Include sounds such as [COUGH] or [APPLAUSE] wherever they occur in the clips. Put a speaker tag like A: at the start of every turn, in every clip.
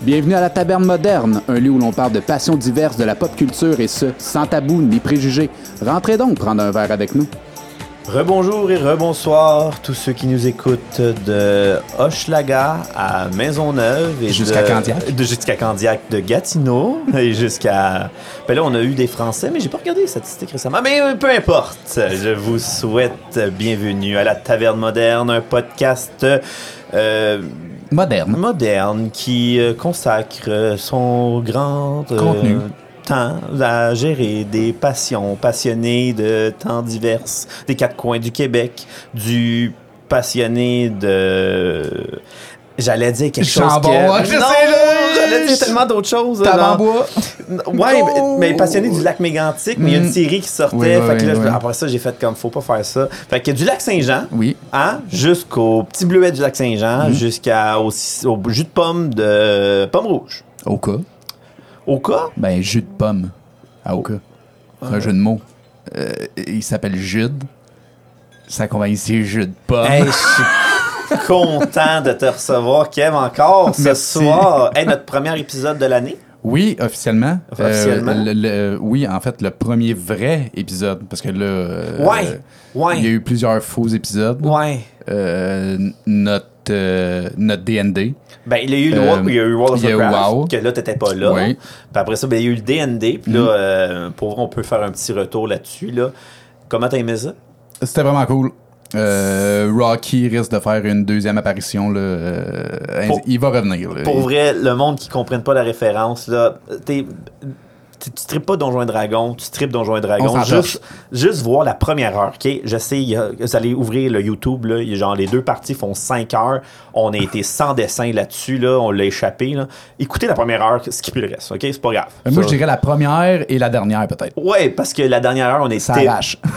A: Bienvenue à la Taverne Moderne, un lieu où l'on parle de passions diverses de la pop culture et ce, sans tabou ni préjugés. Rentrez donc prendre un verre avec nous.
B: Rebonjour et rebonsoir tous ceux qui nous écoutent de Hochelaga à Maisonneuve et
A: Jusqu'à
B: de-
A: Candiac.
B: de jusqu'à Candiac de Gatineau [LAUGHS] et jusqu'à ben là on a eu des Français mais j'ai pas regardé les statistiques récemment mais euh, peu importe je vous souhaite bienvenue à la Taverne moderne un podcast euh,
A: Moderne.
B: moderne qui euh, consacre euh, son grand euh,
A: Contenu.
B: temps à gérer des passions passionnées de temps divers des quatre coins du Québec, du passionné de j'allais dire quelque chose
A: Chambon,
B: que
A: hein, je
B: Non,
A: sais, là,
B: j'allais dire
A: je-
B: tellement d'autres choses
A: Table
B: là.
A: en bois.
B: Ouais, mais-
A: No!
B: mais, passionné du lac Mégantic, mais il y a une
A: Mm.
B: série qui sortait.
A: Oui, oui,
B: fait que là,
A: oui,
B: je-
A: oui.
B: après ça, j'ai fait comme faut pas faire ça. Fait que du lac Saint-Jean,
A: Oui.
B: hein, jusqu'au petit bleuet du lac
A: Mhm.
B: Saint-Jean, jusqu'à au, au jus de pomme de pomme rouge.
A: Au cas.
B: Au cas,
A: Ben, jus de pomme. À Oka. C'est un jeu de mots. Euh, il s'appelle Jude. Sa compagnie, c'est Jus de pomme.
B: hey, je suis
A: [LAUGHS]
B: content de te recevoir, Kev, encore ce
A: Merci.
B: soir. Hey, notre premier épisode de l'année.
A: Oui, officiellement. Euh,
B: Officiellement.
A: le- le- oui, en fait, le premier vrai épisode. Parce que là. euh,
B: Ouais, ouais.
A: Il y a eu plusieurs faux épisodes.
B: Ouais.
A: Euh, notre, euh, notre DND.
B: Ben, il y a eu le
A: Euh,
B: World, il y a eu World of
A: il y a eu
B: Warcraft,
A: WoW.
B: que là, t'étais pas là.
A: Oui. Mhm.
B: Puis après ça, ben, il y a eu le D&D. Puis là, euh, pour vrai, on peut faire un petit retour là-dessus. Là. Comment t'as aimé ça?
A: C'était vraiment cool. Euh, Rocky risque de faire une deuxième apparition. Là. Euh,
B: Pour-
A: il va revenir. là.
B: Pour vrai, le monde qui comprenne pas la référence, là, t'es- tu tu tripes pas Donjons et Dragons, tu tripes Donjons et Dragons.
A: On s'en
B: Juste, juste voir la première heure, OK? Je sais, il y a- vous allez ouvrir le YouTube, là, il y a genre les deux parties font 5 heures. On a été sans [LAUGHS] dessin là-dessus, là, on l'a échappé. Là. Écoutez la première heure, skippez le reste, OK? C'est pas grave.
A: Euh, Moi, je
B: Ça-
A: dirais la première et la dernière, peut-être.
B: Ouais, parce que la dernière heure, on était.
A: Ça arrache.
B: [LAUGHS]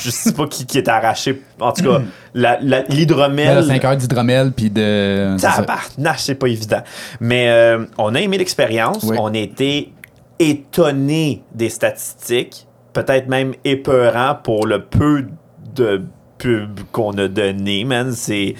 B: Je sais pas qui, qui est arraché. En tout
A: [CLEARS THROAT]
B: cas, la- la-
A: Elle a
B: l'hydromel.
A: 5 heures d'hydromel, puis de. c'est ça.
B: Tabarnache, c'est pas évident. Mais euh, on a aimé l'expérience.
A: Oui.
B: On a été étonnés des statistiques. Peut-être même épeurant pour le peu de pub qu'on a donné, man. C'est...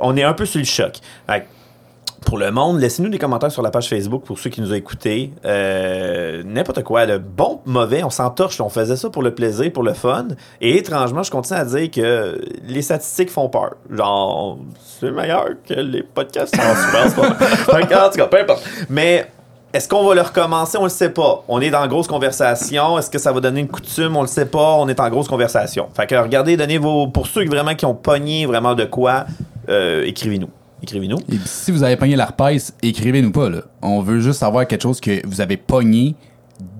B: On est un peu sur le choc. Fait que, pour le monde, laissez-nous des commentaires sur la page Facebook pour ceux qui nous ont écoutés. Euh, N'importe quoi, le bon, mauvais, on s'entorche, on faisait ça pour le plaisir, pour le fun. Et étrangement, je continue à dire que les statistiques font peur. Genre, c'est meilleur que les podcasts en super. Fait que, en tout cas, peu importe. Mais est-ce qu'on va le recommencer? On le sait pas. On est en grosse conversation. Est-ce que ça va donner une coutume? On le sait pas. On est en grosse conversation. Fait que regardez, donnez vos. Pour ceux qui vraiment qui ont pogné vraiment de quoi, euh, écrivez-nous. Écrivez-nous.
A: Et puis, si vous avez pogné l'arpèce, écrivez-nous pas, là. On veut juste savoir quelque chose que vous avez pogné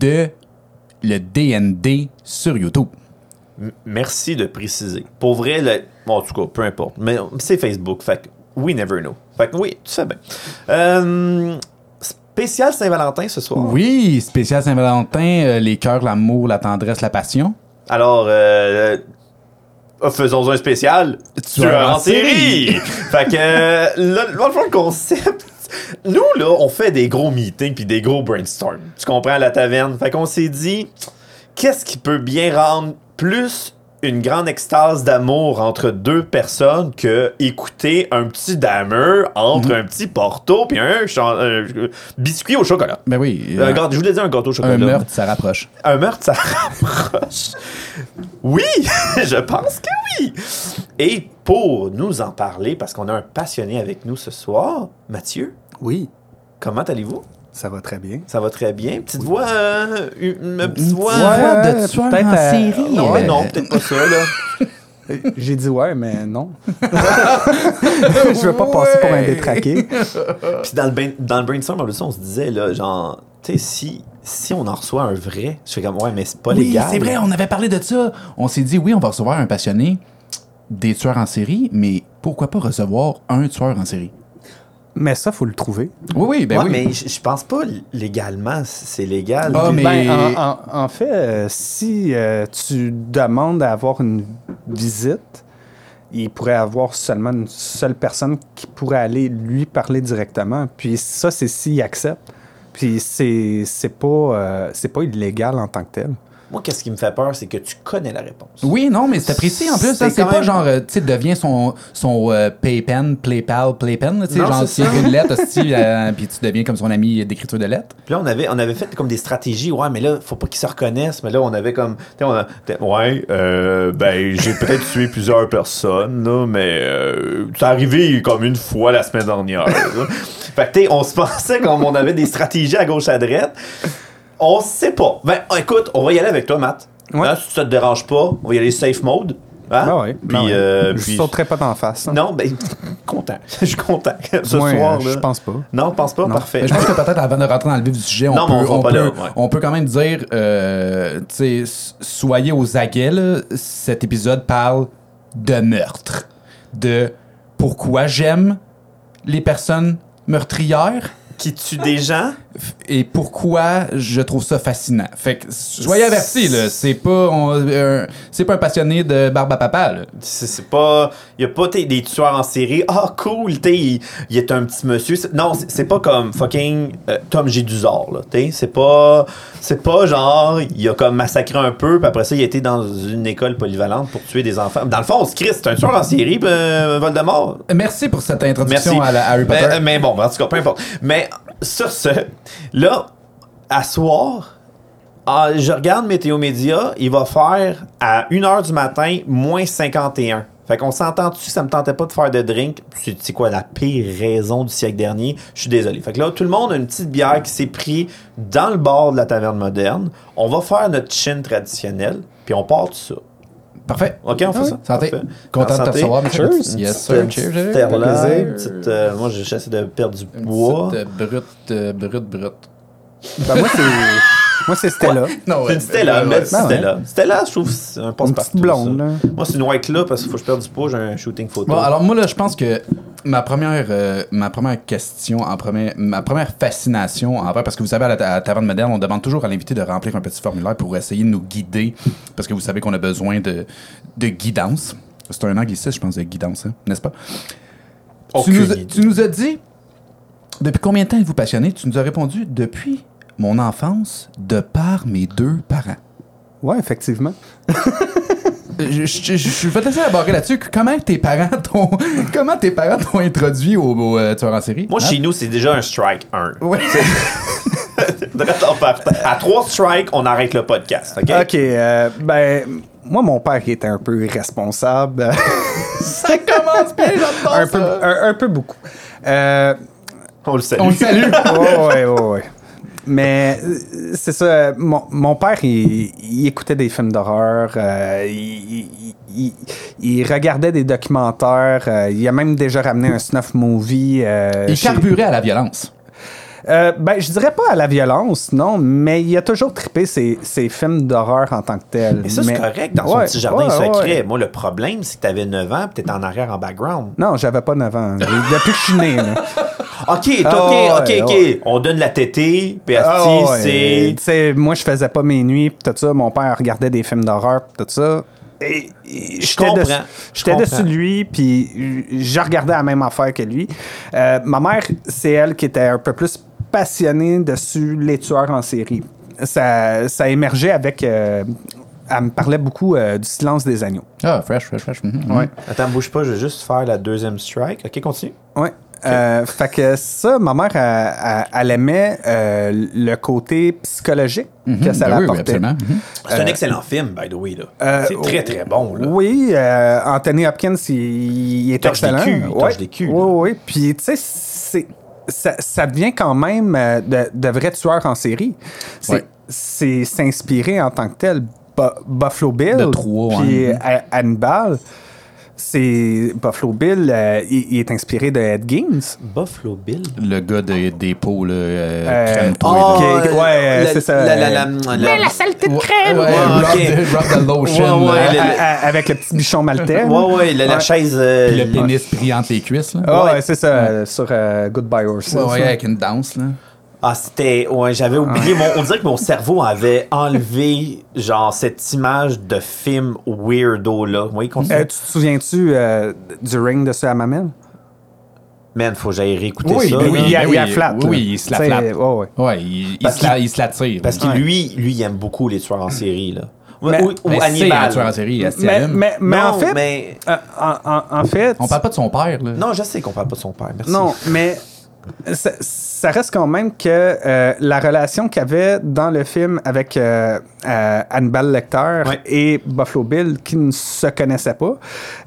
A: de le DND sur YouTube.
B: M- Merci de préciser. Pour vrai, le- bon, en tout cas, peu importe. Mais c'est Facebook. Fait que we never know. Fait que oui, tu fais bien. Euh, spécial Saint-Valentin ce soir.
A: Oui, spécial Saint-Valentin, euh, les cœurs, l'amour, la tendresse, la passion.
B: Alors, euh, euh, faisons un spécial.
A: Tueur en série. [LAUGHS]
B: fait que, euh, là, dans le fond, le concept. Nous, là, on fait des gros meetings puis des gros brainstorms. Tu comprends, à la taverne. Fait qu'on s'est dit, qu'est-ce qui peut bien rendre plus une grande extase d'amour entre deux personnes que écouter un petit damer entre
A: Mm-hmm.
B: un petit porto puis un, chan- un biscuit au chocolat.
A: Ben oui.
B: Euh,
A: euh,
B: regarde, je voulais dire un gâteau au
A: un,
B: chocolat.
A: meurtre, ça rapproche.
B: Un meurtre, ça [LAUGHS] rapproche. Oui, [LAUGHS] je pense que oui. Et pour nous en parler, parce qu'on a un passionné avec nous ce soir, Mathieu,
C: Oui,
B: comment allez-vous?
C: ça va très bien.
B: Ça va très bien. Petite voix, euh, une, une petite voix.
A: voix de
C: ouais,
A: tueur
C: peut-être,
A: en
C: euh,
A: série.
B: Non, mais
A: Euh,
B: non, peut-être pas
A: [LAUGHS]
B: ça, là.
C: Euh, [LAUGHS] J'ai dit ouais, mais [LAUGHS] non. Je veux pas passer pour un
A: Ouais.
B: [LAUGHS]
C: détraqué.
B: Puis dans le, bain- dans le brainstorm, en plus, on se disait, là, genre, tu sais, si, si on en reçoit un vrai, je fais comme, ouais, mais c'est pas
A: Oui,
B: légal.
A: c'est vrai, on avait parlé de ça. On s'est dit, oui, on va recevoir un passionné des tueurs en série, mais pourquoi pas recevoir un tueur en série?
C: Mais ça, faut le trouver.
A: Oui, oui, ben
B: Ouais,
A: oui.
B: mais je je pense pas légalement, c'est légal.
A: Ah, mais-
C: Ben, en, en- en fait, euh, si euh, tu demandes à avoir une visite, il pourrait avoir seulement une seule personne qui pourrait aller lui parler directement. Puis ça, c'est s'il accepte. Puis c'est c'est pas, euh, c'est pas illégal en tant que tel.
B: Moi, qu'est-ce qui me fait peur, c'est que tu connais la réponse.
A: Oui, non, mais c'est apprécié en plus.
B: C'est
A: hein, C'est
B: quand
A: pas
B: même-
A: genre, euh, tu sais, devient son, son euh, PayPen, PlayPal, PlayPen, là, tu sais,
B: Non,
A: genre, tu
B: c'est ça.
A: écris une lettre, hostie, euh, [LAUGHS] puis tu deviens comme son ami d'écriture de lettres.
B: Puis là, on avait, on avait fait comme des stratégies. Ouais, mais là, faut pas qu'ils se reconnaissent. Mais là, on avait comme. t'sais, on a- t'sais, ouais, euh, ben, j'ai peut-être tué [LAUGHS] plusieurs personnes, là, mais euh, c'est arrivé comme une fois la semaine dernière.
C: [LAUGHS]
B: là. fait que, t'sais, on se pensait comme on avait des stratégies à gauche à droite. On sait pas. Ben, écoute, on va y aller avec toi, Matt.
C: Ouais.
B: Hein, si ça te dérange pas, on va y aller safe mode. Hein?
C: Ben ouais, ben
B: Puis,
C: ouais.
B: euh,
C: je
B: puis-
C: sauterai pas d'en face. hein.
B: Non, ben, [LAUGHS] content. Je suis content. Ce
C: Moi, euh,
B: soir, là.
C: je pense pas.
B: Non, pense pas. Parfait.
A: Mais je pense que peut-être avant de rentrer dans le vif du sujet, on,
B: Non, mais on
A: peut,
B: va
A: on,
B: pas
A: peut,
B: là, ouais.
A: on peut quand même dire, euh, tu sais, s- soyez aux aguets, là, cet épisode parle de meurtre, de pourquoi j'aime les personnes meurtrières
B: Qui tue des gens?
A: et pourquoi je trouve ça fascinant. Fait que soyez avertis, là, c'est pas, on- euh, c'est pas un passionné de barbe à papa, là.
B: C'est c'est pas. Il a pas t'sais, des tueurs en série. Ah, cool, t'sais, il, il est un petit monsieur. C'est- Non, c'est c'est pas comme fucking euh, Tom G. Duzor, là. t'sais. C'est pas. C'est pas genre. Il a comme massacré un peu, puis après ça, il a été dans une école polyvalente pour tuer des enfants. Dans le fond, on se crie, c'est un tueur en série, puis, euh, Voldemort.
A: Merci pour cette introduction
B: Merci. Ben, euh,
A: à, la- à Harry Potter.
B: mais, mais bon, en tout cas, peu importe. Mais sur ce, là, à soir, ah, je regarde Météo Média, il va faire à 1h du matin, moins 51. Fait qu'on s'entend dessus, ça me tentait pas de faire de drink. C'est c'est quoi la pire raison du siècle dernier? Je suis désolé. Fait que là, tout le monde a une petite bière qui s'est pris dans le bar de la taverne moderne. On va faire notre chin traditionnel, puis on part de ça.
A: Parfait.
B: OK, on fait
A: Ah oui.
B: ça.
A: Santé.
B: Parfait.
A: Content de te
B: Santé.
A: recevoir. monsieur.
C: Cheers.
A: Yes,
B: Petite, euh,
A: sir. Cheers.
B: petite
A: cheers.
B: terre là,
C: plaisir.
B: une petite, euh, moi, j'essaie de perdre du
A: Une
B: poids.
A: petite, euh, brute, euh, brute, brute.
C: Ben, moi, c'est moi, c'est Stella.
A: Non,
B: C'est une Stella, mais
C: ouais.
B: Stella. Stella, je trouve, que c'est un
C: Une
B: passe
C: petite blonde. là.
B: Moi, c'est une white là parce qu'il faut que je perde du poids, j'ai un shooting photo.
A: Bon, alors moi, là, je pense que ma première, euh, ma première question, en premier, ma première fascination, en vrai, parce que vous savez, à la ta- à la taverne moderne, on demande toujours à l'invité de remplir un petit formulaire pour essayer de nous guider, parce que vous savez qu'on a besoin de, de guidance. C'est un anglicisme, je pense, de guidance, hein, n'est-ce pas? Tu
B: Aucune
A: nous,
B: idée.
A: tu nous as dit, depuis combien de temps êtes-vous passionné? Tu nous as répondu, depuis mon enfance, de par mes deux parents.
C: Ouais, effectivement.
A: Je, je- je- je vais te laisser élaborer là-dessus. que Comment tes parents t'ont [LAUGHS] comment tes parents t'ont introduit au, au, euh, tueur en série
B: Moi,
A: Hein?
B: chez nous, c'est déjà un [LAUGHS] strike 1.
A: Ouais.
B: à trois strikes, on arrête le podcast, OK?
C: OK, euh, ben, moi, mon père qui était un peu
B: [LAUGHS]
C: irresponsable.
A: ça commence bien, j'adore
C: un,
A: ça.
C: peu, un, un peu beaucoup. Euh, [LAUGHS]
B: On le salue.
A: On le salue.
C: ouais, ouais, ouais, ouais. Mais euh, c'est ça, euh, mon, mon père, il, il écoutait des films d'horreur, euh, il, il- il- il regardait des documentaires, euh, il a même déjà ramené un snuff movie. euh,
A: Il
C: chez-
A: carburait à la violence.
C: Euh, ben, je dirais pas à la violence, non, mais il a toujours trippé ses, ses films d'horreur en tant que tels.
B: [LAUGHS] Mais ça, c'est
C: Mais-
B: correct dans son
C: Ouais,
B: petit jardin
C: ouais, ouais.
B: secret. Moi, le problème, c'est que t'avais 9 ans pis t'étais en arrière en background.
C: Non, j'avais pas 9 ans. Depuis que je suis
B: [LAUGHS]
C: né, là.
B: OK, t'es
C: Ah,
B: OK,
C: ouais,
B: OK,
C: ouais,
B: OK.
C: ouais.
B: On donne la tétée, pis
C: Ah
B: asti,
C: ouais,
B: c'est...
C: tu sais, moi, je faisais pas mes nuits, pis tout ça. Mon père regardait des films d'horreur, pis tout ça. Et, et j'étais
B: comprends.
C: dessus-
B: Je
C: J'étais
B: comprends.
C: dessus de lui, puis je regardais la même affaire que lui. Euh, ma mère, c'est elle qui était un peu plus passionnée dessus les tueurs en série. Ça, ça émergeait avec. euh, elle me parlait beaucoup euh, du silence des agneaux.
A: Ah, fresh, fresh, fresh. mhm, mhm.
C: Ouais.
B: Attends, bouge pas, je vais juste faire la deuxième strike. OK, continue.
C: Ouais. Euh, fait que ça, ma mère, elle, elle- elle aimait euh, le côté psychologique que ça
A: Ben oui, oui,
C: apportait.
A: absolument. mhm.
B: C'est un excellent film, by the way. Là.
C: Euh,
B: c'est très, très bon. Là.
C: Oui, euh, Anthony Hopkins, il, il est
B: Torche des
C: excellent.
B: culs, il
C: ouais.
B: torche des culs, là.
C: Oui, oui. Puis, tu sais, c'est- ça, ça devient quand même euh, de, de vrais tueurs en série. C'est
A: Ouais.
C: c'est s'inspirer en tant que tel. Bu- Buffalo Bill,
A: De trois,
C: puis
A: ouais.
C: Ha- Hannibal, c'est Buffalo Bill, euh, il, il est inspiré de Ed Gein.
B: Buffalo Bill.
A: Le gars de dépôt là, euh,
C: Euh,
A: crème-toi,
C: oh,
A: là.
C: ok, ouais, c'est ça,
B: Ah, La, la, la, la-
D: saleté
A: Ouais, ouais, Rub
B: ok.
A: the- rub the lotion.
B: Ouais,
A: là.
B: ouais, le-
C: À- à- avec le petit bichon maltais.
B: ouais, ouais, la, la
C: Ouais.
B: chaise. euh,
A: Puis
B: le-
A: Le pénis priant tes cuisses. Là.
C: Ah, ouais,
B: Ouais.
C: c'est ça, euh, sur euh, Goodbye Horses.
A: Ouais, ouais, avec une danse. Là.
B: Ah, c'était. Ouais, j'avais oublié. Mon, on dirait que mon cerveau avait enlevé, genre, cette image de film weirdo, là. Oui, continue.
C: Euh, tu te souviens-tu euh, du ring de ce Hamamel?
B: Man, faut que j'aille réécouter
C: Oui,
B: ça.
C: ben
B: là.
C: oui, il y a-
A: Ben
C: il y a flatte,
A: oui,
C: là.
A: oui, il se la
C: Tu sais,
A: flatte.
C: ouais, ouais.
A: Ouais, il, il
B: Parce
A: se la,
B: qu'il-
A: il se la tire.
B: Parce que
C: Ouais.
B: lui, lui, il aime beaucoup les tueurs en série. Là. Ou-
C: Mais-
B: ou ou
A: Mais c'est un
B: Hannibal.
A: tueur en série, est-ce qu'il
C: Mais,
A: aime?
C: mais- mais
B: Non,
C: en fait,
B: mais-
C: euh, en, en- en fait,
A: On parle pas de son père, là.
B: Non, je sais qu'on parle pas de son père. Merci.
C: non, mais ça, ça reste quand même que euh, la relation qu'il y avait dans le film avec euh, euh, Hannibal Lecter
B: Ouais.
C: et Buffalo Bill, qui ne se connaissaient pas,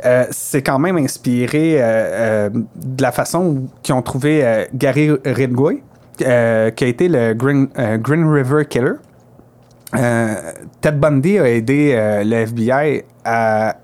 C: euh, c'est quand même inspiré euh, euh, de la façon qu'ils ont trouvé euh, Gary Ridgway, euh, qui a été le Green, euh, Green River Killer. Euh, Ted Bundy a aidé euh, le FBI à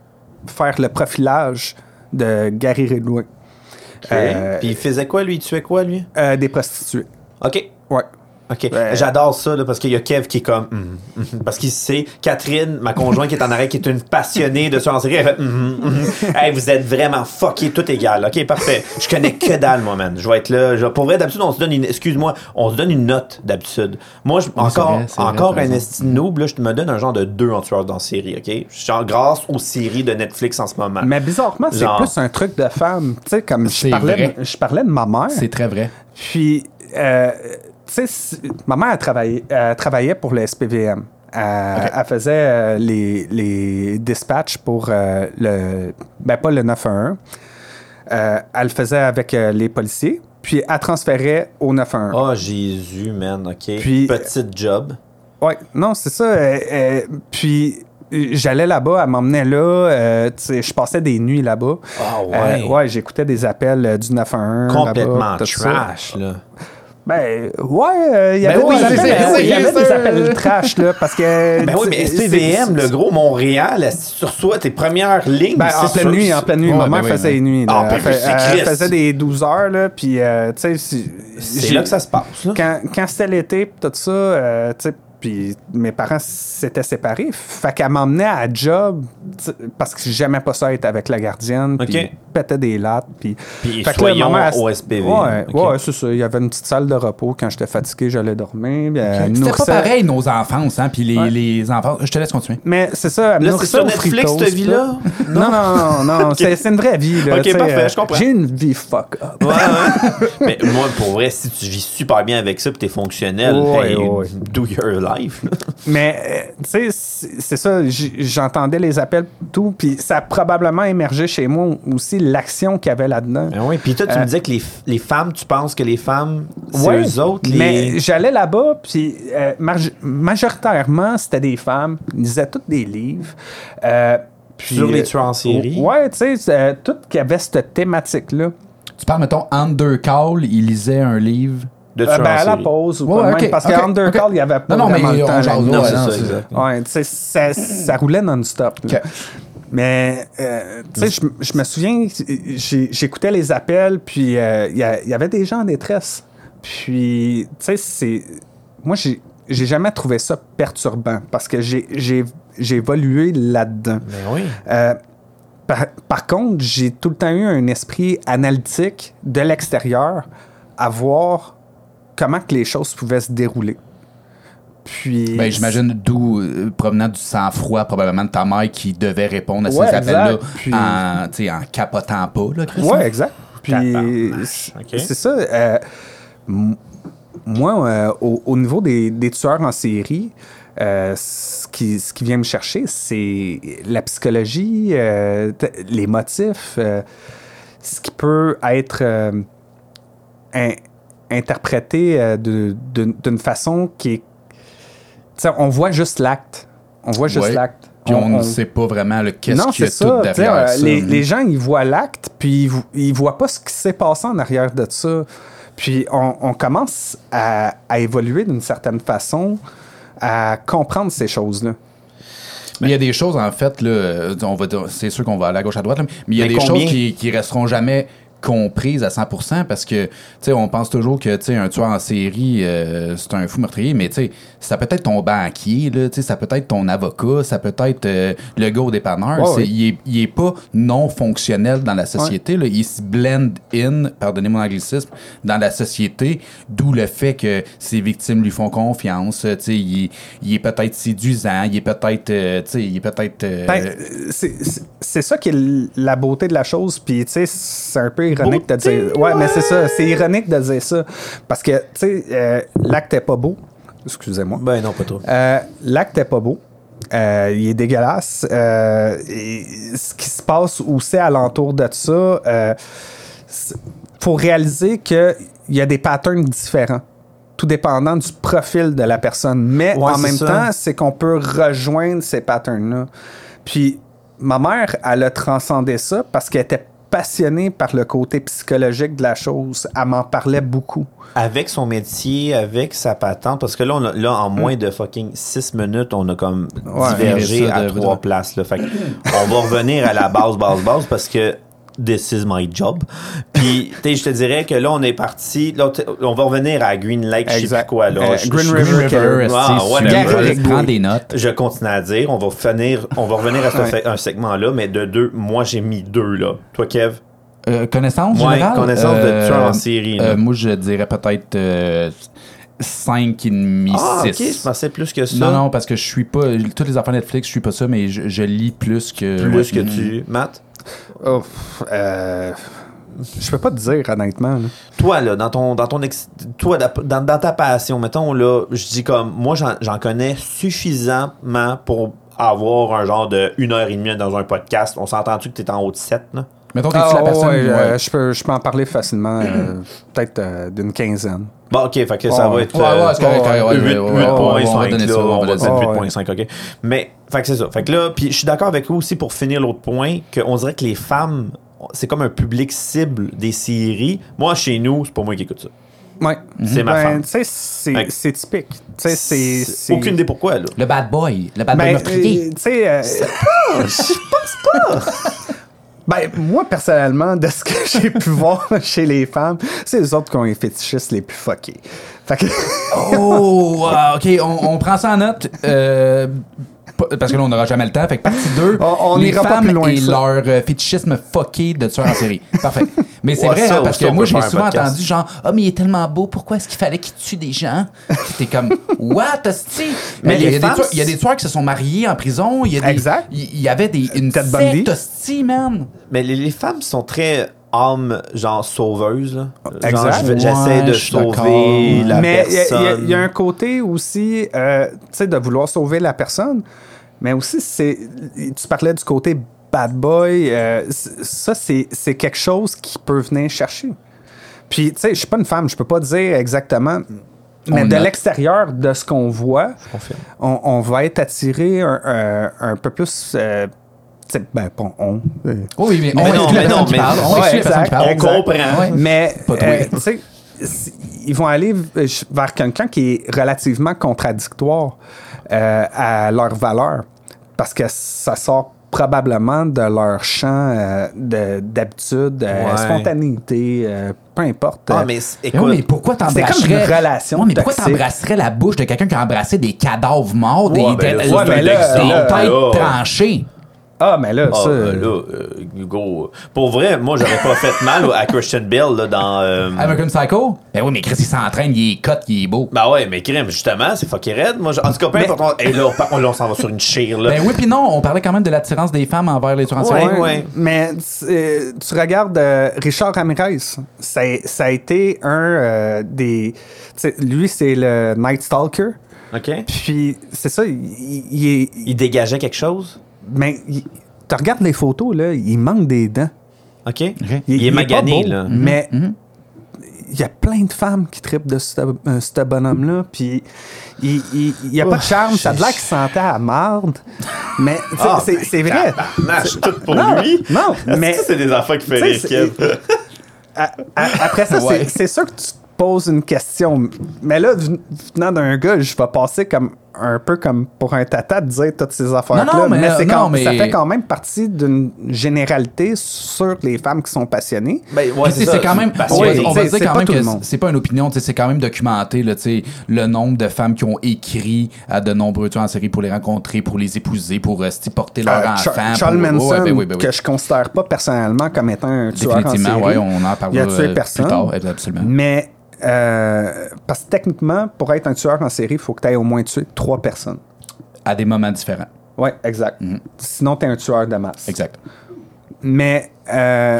C: faire le profilage de Gary Ridgway.
B: Ok.
C: Euh,
B: Puis il faisait quoi, lui Il tuait quoi, lui
C: Euh, des prostituées.
B: OK.
C: Ouais.
B: OK.
C: Ouais.
B: J'adore ça, là, parce qu'il y a Kev qui est comme. Hum, hum. Parce qu'il sait, Catherine, ma conjointe qui est en arrêt, qui est une passionnée de soins en série, elle fait. Hum, hum, hum. Hey, vous êtes vraiment fucké, tout égal. OK, parfait. Je connais que dalle, moi, man. Je vais être là. Je- Pour vrai, d'habitude, on se donne une. Excuse-moi, on se donne une note, d'habitude. Moi, je- encore,
A: vrai, c'est vrai,
B: encore
A: t'as
B: un
A: raison.
B: esti de noob, là, je te me donne un genre de 2 en tueur dans série, OK Je suis en grâce aux séries de Netflix en ce moment.
C: Mais bizarrement, c'est
B: Genre.
C: plus un truc de femme. Tu sais, comme je
A: C'est
C: parlais,
A: vrai.
C: de, je parlais de ma mère.
A: C'est très vrai.
C: Puis, euh, tu sais, c'est- ma mère elle travaillait, elle travaillait pour le SPVM. Elle, elle faisait euh, les, les dispatchs pour euh, le. Ben, pas le 911. Euh, elle le faisait avec euh, les policiers. Puis, elle transférait au 911.
B: Oh, Jésus, man, OK.
C: Puis-
B: Petite job.
C: Ouais, non, c'est ça. euh, euh, puis euh, j'allais là-bas, elle m'emmenait là. euh, tu sais, je passais des nuits là-bas.
B: Ah ouais.
C: Euh, ouais, j'écoutais des appels euh, du 911.
B: Complètement
C: là-bas, tout ça.
B: trash, là.
C: Ben, ouais, euh, il y
A: Ben
C: avait
A: oui,
C: des
A: c'est-
C: appels,
A: c'est-
C: il y avait
A: c'est-
C: des appels trash, là, parce que.
B: Ben oui, mais
C: c'est-
B: SPVM,
C: c'est-
B: le gros Montréal, est-ce que tu reçois tes premières lignes.
C: Ben, en
B: c'est
C: pleine
B: sûr-
C: nuit, en pleine nuit.
A: Ouais,
C: ma
A: ben
C: mère
A: oui,
C: faisait
A: mais-
C: des nuits.
B: Ah,
C: là.
B: ben,
C: elle, fait-
B: c'est
C: elle
B: Christ.
C: faisait des 12 heures, là, puis, euh, tu sais, si-
B: C'est
C: j'ai-
B: là que ça se passe. Là.
C: quand, quand c'était l'été, pis tout ça, euh, tu sais, puis mes parents s'étaient séparés. Fait qu'elle m'emmenait à la job tu sais, parce que j'aimais pas ça être avec la gardienne. Puis
B: Ok.
C: pétait des lattes. Puis
B: Puis
C: Fait que là,
B: soyons
C: maman, elle s-
B: au SPV.
C: Ouais,
B: Ok.
C: ouais, c'est ça. Il y avait une petite salle de repos. Quand j'étais fatigué, j'allais dormir. puis elle
A: C'était pas
C: nourrissait-
A: pareil, nos enfances, hein, puis les, les enfants. Je te laisse continuer.
C: Mais c'est ça,
B: Là,
C: elle me
B: c'est
C: nourrissait
B: sur
C: aux
B: Netflix,
C: Fritos,
B: cette vie-là?
C: pis tout. Non, non,
B: [LAUGHS]
C: non, non. c'est- C'est une vraie vie. Là,
B: Ok,
C: tu sais,
B: parfait,
C: euh,
B: je comprends.
C: J'ai une vie fuck up.
B: Ouais,
C: [LAUGHS]
B: ouais. Mais moi, pour vrai, si tu vis super bien avec ça et t'es fonctionnel,
C: Ouais,
B: hey,
C: ouais.
B: do your life. là.
C: Mais, euh, tu sais, c'est c'est ça, j- j'entendais les appels, tout, puis ça a probablement émergé chez moi aussi l'action qu'il y avait là-dedans.
B: Ben ouais. Puis toi, tu me disais que les, les femmes, tu penses que les femmes, c'est
C: Euh, Ouais,
B: eux autres. Les...
C: Mais j'allais là-bas, puis euh, marge- majoritairement, c'était des femmes, ils lisaient tous des livres. euh, puis,
B: Sur les
C: euh,
B: tueurs en série.
C: Ouais, tu sais, euh, tout qui avait cette thématique-là.
A: Tu parles, mettons, Undercall, il lisait un livre.
B: de
C: Euh,
B: tueurs
C: ben,
B: en
C: à la
B: série.
C: pause, ou
A: Ouais,
C: pas de
A: ok,
C: même, parce
A: ok,
C: qu'à Undercall,
A: ok.
C: il y avait pas
A: Non, non, mais
C: vraiment le
A: on
C: temps
A: jase,
C: là-dedans.
B: Non,
A: Ouais,
B: c'est
A: non,
B: ça,
A: c'est
B: exact.
C: Ouais, tu sais, ça, ça roulait non-stop. là.
A: Ok.
C: Mais, euh, tu sais, je m- je me souviens, j'ai- j'écoutais les appels, puis euh, il y a- il y, avait des gens en détresse. Puis, tu sais, c'est. Moi, j'ai j'ai jamais trouvé ça perturbant parce que j'ai- j'ai j'ai évolué là-dedans.
B: Ben oui.
C: Euh, par, par contre, j'ai tout le temps eu un esprit analytique de l'extérieur à voir comment que les choses pouvaient se dérouler. Puis.
A: Ben, j'imagine d'où euh, provenant du sang-froid probablement de ta mère qui devait répondre à ces
C: Ouais,
A: appels-là
C: exact. Puis-
A: en, tu sais, en capotant pas, là, Chris.
C: Ouais, exact. Puis
B: Tabarnache, ok.
C: c'est ça. euh, m- moi, euh, au, au niveau des, des tueurs en série, euh, ce, qui, ce qui vient me chercher, c'est la psychologie, euh, t- les motifs, euh, ce qui peut être euh, in- interprété euh, de- de- d'une façon qui est... Tu sais, on voit juste l'acte. On voit juste
A: Ouais.
C: l'acte.
A: Puis on
C: On-
A: ne
C: on-
A: sait pas vraiment le qu'est-ce
C: non,
A: qu'il y
C: c'est
A: a tout
C: ça. tu sais,
A: derrière
C: euh,
A: ça.
C: les, les gens, ils voient l'acte, puis ils, vo- ils voient pas ce qui s'est passé en arrière de ça. Puis on, on commence à, à évoluer d'une certaine façon, à comprendre ces choses-là.
A: Mais il y a des choses, en fait, là, euh, on va dire- c'est sûr qu'on va aller à gauche, à droite, là, mais il y a
B: Mais
A: des
B: combien?
A: choses qui, qui resteront jamais comprises à 100% parce que, tu sais, on pense toujours que, tu sais, un tueur en série, euh, c'est un fou meurtrier, mais, tu sais, ça peut être ton banquier, là, tu sais, ça peut être ton avocat, ça peut être euh, le gars au dépanneur.
C: Ouais,
A: C'est-
C: ouais.
A: Il, est, il est pas non fonctionnel dans la société, là. Il se blend in, pardonnez mon anglicisme, dans la société, d'où le fait que ses victimes lui font confiance, euh, tu sais, il, est- il est peut-être séduisant, il est peut-être, euh, tu sais, il est
B: Ben,
A: peut-être... euh,
C: Ben, c'est- c'est c'est ça qui est l- la beauté de la chose, puis tu sais, c'est un peu ironique de dire. Ouais, mais c'est ça. C'est ironique de dire ça. Parce que, tu sais, euh, l'acte est pas beau. Excusez-moi.
B: Ben non, pas trop.
C: Euh, l'acte est pas beau. Euh, il est dégueulasse. Euh, et ce qui se passe aussi alentour de ça, euh, c'est- faut réaliser qu'il y a des patterns différents, tout dépendant du profil de la personne. Mais
B: Ouais,
C: en
B: c'est
C: même
B: ça.
C: temps, c'est qu'on peut rejoindre ces patterns-là. Puis ma mère, elle a transcendé ça parce qu'elle était passionnée par le côté psychologique de la chose. Elle m'en parlait beaucoup.
B: Avec son métier, avec sa patente, parce que là, on a- là en moins de fucking 6 minutes, on a comme
C: Ouais.
B: divergé
A: Ça,
B: à
A: de-
B: trois
A: de-
B: places. Là. Fait
C: [LAUGHS]
B: que on va revenir à la base, base, base, parce que this is my job. Puis, tu sais, je te dirais que là, on est parti. là, t- on va revenir à Green Lake, je sais plus
C: Exact.
B: quoi. Là.
C: Euh,
B: Je-
C: Green
B: je-
A: Green
C: River
A: River,
B: Wow,
A: esti, si
B: Ah, whatever.
A: vous voulez,
C: Garrick
A: prends
C: Boy.
A: des notes.
B: Je continue à dire, on va finir, on va revenir à ce
C: Ouais.
B: fait- un segment-là, mais de deux, moi j'ai mis deux là. Toi, Kev?
A: Euh, connaissance
B: Ouais,
A: générale?
B: connaissance de tueurs en série, là.
A: euh, moi, je dirais peut-être euh, 5,5,
B: Ah, ok,
A: 6.
B: je pensais plus que ça.
A: non, non, parce que je suis pas... Tous les enfants Netflix, je suis pas ça, mais je, je lis plus que...
B: Plus que tu. Matt?
C: Oh, pff, euh, je peux pas te dire, honnêtement. là.
B: Toi, là, dans ton, dans ton ex- toi, da- dans, dans ta passion, mettons, là, je dis comme, moi, j'en- j'en connais suffisamment pour avoir un genre de une heure et demie dans un podcast. On s'entend-tu que t'es en haut de 7, là?
A: Mettons, t'es-tu
C: Ah,
A: la personne... Mm-hmm.
C: ouais,
A: ouais.
C: euh, je peux, je peux en parler facilement, euh, peut-être euh, d'une quinzaine.
B: Bon, ok, fait que ça
C: Ouais.
B: va être. euh,
A: Ouais, ouais, c'est correct, correct, ouais,
B: 8,
A: ouais, ouais, ouais,
B: points,
A: ouais, on va
B: 5,
A: donner
B: là,
A: ça,
B: on
A: on va
B: va
A: donner
B: dire
C: ça.
B: 8.5, ok. Mais, fait que c'est ça. Fait que là, puis je suis d'accord avec vous aussi pour finir l'autre point, qu'on dirait que les femmes, c'est comme un public cible des séries. Moi, chez nous, c'est pas moi qui écoute ça.
C: Ouais. Mm-hmm. Ben,
B: C'est ma femme.
C: tu sais, c'est
B: Fait que-
C: c'est typique. Tu sais, c'est. c'est-
B: Aucune idée pourquoi, là.
A: Le bad boy, le bad boy
C: Ben,
A: meurtrier.
C: euh, tu sais. euh, [LAUGHS] Ben, moi, personnellement, de ce que j'ai pu voir [LAUGHS] chez les femmes, c'est les autres qui ont les fétichistes les plus fuckés. Fait que. [LAUGHS]
A: Oh, ah, OK, on, on prend ça en note. euh, p- parce que là, on n'aura jamais le temps. Fait que partie 2,
C: On- on
A: les
C: ira pas
A: femmes
C: plus loin
A: et
C: que ça.
A: leur euh, fétichisme fucké de tueur en série. Parfait. Mais c'est
B: Ouais,
A: vrai,
B: ça
A: hein, parce
B: aussi,
A: que
B: on
A: moi,
B: peut
A: j'ai
B: faire un
A: souvent
B: podcast.
A: entendu genre « Ah, mais il est tellement beau, pourquoi est-ce qu'il fallait qu'il tue des gens? » Puis T'es comme « What, hostie? » Mais
B: Mais
A: il y, a
B: les
A: des
B: femmes,
A: tueurs- il y a des tueurs qui se sont mariés en prison. Il y, a des-
C: Exact.
A: il il y avait des, une
C: Ted Bundy.
A: secte hostie, man.
B: Mais les, les femmes sont très hommes, genre sauveuses. là. Genre,
C: Exact.
B: je vais- J'essaie
A: Ouais,
B: de
A: je suis
B: sauver
A: d'accord.
B: la
C: mais il y a- il y a-
B: personne.
C: il y, a un côté aussi, euh, tu sais, de vouloir sauver la personne, mais aussi, c'est tu parlais du côté bad boy, euh, c- ça, c'est c'est quelque chose qui peut venir chercher. Puis, tu sais, je suis pas une femme, je peux pas dire exactement, mais
A: On
C: de
A: note.
C: l'extérieur, de ce qu'on voit,
B: confirme.
C: on, on va être attiré un, un- un peu plus... euh, tu sais, ben, pas on. euh,
A: Oh oui, mais,
B: Mais
A: on
B: non,
A: exclut la
B: mais non,
A: personne qui
B: mais-
A: parle. On
C: Ouais,
A: exclut la personne qui
C: exact.
A: parle.
B: On
C: Exact.
B: comprend.
A: Ouais.
C: Mais,
A: Pas trop.
C: euh, tu sais, s- ils vont aller euh, ch- vers quelqu'un qui est relativement contradictoire euh, à leurs valeurs parce que ça sort probablement de leur champ euh, de- d'habitude, euh,
B: Ouais.
C: spontanéité, euh, peu importe.
B: Ah, mais c-
A: Mais
B: écoute,
A: Eh oui, mais pourquoi
C: c'est
A: t'embrasserais...
C: comme une relation
A: Ouais, mais pourquoi
C: toxique.
A: t'embrasserais la bouche de quelqu'un qui a embrassé des cadavres morts,
B: Ouais,
A: des,
B: ben là,
A: des-
B: c'est
A: des-
B: un
A: des-
C: exemple,
A: des
C: là.
A: têtes tranchées?
C: Ah, mais là,
B: Ah,
C: ça...
B: ben là, euh, Hugo, pour vrai, moi, j'aurais pas fait mal à Christian Bell là, dans. euh,
A: American Psycho? Ben oui, mais Chris, il s'entraîne, il est cut, il est beau.
B: Ben ouais, mais crime, justement, c'est fucking raide. Moi, je- en tout cas, peu
C: Mais-
B: importe. on- hey, là, on par- on, là, on s'en va sur une chire, là.
A: Ben oui, puis non, on parlait quand même de l'attirance des femmes envers les tueurs en série.
B: Ouais, ouais.
C: Mais tu- euh, tu regardes euh, Richard Ramirez, ça, ça a été un euh, des... tu sais, Lui, c'est le Night Stalker.
B: OK?
C: Puis, c'est ça, il, il est...
B: Il dégageait quelque chose?
C: Mais il- tu regardes les photos, là, il manque des dents.
B: OK? Il, est
C: pas
B: magané,
C: beau,
B: là.
C: Mais il y a plein de femmes qui tripent de ce, euh, ce bonhomme-là. Puis il il- il y a pas de charme. Ça a de l'air qu'il sentait à marde. Mais tu sais,
B: Ah,
C: c'est
B: ben,
C: c'est vrai.
B: Tabarnache, tout pour
C: Non,
B: lui.
C: non,
B: Est-ce
C: mais-
B: que c'est des enfants qui font
C: Tu sais,
B: rire,
C: c'est- [LAUGHS]
B: Kev?
C: À- à- après ça, c'est-
A: Ouais.
C: c'est sûr que tu te poses une question. Mais là, ven- venant d'un gars, je vais passer comme un peu comme pour un tata de dire toutes ces affaires-là.
A: Non, non, mais,
C: c'est
A: euh,
C: quand-
A: non, mais-
C: ça fait quand même partie d'une généralité sur les femmes qui sont passionnées.
B: Ben, ouais,
A: Puis tu sais, c'est quand même,
B: Parce
A: on
B: que-
A: va,
C: Oui,
A: on va
C: tu sais,
A: dire
C: c'est
A: quand
C: pas
A: même
C: tout
A: que
C: le monde.
A: c'est pas une opinion, tu sais, c'est quand même documenté là, tu sais, le nombre de femmes qui ont écrit à de nombreux tueurs en série pour les rencontrer, pour les épouser, pour euh, s'y porter leur
C: Euh,
A: enfant.
C: Char- Charles
A: pour-
C: Manson,
A: Oh, ouais, ben oui, ben oui.
C: que je considère pas personnellement comme étant un tueur en
A: Définitivement, ouais,
C: série.
A: on en parlera,
C: Il a tué
A: euh, plus
C: personne.
A: tard, absolument.
C: Mais, euh, parce que techniquement, pour être un tueur en série, il faut que tu aies au moins tué trois personnes.
A: À des moments différents.
C: Ouais, exact. Sinon, tu es un tueur de masse.
A: Mhm. Exact.
C: Mais euh,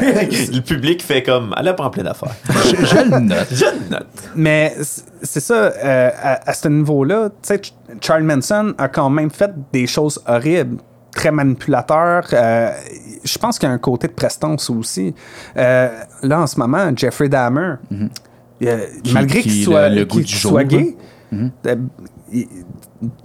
B: [LAUGHS]
C: [LAUGHS]
B: le public fait comme, elle apprend plein d'affaires.
A: Je, je le note.
B: Je le note.
C: Mais c- c'est ça, euh, à, à ce niveau-là, tu sais, Ch- Charles Manson a quand même fait des choses horribles, très manipulateur. euh, je pense qu'il y a un côté de prestance aussi. Euh, là, en ce moment, Jeffrey Dahmer, euh,
A: Mhm. Qui-
C: malgré
A: qui
C: qu'il
A: est
C: soit,
A: le- le goût
C: qu'il
A: du
C: soit
A: jour, Mhm.
C: gay, euh, il,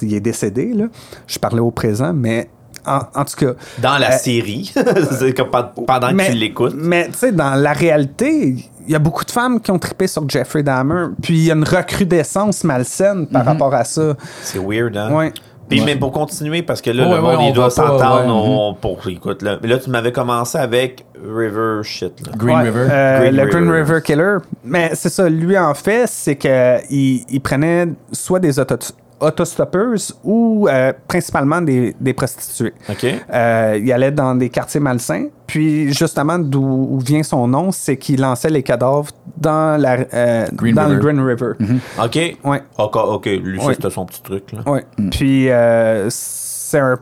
C: il est décédé, là. Je parlais au présent, mais en, en tout cas...
B: Dans la
C: euh,
B: série, [LAUGHS] c'est comme pen- pendant que Ah, tu l'écoutes.
C: mais, tu sais, dans la réalité, il y a beaucoup de femmes qui ont trippé sur Jeffrey Dahmer. Puis il y a une recrudescence malsaine
B: Mm-hmm.
C: par rapport à ça.
B: C'est weird, hein?
C: Ouais.
B: Puis,
A: Ouais.
B: mais pour continuer, parce que là,
A: Ouais,
B: le
A: ouais,
B: monde,
A: on
B: il doit
A: va pas, ouais, Mm-hmm.
B: s'entendre. on- pour, écoute, là, mais là, tu m'avais commencé avec River shit, là.
A: Green
C: Ouais,
A: River.
C: euh,
B: Green
C: le
B: River.
C: Green River Killer. Mais c'est ça, lui en fait, c'est que il, il prenait soit des auto autostoppeurs ou euh, principalement des, des prostituées.
B: OK.
C: Euh, il allait dans des quartiers malsains. Puis justement, d'où où vient son nom, c'est qu'il lançait les cadavres dans, la, euh,
A: Green
C: dans le
A: River.
C: Green River.
B: Mm-hmm. OK.
C: Ouais.
B: OK, OK. Lui, ça,
C: Ouais.
B: c'était son petit truc, là.
C: Ouais.
A: Mm.
C: Puis euh, c'est un-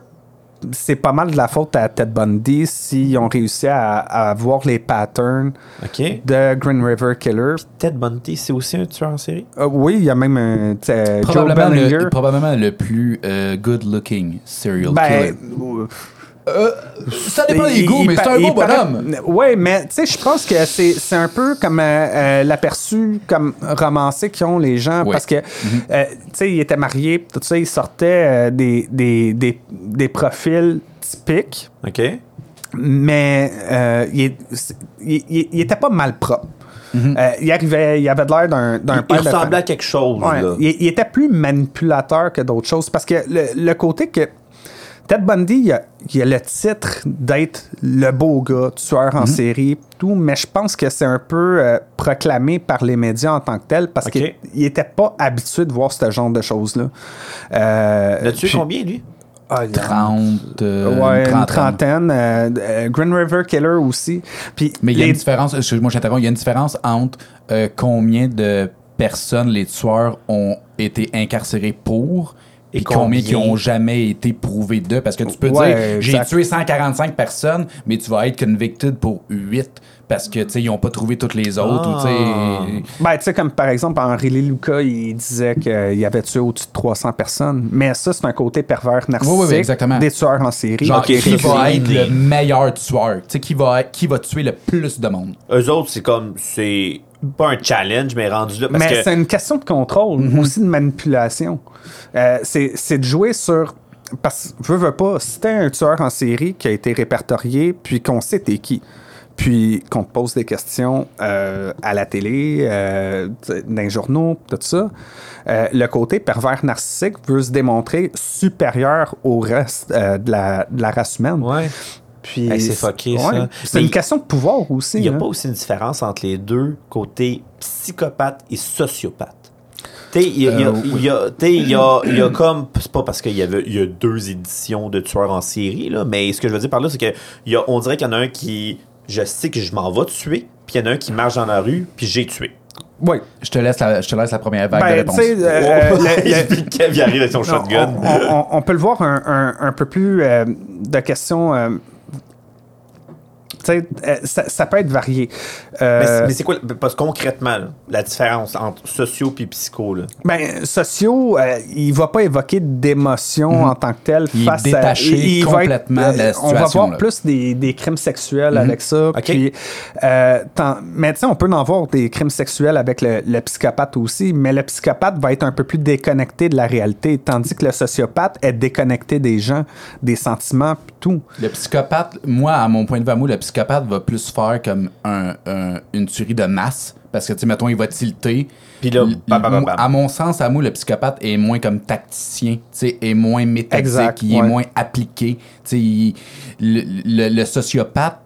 C: c'est pas mal de la faute à Ted Bundy s'ils ont réussi à, à voir les patterns
B: OK.
C: de Green River Killer.
B: Ted Bundy, c'est aussi un tueur en série?
C: Euh, oui, il y a même un tu sais, Joe
A: probablement,
C: Bellinger.
A: le, probablement le plus euh, good-looking serial killer.
C: Ben,
A: Ça dépend des
C: il-
A: goûts,
C: il
A: mais c'est
C: pa-
A: un
C: il
A: beau
C: paraît-
A: bonhomme.
C: Ouais, mais tu sais, je pense que c'est c'est un peu comme euh, euh, l'aperçu comme romancé qu'ils ont les gens
A: Ouais. Mm-hmm.
C: parce que euh, tu sais, ils étaient mariés, pis tout ça, ils sortaient euh, des, des, des, des profils typiques.
B: OK.
C: mais euh, il, est- c'est- il- il- il était pas mal propre. Euh, il arrivait, il avait de l'air d'un d'un
B: Il
C: père de
B: ressemblait à
C: famille.
B: quelque chose,
C: Ouais,
B: là.
C: il, il était plus manipulateur que d'autres choses parce que le, le côté que Ted Bundy, il a, il a le titre d'être le beau gars, tueur en série, tout, mais je pense que c'est un peu euh, proclamé par les médias en tant que tel parce
B: Ok.
C: qu'il il était pas habitué de voir ce genre de choses là. Euh,
B: Il a tué
C: puis-
B: combien, lui?
C: Ah, il y en a
A: 30, euh,
C: Ouais, une
A: trentaine.
C: trentaine. euh, euh, Green River Killer aussi. Puis
A: Mais il y a
C: les-
A: une différence, excuse-moi, j'interromps, il y a une différence entre euh, combien de personnes les tueurs ont été incarcérés pour
B: Et
A: et combien
B: combien-
A: qui ont jamais été prouvés d'eux. Parce que tu peux
C: Ouais,
A: dire, j'ai
C: exact.
A: tué 145 personnes, mais tu vas être convicted pour 8 parce que, tu sais, ils n'ont pas trouvé toutes les autres. ou, tu sais,
C: Ben, tu sais, comme par exemple, Henri Lucas, il disait qu'il avait tué au-dessus de 300 personnes. Mais ça, c'est un côté pervers narcissique
A: Oui, oui, oui, exactement.
C: des tueurs en série.
A: Genre,
B: Ok,
A: qui
B: ça,
A: va être
B: c'est une idée.
A: le meilleur tueur? Tu sais, qui va, être- qui va tuer le plus de monde?
B: Eux autres, c'est comme, c'est pas un challenge, mais rendu là, parce
C: mais
B: que... Mhm.
C: c'est une question de contrôle, aussi de manipulation. Euh, c'est c'est de jouer sur. Parce que, veux, veux pas, c'était un tueur en série qui a été répertorié, puis qu'on sait t'es qui. Puis qu'on te pose des questions euh, à la télé, euh, t- dans les journaux, tout ça. Euh, le côté pervers narcissique veut se démontrer supérieur au reste euh, de, la, de la race humaine.
B: Ouais.
C: Puis
B: Hey, c'est fucké, ça.
C: C'est
B: Mais
C: une question de pouvoir aussi. hein.
B: Il n'y a
C: là.
B: pas aussi une différence entre les deux, côté psychopathe et sociopathe. Tu sais, il y a- il y a-
A: Euh,
B: il y a- tu sais, il y a- il y a comme. C'est pas parce qu'il y, avait- il y a deux éditions de tueurs en série, là, mais ce que je veux dire par là, c'est que il y a- on dirait qu'il y en a un qui. Je sais que je m'en vais tuer, puis il y en a un qui marche dans la rue, puis j'ai tué.
C: Oui.
A: Je te laisse la, je te laisse la première vague de
C: Ben, tu
A: réponse.
C: sais, euh, euh, le- le-
B: Puis Kev, Oh! [LAUGHS] il arrive avec son
C: Non,
B: shotgun.
C: On, on- on- on peut le voir un, un- un peu plus euh, de questions. euh, tu sais, euh, ça, ça peut être varié. Euh,
B: Mais c'est- mais c'est quoi, le- parce que concrètement, là, la différence entre socio et psycho, là?
C: ben, sociaux, euh, il va pas évoquer d'émotion en tant que tel.
A: Mhm. Il est
C: face à-
A: détaché
C: va euh,
A: complètement de la
C: On va voir
A: situation, là. Mhm.
C: plus des, des crimes sexuels avec ça.
B: OK.
C: puis, euh, t'en- mais tu sais, on peut en voir des crimes sexuels avec le, le psychopathe aussi, mais le psychopathe va être un peu plus déconnecté de la réalité, tandis que le sociopathe est déconnecté des gens, des sentiments, puis tout.
A: Le psychopathe, moi, à mon point de vue, à moi, le psychopathe va plus faire comme un, un- une tuerie de masse. Parce que, tu sais, mettons, il va tilter.
B: Puis là,
A: L-
B: bam, bam, bam, bam.
A: À mon sens, à moi, le psychopathe est moins comme tacticien, tu sais, est moins méthodique,
C: Exact,
A: il est
C: ouais.
A: moins appliqué. Tu sais, il- le, le- le sociopathe,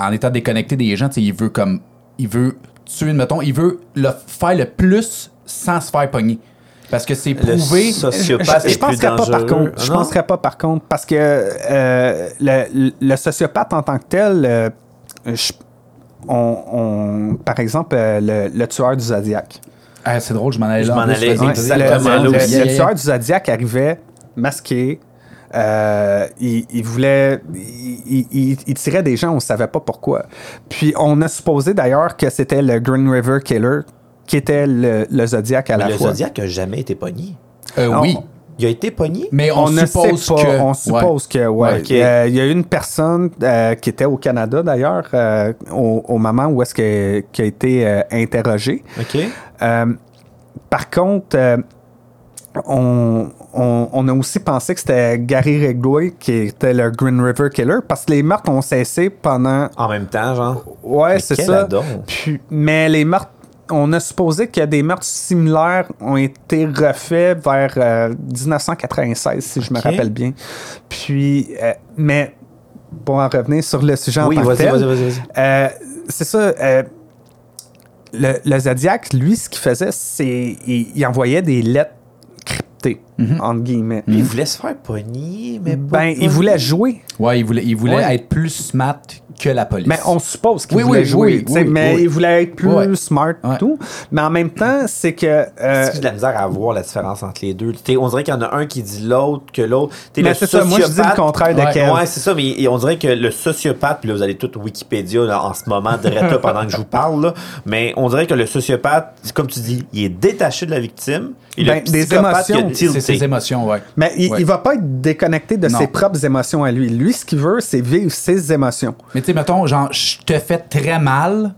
A: en étant déconnecté des gens, tu sais, il veut comme. Il veut tuer, mettons, il veut le, faire le plus sans se faire pogner. Parce que c'est prouvé.
B: sociopathe
A: parce
C: Je,
A: que-
B: est
C: je
B: Bah, plus
C: penserais pas par
B: dangereux.
C: contre.
B: Ah
C: Je
B: non?
C: penserais pas par contre parce que euh, le, le sociopathe en tant que tel, euh, je- on, on- par exemple euh, le, le tueur du Zodiac.
A: Ah, c'est drôle, je m'en allais là.
B: Je
A: en
B: m'en
A: plus,
B: allais
A: vas-y,
C: Ouais,
B: exactement
A: vas-y,
C: le,
B: là
A: vas-y,
C: le-
A: vas-y.
B: aussi.
C: le tueur du Zodiac arrivait masqué. Euh, il, il voulait. Il, il- il tirait des gens, on ne savait pas pourquoi. Puis on a supposé d'ailleurs que c'était le Green River Killer qui était le, le Zodiac à la
B: Mais le
C: fois.
B: Zodiac n'a jamais été pogné.
A: Euh,
C: Non.
A: oui.
B: Il a été pogné?
A: Mais on,
C: on, ne sait
A: suppose
C: pas.
A: que.
C: On suppose que, ouais.
B: Ok.
C: Euh, Il y a une personne euh, qui était au Canada, d'ailleurs, euh, au, au moment où est-ce que- qu'il a été euh, interrogé.
B: OK.
C: Euh, par contre, euh, on, on- on a aussi pensé que c'était Gary Regway qui était le Green River Killer parce que les meurtres ont cessé pendant.
B: En même temps, genre.
C: Ouais,
B: Mais
C: c'est
B: quel
C: ça.
B: adon.
C: Puis- mais les meurtres. On a supposé que des meurtres similaires ont été refaits vers euh, 1996, si je me
B: Ok.
C: rappelle bien. Puis, euh, mais pour en revenir sur le sujet
B: Oui,
C: en tant que
B: vas-y,
C: tel,
B: vas-y, vas-y, vas-y.
C: euh, c'est ça. euh, le, le Zodiac, lui, ce qu'il faisait, c'est il, il envoyait des lettres cryptées, entre guillemets.
B: Mhm. Il voulait se faire pogner, mais pas
C: Ben, il
B: pogner.
C: voulait jouer.
A: Ouais, il voulait, il voulait
C: Ouais.
A: être plus smart que la police.
C: Mais on suppose qu'il
A: Oui,
C: voulait
A: oui,
C: jouer.
A: oui,
C: tu sais,
A: oui,
C: mais
A: oui.
C: il voulait être plus
A: Ouais.
C: smart et
A: Ouais.
C: tout. Mais en même temps, c'est que. euh,
B: C'est que j'ai de la misère à voir la différence entre les deux. T'sais, on dirait qu'il y en a un qui dit l'autre que l'autre. T'sais,
C: mais
B: le
C: Ben, c'est ça, moi je dis le
B: sociopathe-
C: contraire de
A: Ouais,
C: Kev.
B: Ouais, c'est ça, mais et on dirait que le sociopathe, puis là, vous allez tout Wikipédia là, en ce moment, direct là, pendant que je vous parle, là, mais on dirait que le sociopathe, c'est comme tu dis, il est détaché de la victime. Et le
C: Ben, des
B: psychopathe, il a
C: émotions.
A: C'est
B: tilté.
A: ses émotions, ouais.
C: Mais il,
A: Ouais.
C: il va pas être déconnecté de
A: Non.
C: ses propres émotions à lui. Lui, ce qu'il veut, c'est vivre ses émotions.
A: Mais tu sais, mettons, genre, je te fais très mal.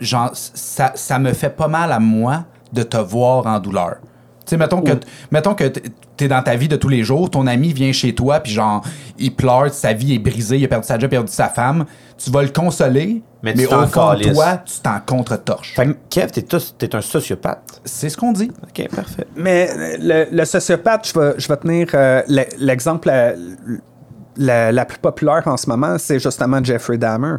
A: Genre, ça, ça me fait pas mal à moi de te voir en douleur. Tu sais, mettons que, mettons que t- t'es dans ta vie de tous les jours, ton ami vient chez toi, puis genre, il pleure, sa vie est brisée, il a perdu sa job, il a perdu sa femme. Tu vas le consoler,
B: Mais
A: mais,
B: tu t'en
A: au fond de
B: calisses.
A: toi, tu t'en contre-torches.
B: Fait que, Kev, t'es, tous- t'es un sociopathe.
A: C'est ce qu'on dit.
B: Ok, parfait.
C: Mais le, le sociopathe, je vais, je vais tenir euh, l'e- l'exemple euh, la, la plus populaire en ce moment, c'est justement Jeffrey Dahmer.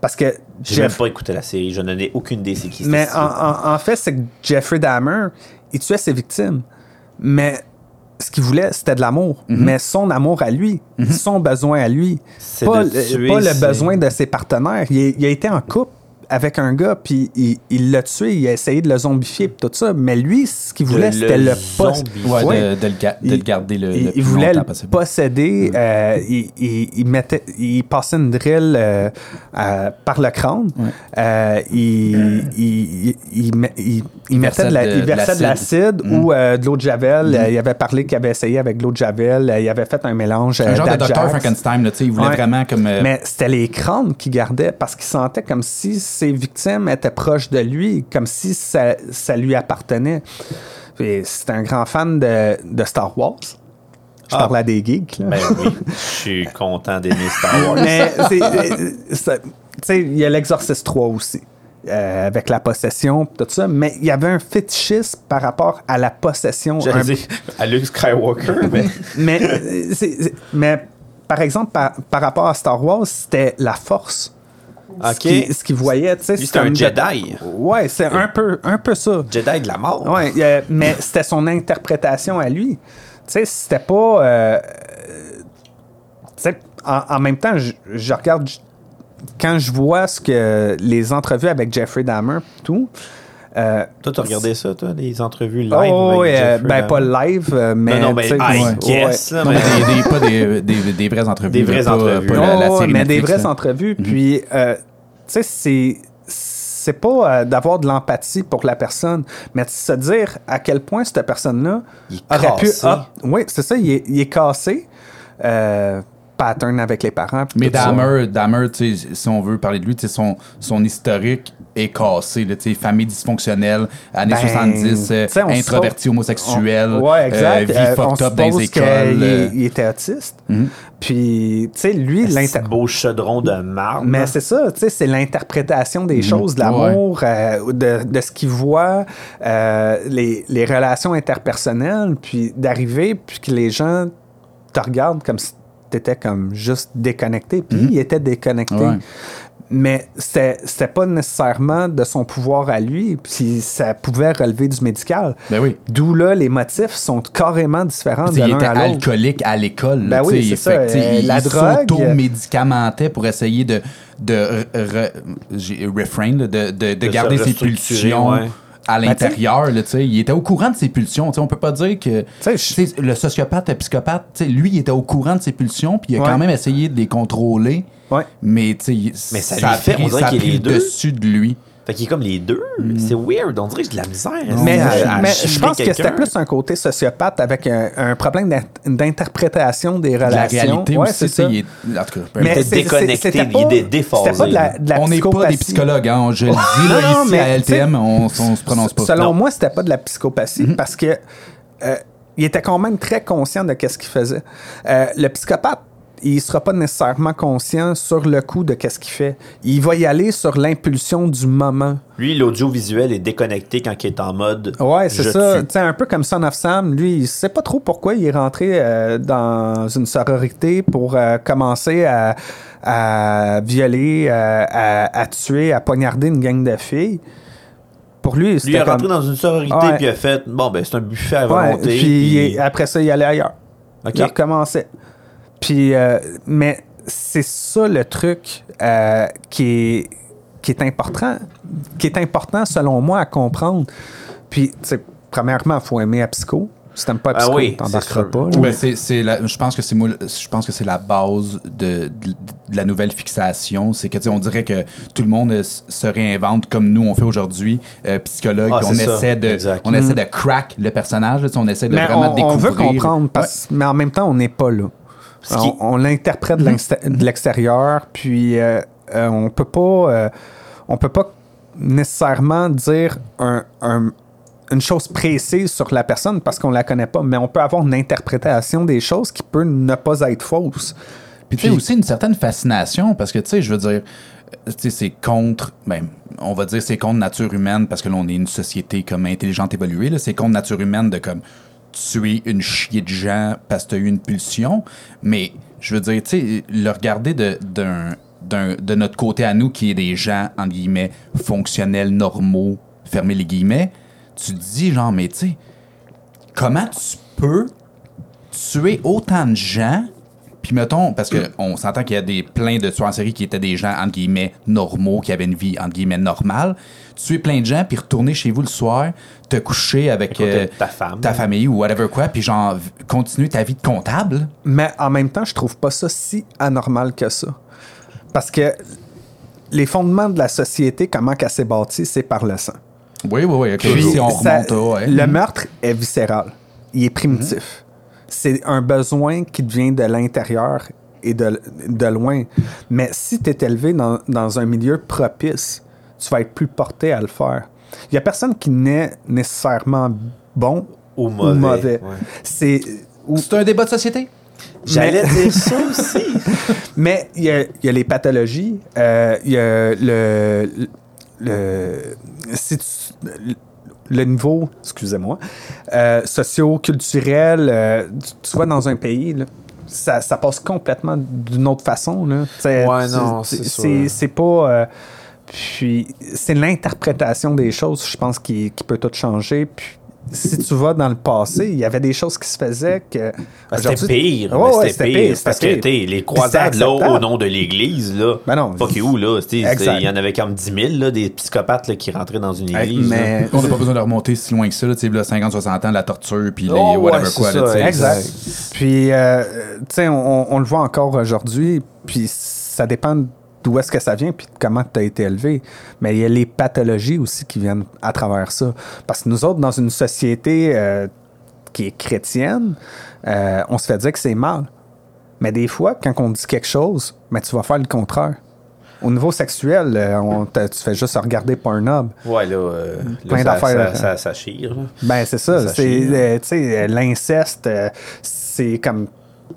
C: Parce que
B: J'ai
C: Jeff-
B: même pas écouté la série, je n'en ai aucune idée c'est qui.
C: Mais
B: c'est-
C: en, en- en fait, c'est que Jeffrey Dahmer, il tuait ses victimes. Mais ce qu'il voulait, c'était de l'amour.
B: Mhm.
C: Mais son amour à lui, son besoin à lui,
B: C'est
C: pas,
B: de
C: le-
B: tuer
C: pas le
B: ses-
C: besoin de ses partenaires. Il, est- il a été en couple avec un gars, puis il il l'a tué, il a essayé de le zombifier, puis tout ça. Mais lui, ce qu'il voulait,
B: le
C: c'était le poste.
B: zombifier.
A: Ouais,
C: Ouais.
A: De, de le ga- de le garder le,
C: il,
A: le
C: il
A: plus
C: voulait
A: longtemps
C: le
A: possible. Mm.
C: posséder. euh, il, il- il mettait, il passait une drill euh, euh, par le crâne. Euh, il, il, il, il met- il- il mettait
A: versait
C: de la-
A: de-
C: il
A: de
C: versait de
A: l'acide. Mm.
C: l'acide ou euh, de l'eau de javel. Euh, il avait parlé qu'il avait essayé avec de l'eau de javel. Euh, il avait fait un mélange.
A: Un
C: euh,
A: genre de
C: d'Ajax.
A: docteur Frankenstein, là, tu sais, il voulait
C: Ouais.
A: vraiment comme. euh,
C: Mais c'était les crânes qu'il gardait parce qu'il sentait comme si ses victimes étaient proches de lui, comme si ça, ça lui appartenait. Et C'est un grand fan de, de Star Wars. Je
B: Ah.
C: parle à des geeks. là.
B: Ben oui, je
C: [LAUGHS]
B: suis content d'aimer Star Wars.
C: Mais c'est- euh, c'est- tu sais, il y a l'Exorciste 3 aussi. euh, avec la possession, tout ça, mais il y avait un fétichisme par rapport à la possession.
B: [LAUGHS] J'allais
C: un-
B: dire à Luke
C: [LAUGHS]
B: Skywalker, mais.
C: mais, euh, c'est- c'est- mais par exemple, par, par rapport à Star Wars, c'était la force.
B: Ok.
C: Ce qu'il ce qu'il voyait, tu sais.
B: Lui, c'est un
C: comme de-
B: Jedi.
C: Ouais, c'est un peu, un peu ça.
B: Jedi de la mort.
C: Ouais, euh, mais c'était son interprétation à lui. Tu sais, c'était pas. euh, euh, tu sais, en, en même temps, je, je regarde. je- Quand je vois ce que les entrevues avec Jeffrey Dahmer, tout. euh,
B: Toi, t'as regardé ça, toi, des entrevues live.
C: oh,
B: avec
C: ouais, euh,
B: Jeffrey
C: ben
B: Dahmer?
C: pas live, euh, mais.
B: Non, non, mais
C: tu sais,
B: I
C: ouais,
B: guess, là,
A: Non,
B: mais-
A: mais des, des- pas des, euh, des, des vraies entrevues.
B: Des vraies
A: là, pas- euh,
B: entrevues.
A: pas
C: ouais.
A: la- la
C: Oh, ouais,
A: série
C: mais des
A: Netflix, hein. Mhm.
C: vraies
A: là.
C: entrevues. Puis, euh, tu sais, c'est. C'est pas euh, d'avoir de l'empathie pour la personne, mais de se dire à quel point cette personne-là
B: Il est
C: aurait pu.
B: cassé.
C: ah, oui, c'est ça, il est, il est cassé. Euh, pattern avec les parents. puis
A: Mais
C: tout ça.
A: Dahmer, Dahmer, tu sais, si on veut parler de lui, tu sais, son, son historique est cassé. Là, tu sais, famille dysfonctionnelle, années
C: Ben,
A: 70, euh,
C: tu sais, on se
A: introverti, homosexuel,
C: On- ouais, exact.
A: euh, vie
C: Euh, on
A: fucked up dans les
C: suppose
A: écoles.
C: qu'il
A: euh, Mhm. Ben,
C: il était autiste. Puis, tu sais, lui, [LAUGHS]
B: C'est
C: l'inter-
B: un beau chaudron de marbre.
C: Mais c'est ça, tu sais, c'est l'interprétation des choses, de
A: Mhm. Ouais.
C: l'amour, euh, de, de ce qu'il voit, euh, les, les relations interpersonnelles, puis d'arriver, puis que les gens te regardent comme si t'étais comme juste déconnecté, puis il était déconnecté.
A: Mhm. Ouais.
C: Mais c'était c'était pas nécessairement de son pouvoir à lui, puis ça pouvait relever du médical.
A: Ben oui.
C: D'où là, les motifs sont carrément différents
A: tu
C: de
A: sais, il
C: l'un
A: était
C: à l'autre.
A: alcoolique à l'école.
C: Ben
A: là, tu sais,
C: oui, c'est ça,
A: fait que, tu sais,
C: euh,
A: il-
C: la
A: il
C: drogue.
A: s'auto-médicamentait pour essayer de, de re- re- j'ai- refrain, là, de, de- de
B: se
A: garder ses
B: restructurer,
A: pulsions
B: ouais.
A: à
C: Ben, t'sais-
A: l'intérieur, là, tu sais, il était au courant de ses pulsions. Tu sais, on peut pas dire que
C: Tu sais,
A: tu sais, le sociopathe, le psychopathe, tu sais, lui, il était au courant de ses pulsions, puis il a
C: Ouais.
A: quand même essayé de les contrôler.
C: Ouais.
A: Mais, tu sais, il-
B: Mais ça
A: a
B: lui fait,
A: pris-
B: on dirait
A: ça a
B: qu'il
A: pris
B: est
A: le
B: les deux.
A: dessus de lui.
B: Fait qu'il est comme les deux. C'est weird. On dirait que j'ai de la misère.
C: Mm.
B: hein,
C: Mais, euh,
B: à-
A: Ouais.
B: à
C: mais
B: chiffrer
C: je pense que c'était
B: quelqu'un.
C: plus un côté sociopathe avec un, un problème d'in- d'interprétation des
A: De
C: relations.
A: la réalité
C: Ouais,
A: aussi,
C: c'est
A: tu sais,
C: ça.
A: il est... En tout cas, peu
C: Mais
A: importe.
C: c'est- c'est-
B: déconnecté,
C: c'était
B: il est dé- déphasé.
C: C'était pas de la, de la
A: on n'est pas des
C: psychopathie.
A: psychologues, hein, on- je
C: [LAUGHS]
A: le dis là,
C: Non, non,
A: ici
C: mais,
A: à LTM,
C: tu
A: on, on se prononce pas. Mm-hmm.
C: Selon
A: Non.
C: moi, c'était pas de la psychopathie parce que euh, il était quand même très conscient de qu'est-ce qu'il faisait. Euh, le psychopathe, il sera pas nécessairement conscient sur le coup de qu'est-ce qu'il fait. Il va y aller sur l'impulsion du moment.
B: Lui, l'audiovisuel est déconnecté quand il est en mode.
C: Ouais, c'est
B: je
C: ça.
B: tue.
C: Tu sais, un peu comme Son of Sam, lui, il sait pas trop pourquoi il est rentré euh, dans une sororité pour euh, commencer à, à violer, euh, à, à tuer, à poignarder une gang de filles. Pour lui,
B: Lui, il
C: c'était
B: est
C: comme...
B: rentré dans une sororité
C: Ouais.
B: puis il a fait Bon, ben, c'est un buffet à
C: Ouais,
B: volonté.
C: puis
B: puis-
C: il- après ça, il allait ailleurs.
B: Ok.
C: Il recommençait. Puis, euh, mais c'est ça le truc euh, qui, est, qui est important, qui est important selon moi à comprendre. Puis, tu sais, premièrement, il faut aimer la psycho. Si t'aimes pas la
B: Ah
C: psycho,
B: oui, c'est
C: t'embarqueras
B: sûr.
C: pas. là.
A: Ben, c'est- c'est la- je pense que c'est moi- je pense que c'est la base de, de- de la nouvelle fixation, c'est que tu sais, on dirait que tout le monde euh, s- se réinvente comme nous on fait aujourd'hui, euh, psychologue,
B: Ah,
A: on
B: c'est ça,
A: essaie de
B: exact.
A: on essaie de crack le personnage, là, tu sais, on essaie de
C: Mm. Mais
A: vraiment
C: on,
A: découvrir.
C: on veut comprendre, parce, mais en même temps, on n'est pas là.
B: Ce qui-
C: On, on l'interprète
A: Mhm.
C: de l'insta- de l'extérieur, puis euh, euh, on peut pas, euh, on peut pas nécessairement dire un- un- une chose précise sur la personne parce qu'on la connaît pas, mais on peut avoir une interprétation des choses qui peut ne pas être fausse.
A: Puis tu sais aussi une certaine fascination parce que tu sais je veux dire euh, tu sais, c'est contre, ben, on va dire c'est contre nature humaine parce que là on est une société comme intelligente évoluée, là, c'est contre nature humaine de comme tuer une chier de gens parce que t'as eu une pulsion, mais je veux dire, tu sais, le regarder de, d'un, d'un- de notre côté à nous qui est des gens, en guillemets, fonctionnels, normaux, fermez les guillemets, tu te dis genre, mais tu sais, comment tu peux tuer autant de gens, puis mettons, parce que on s'entend qu'il y a des plein de tueurs en série qui étaient des gens, entre guillemets, normaux, qui avaient une vie, entre guillemets, normale, tuer plein de gens, puis retourner chez vous le soir, te coucher avec
B: Écoute,
A: euh,
B: ta femme.
A: ta famille ou whatever quoi, puis genre, v- continuer ta vie de comptable.
C: Mais en même temps, je trouve pas ça si anormal que ça. Parce que les fondements de la société, comment qu'elle s'est bâtie, c'est par le sang.
A: Oui, oui, oui. ok.
C: Puis,
A: si on
C: ça-
A: remonte, ouais. Mm-hmm.
C: Le meurtre est viscéral. Il est primitif. C'est un besoin qui devient de l'intérieur et de, de loin. Mais si tu es élevé dans, dans un milieu propice, tu vas être plus porté à le faire. Il n'y a personne qui naît nécessairement bon
B: Ou mauvais, ouais.
C: C'est. ou-
A: C'est un débat de société?
B: J'allais
C: Mais-
B: dire
C: [LAUGHS]
B: ça aussi.
C: mais il y a, il y a les pathologies, euh, il y a le. le, si tu- le- le niveau, excusez-moi, euh, socio-culturel, euh, tu, tu vois, dans un pays, là, ça, ça passe complètement d'une autre façon. Là. C'est-
B: Ouais,
C: tu-
B: non,
C: tu-
B: c'est sûr.
C: c'est C'est pas. euh, puis, c'est l'interprétation des choses, je pense, qui, qui peut tout changer. Puis, si tu vas dans le passé, il y avait des choses qui se faisaient que.
B: Ah, C'était
C: aujourd'hui-
B: pire.
C: Ouais,
B: mais
C: ouais,
B: c'était pire. Parce
C: c'était
B: que, t'sais, les
C: Puis c'était
B: croisades, là, au
C: acceptable.
B: nom de l'Église, là.
C: Ben non.
B: Fuck you, là. t'sais,
C: Exact.
B: Il y en avait comme 10 000, là, des psychopathes là, qui rentraient dans une
C: Hey,
B: église.
C: mais-
B: là.
A: On n'a pas besoin de remonter si loin que ça, là, tu sais, là, 50, 60 ans, la torture, puis les
B: Oh, ouais,
A: whatever
B: c'est
A: quoi, là,
B: ça,
A: tu sais.
C: Exact. Puis, euh, tu sais, on, on le voit encore aujourd'hui, puis ça dépend d'où est-ce que ça vient, puis de comment tu as été élevé. Mais il y a les pathologies aussi qui viennent à travers ça. Parce que nous autres, dans une société euh, qui est chrétienne, euh, on se fait dire que c'est mal. Mais des fois, quand on dit quelque chose, mais tu vas faire le contraire. Au niveau sexuel, euh, on t'a- tu fais juste regarder Pornhub.
B: Ouais, là. euh,
C: Plein
B: là, ça-
C: d'affaires. hein.
B: Ça, ça, ça chire, là.
C: Ben, c'est ça.
B: Ça hein.
C: C'est,
B: chie, là.
C: euh, tu sais, euh, l'inceste, euh, c'est comme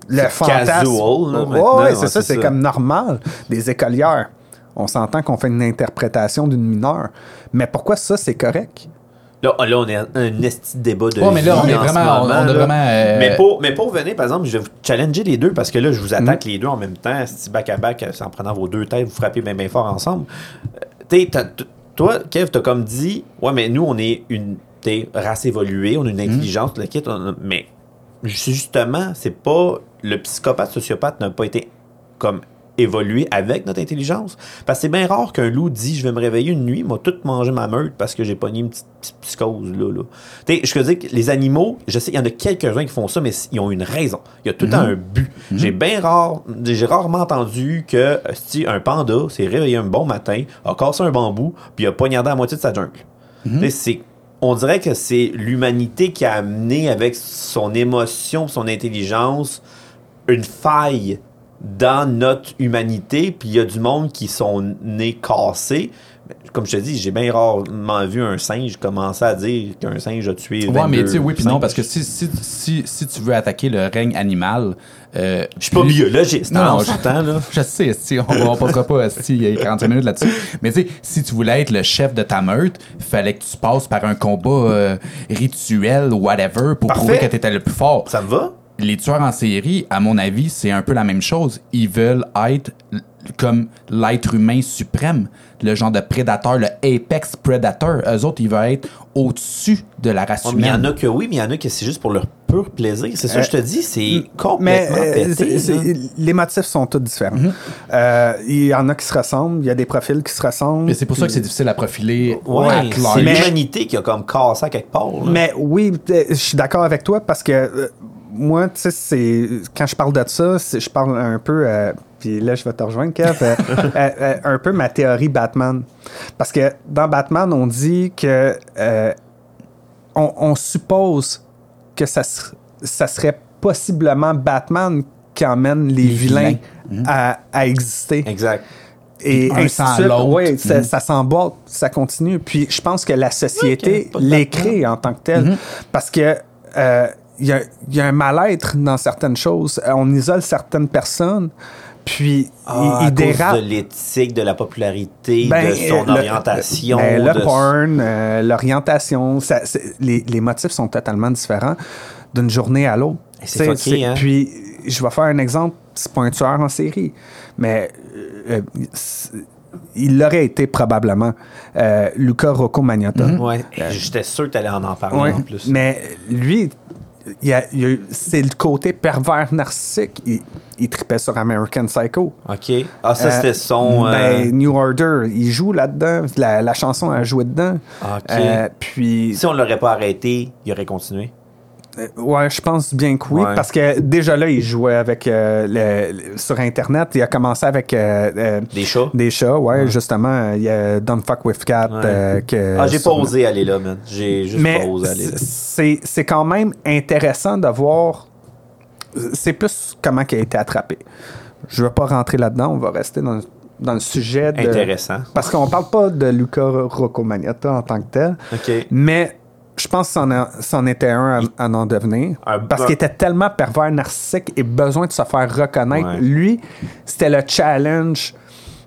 C: le fantasme.
B: casual, là,
C: Ouais,
B: maintenant,
C: ouais,
B: ouais,
C: c'est ça.
B: c'est
C: C'est
B: ça.
C: comme normal. Des écolières, on s'entend qu'on fait une interprétation d'une mineure. Mais pourquoi ça, c'est correct?
B: Là, ah, là, on est à un esti de débat de
A: Ouais, mais là,
B: vie
A: on est
B: en ce
A: vraiment-
B: moment,
A: on- on a
B: là.
A: vraiment, euh,
B: Mais, pour, mais pour venir, par exemple, je vais vous challenger les deux parce que là, je vous
A: Hmm.
B: attaque les deux en même temps, si back-à-back, euh, en prenant vos deux têtes, vous frappez bien, bien fort ensemble. Euh, t'sais, t'as- t- toi, Kev, t'as comme dit, ouais, mais nous, on est une t'es race évoluée, on a une
A: Hmm.
B: intelligence, le kit, on a- mais ju- justement, c'est pas. Le psychopathe, sociopathe n'a pas été comme évoluer avec notre intelligence. Parce que c'est bien rare qu'un loup dit Je vais me réveiller une nuit, m'a tout mangé ma meute parce que j'ai pogné une petite, petite psychose. Là, là. Tu sais, je veux dire que les animaux, je sais qu'il y en a quelques-uns qui font ça, mais ils ont une raison. Il y a tout le temps un but. J'ai bien rare, j'ai rarement entendu que euh, si un panda s'est réveillé un bon matin, a cassé un bambou, puis a poignardé la moitié de sa jungle.
A: Mhm.
B: Tu sais, c'est on dirait que c'est l'humanité qui a amené avec son émotion, son intelligence, une faille dans notre humanité. Puis il y a du monde qui sont nés cassés. Comme je te dis, j'ai bien rarement vu un singe commencer à dire qu'un singe a tué.
A: Ouais, mais tu sais,
B: 22
A: oui, puis non,
B: singes.
A: parce que si, si, si, si tu veux attaquer le règne animal. euh,
B: Je suis pas
A: lui-
B: biologiste, non,
A: Non,
B: on
A: je-
B: s'entend, là.
A: [LAUGHS] Je sais, si on ne passera pas [LAUGHS] si il y a 45 minutes là-dessus. Mais tu sais, si tu voulais être le chef de ta meute, fallait que tu passes par un combat euh, rituel, whatever, pour
B: Parfait.
A: prouver que tu étais le plus fort.
B: Ça me va?
A: Les tueurs en série, à mon avis, c'est un peu la même chose. Ils veulent être l- comme l'être humain suprême, le genre de prédateur, le apex predator. Eux autres, ils veulent être au-dessus de la race
B: Ouais, mais il y en
A: humaine.
B: a que oui, mais il y en a que c'est juste pour leur pur plaisir. C'est ça,
C: Euh,
B: que je te dis, c'est
C: Mais
B: complètement
C: euh,
B: pété.
C: c'est- c'est-
B: là. Mhm.
C: les motifs sont tous différents. Euh, Il y en a qui se ressemblent, il y a des profils qui se ressemblent.
A: Mais c'est pour ça que
C: puis-
A: c'est difficile à profiler à
B: Ouais,
A: large.
B: c'est
C: Mais-
B: l'humanité qui a comme cassé à quelque part. là.
C: Mais oui, euh, je suis d'accord avec toi parce que euh, moi, tu sais, c'est quand je parle de ça, c'est- je parle un peu, euh, puis là, je vais te rejoindre, Kev, [LAUGHS] euh, euh, euh, un peu ma théorie Batman. Parce que dans Batman, on dit que euh, on, on suppose que ça, ser- ça serait possiblement Batman qui emmène les, vilains, Mmh. à, à exister
B: Exact.
C: et
A: un
C: ainsi de
A: sans
C: suite.
A: l'autre.
C: Ouais, ça,
A: Mhm.
C: ça s'emboîte, ça continue. Puis je pense que la
B: Ouais, qu'il y
C: société
B: a pas de
C: les
B: battement.
C: crée en tant que telle
A: Mm-hmm.
C: parce que euh, il y, a- il y a un mal-être dans certaines choses. Euh, On isole certaines personnes, puis
B: Ah,
C: ils,
B: à
C: ils
B: cause
C: dérapent.
B: de l'éthique, de la popularité,
C: Ben,
B: de son
C: euh, le-
B: orientation.
C: ben, le
B: de-
C: porn, euh, l'orientation, ça- c'est- les, les motifs sont totalement différents d'une journée à l'autre.
B: Et c'est
C: Tu sais,
B: fucké, hein?
C: Puis, je vais faire un exemple, c'est pas un tueur en série, mais euh, c'est- il l'aurait été probablement, euh, Luca Rocco Magnotta.
B: Ouais. J'étais sûr que t'allais en en parler
C: Euh, Ouais.
B: Mhm. en plus.
C: Mais lui, il y a- il y a eu- c'est le côté pervers narcissique. Il, il tripait sur American Psycho.
B: OK. Ah, ça,
C: Euh,
B: c'était son... euh,
C: ben, New Order, il joue là-dedans. La, la chanson a joué dedans. Euh,
B: Ok.
C: puis,
B: Si on l'aurait pas arrêté, il aurait continué.
C: euh, ouais, je pense bien que oui,
B: Ouais.
C: parce que déjà là, il jouait avec euh, le- le- sur Internet. Il a commencé avec euh, euh,
B: Des chats?
C: des chats, ouais, justement. euh, Il y a Don't Fuck With Cat.
B: Ouais.
C: euh, que,
B: ah, j'ai pas
C: sur-
B: osé aller là, man. J'ai juste
C: Mais
B: pas osé aller là.
C: c'est c'est quand même intéressant de voir. C'est plus comment il a été attrapé. Je veux pas rentrer là-dedans, on va rester dans, dans le sujet de.
B: Intéressant.
C: Parce qu'on parle pas de Luca Rocco Magnotta en tant que tel,
B: OK.
C: mais je pense que c'en a- c'en était un à, à en devenir.
B: Un
C: parce
B: bon-
C: qu'il était tellement pervers narcissique et besoin de se faire reconnaître.
B: Ouais.
C: Lui, c'était le challenge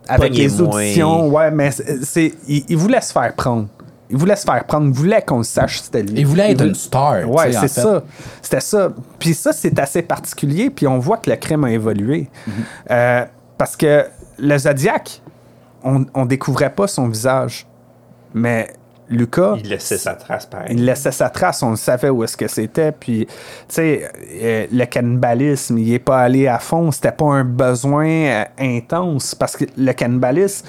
C: avec les
B: Pognez-moi.
C: auditions. Ouais, mais c'est- c'est- il, il voulait se faire prendre. Il voulait se faire prendre. Il voulait qu'on le sache c'était lui.
A: Il voulait être
C: voulait-
A: une star.
C: Ouais,
A: tu sais, en
C: c'est
A: fait.
C: ça. C'était ça. Puis ça, c'est assez particulier. Puis on voit que le crime a évolué.
A: Mm-hmm.
C: Euh, parce que le Zodiac, on, on découvrait pas son visage. Mais Lucas,
B: Il laissait sa trace pareil.
C: il laissait sa trace. On le savait où est-ce que c'était. Puis, tu sais, euh, le cannibalisme, il est pas allé à fond. C'était pas un besoin euh, intense. Parce que le cannibalisme,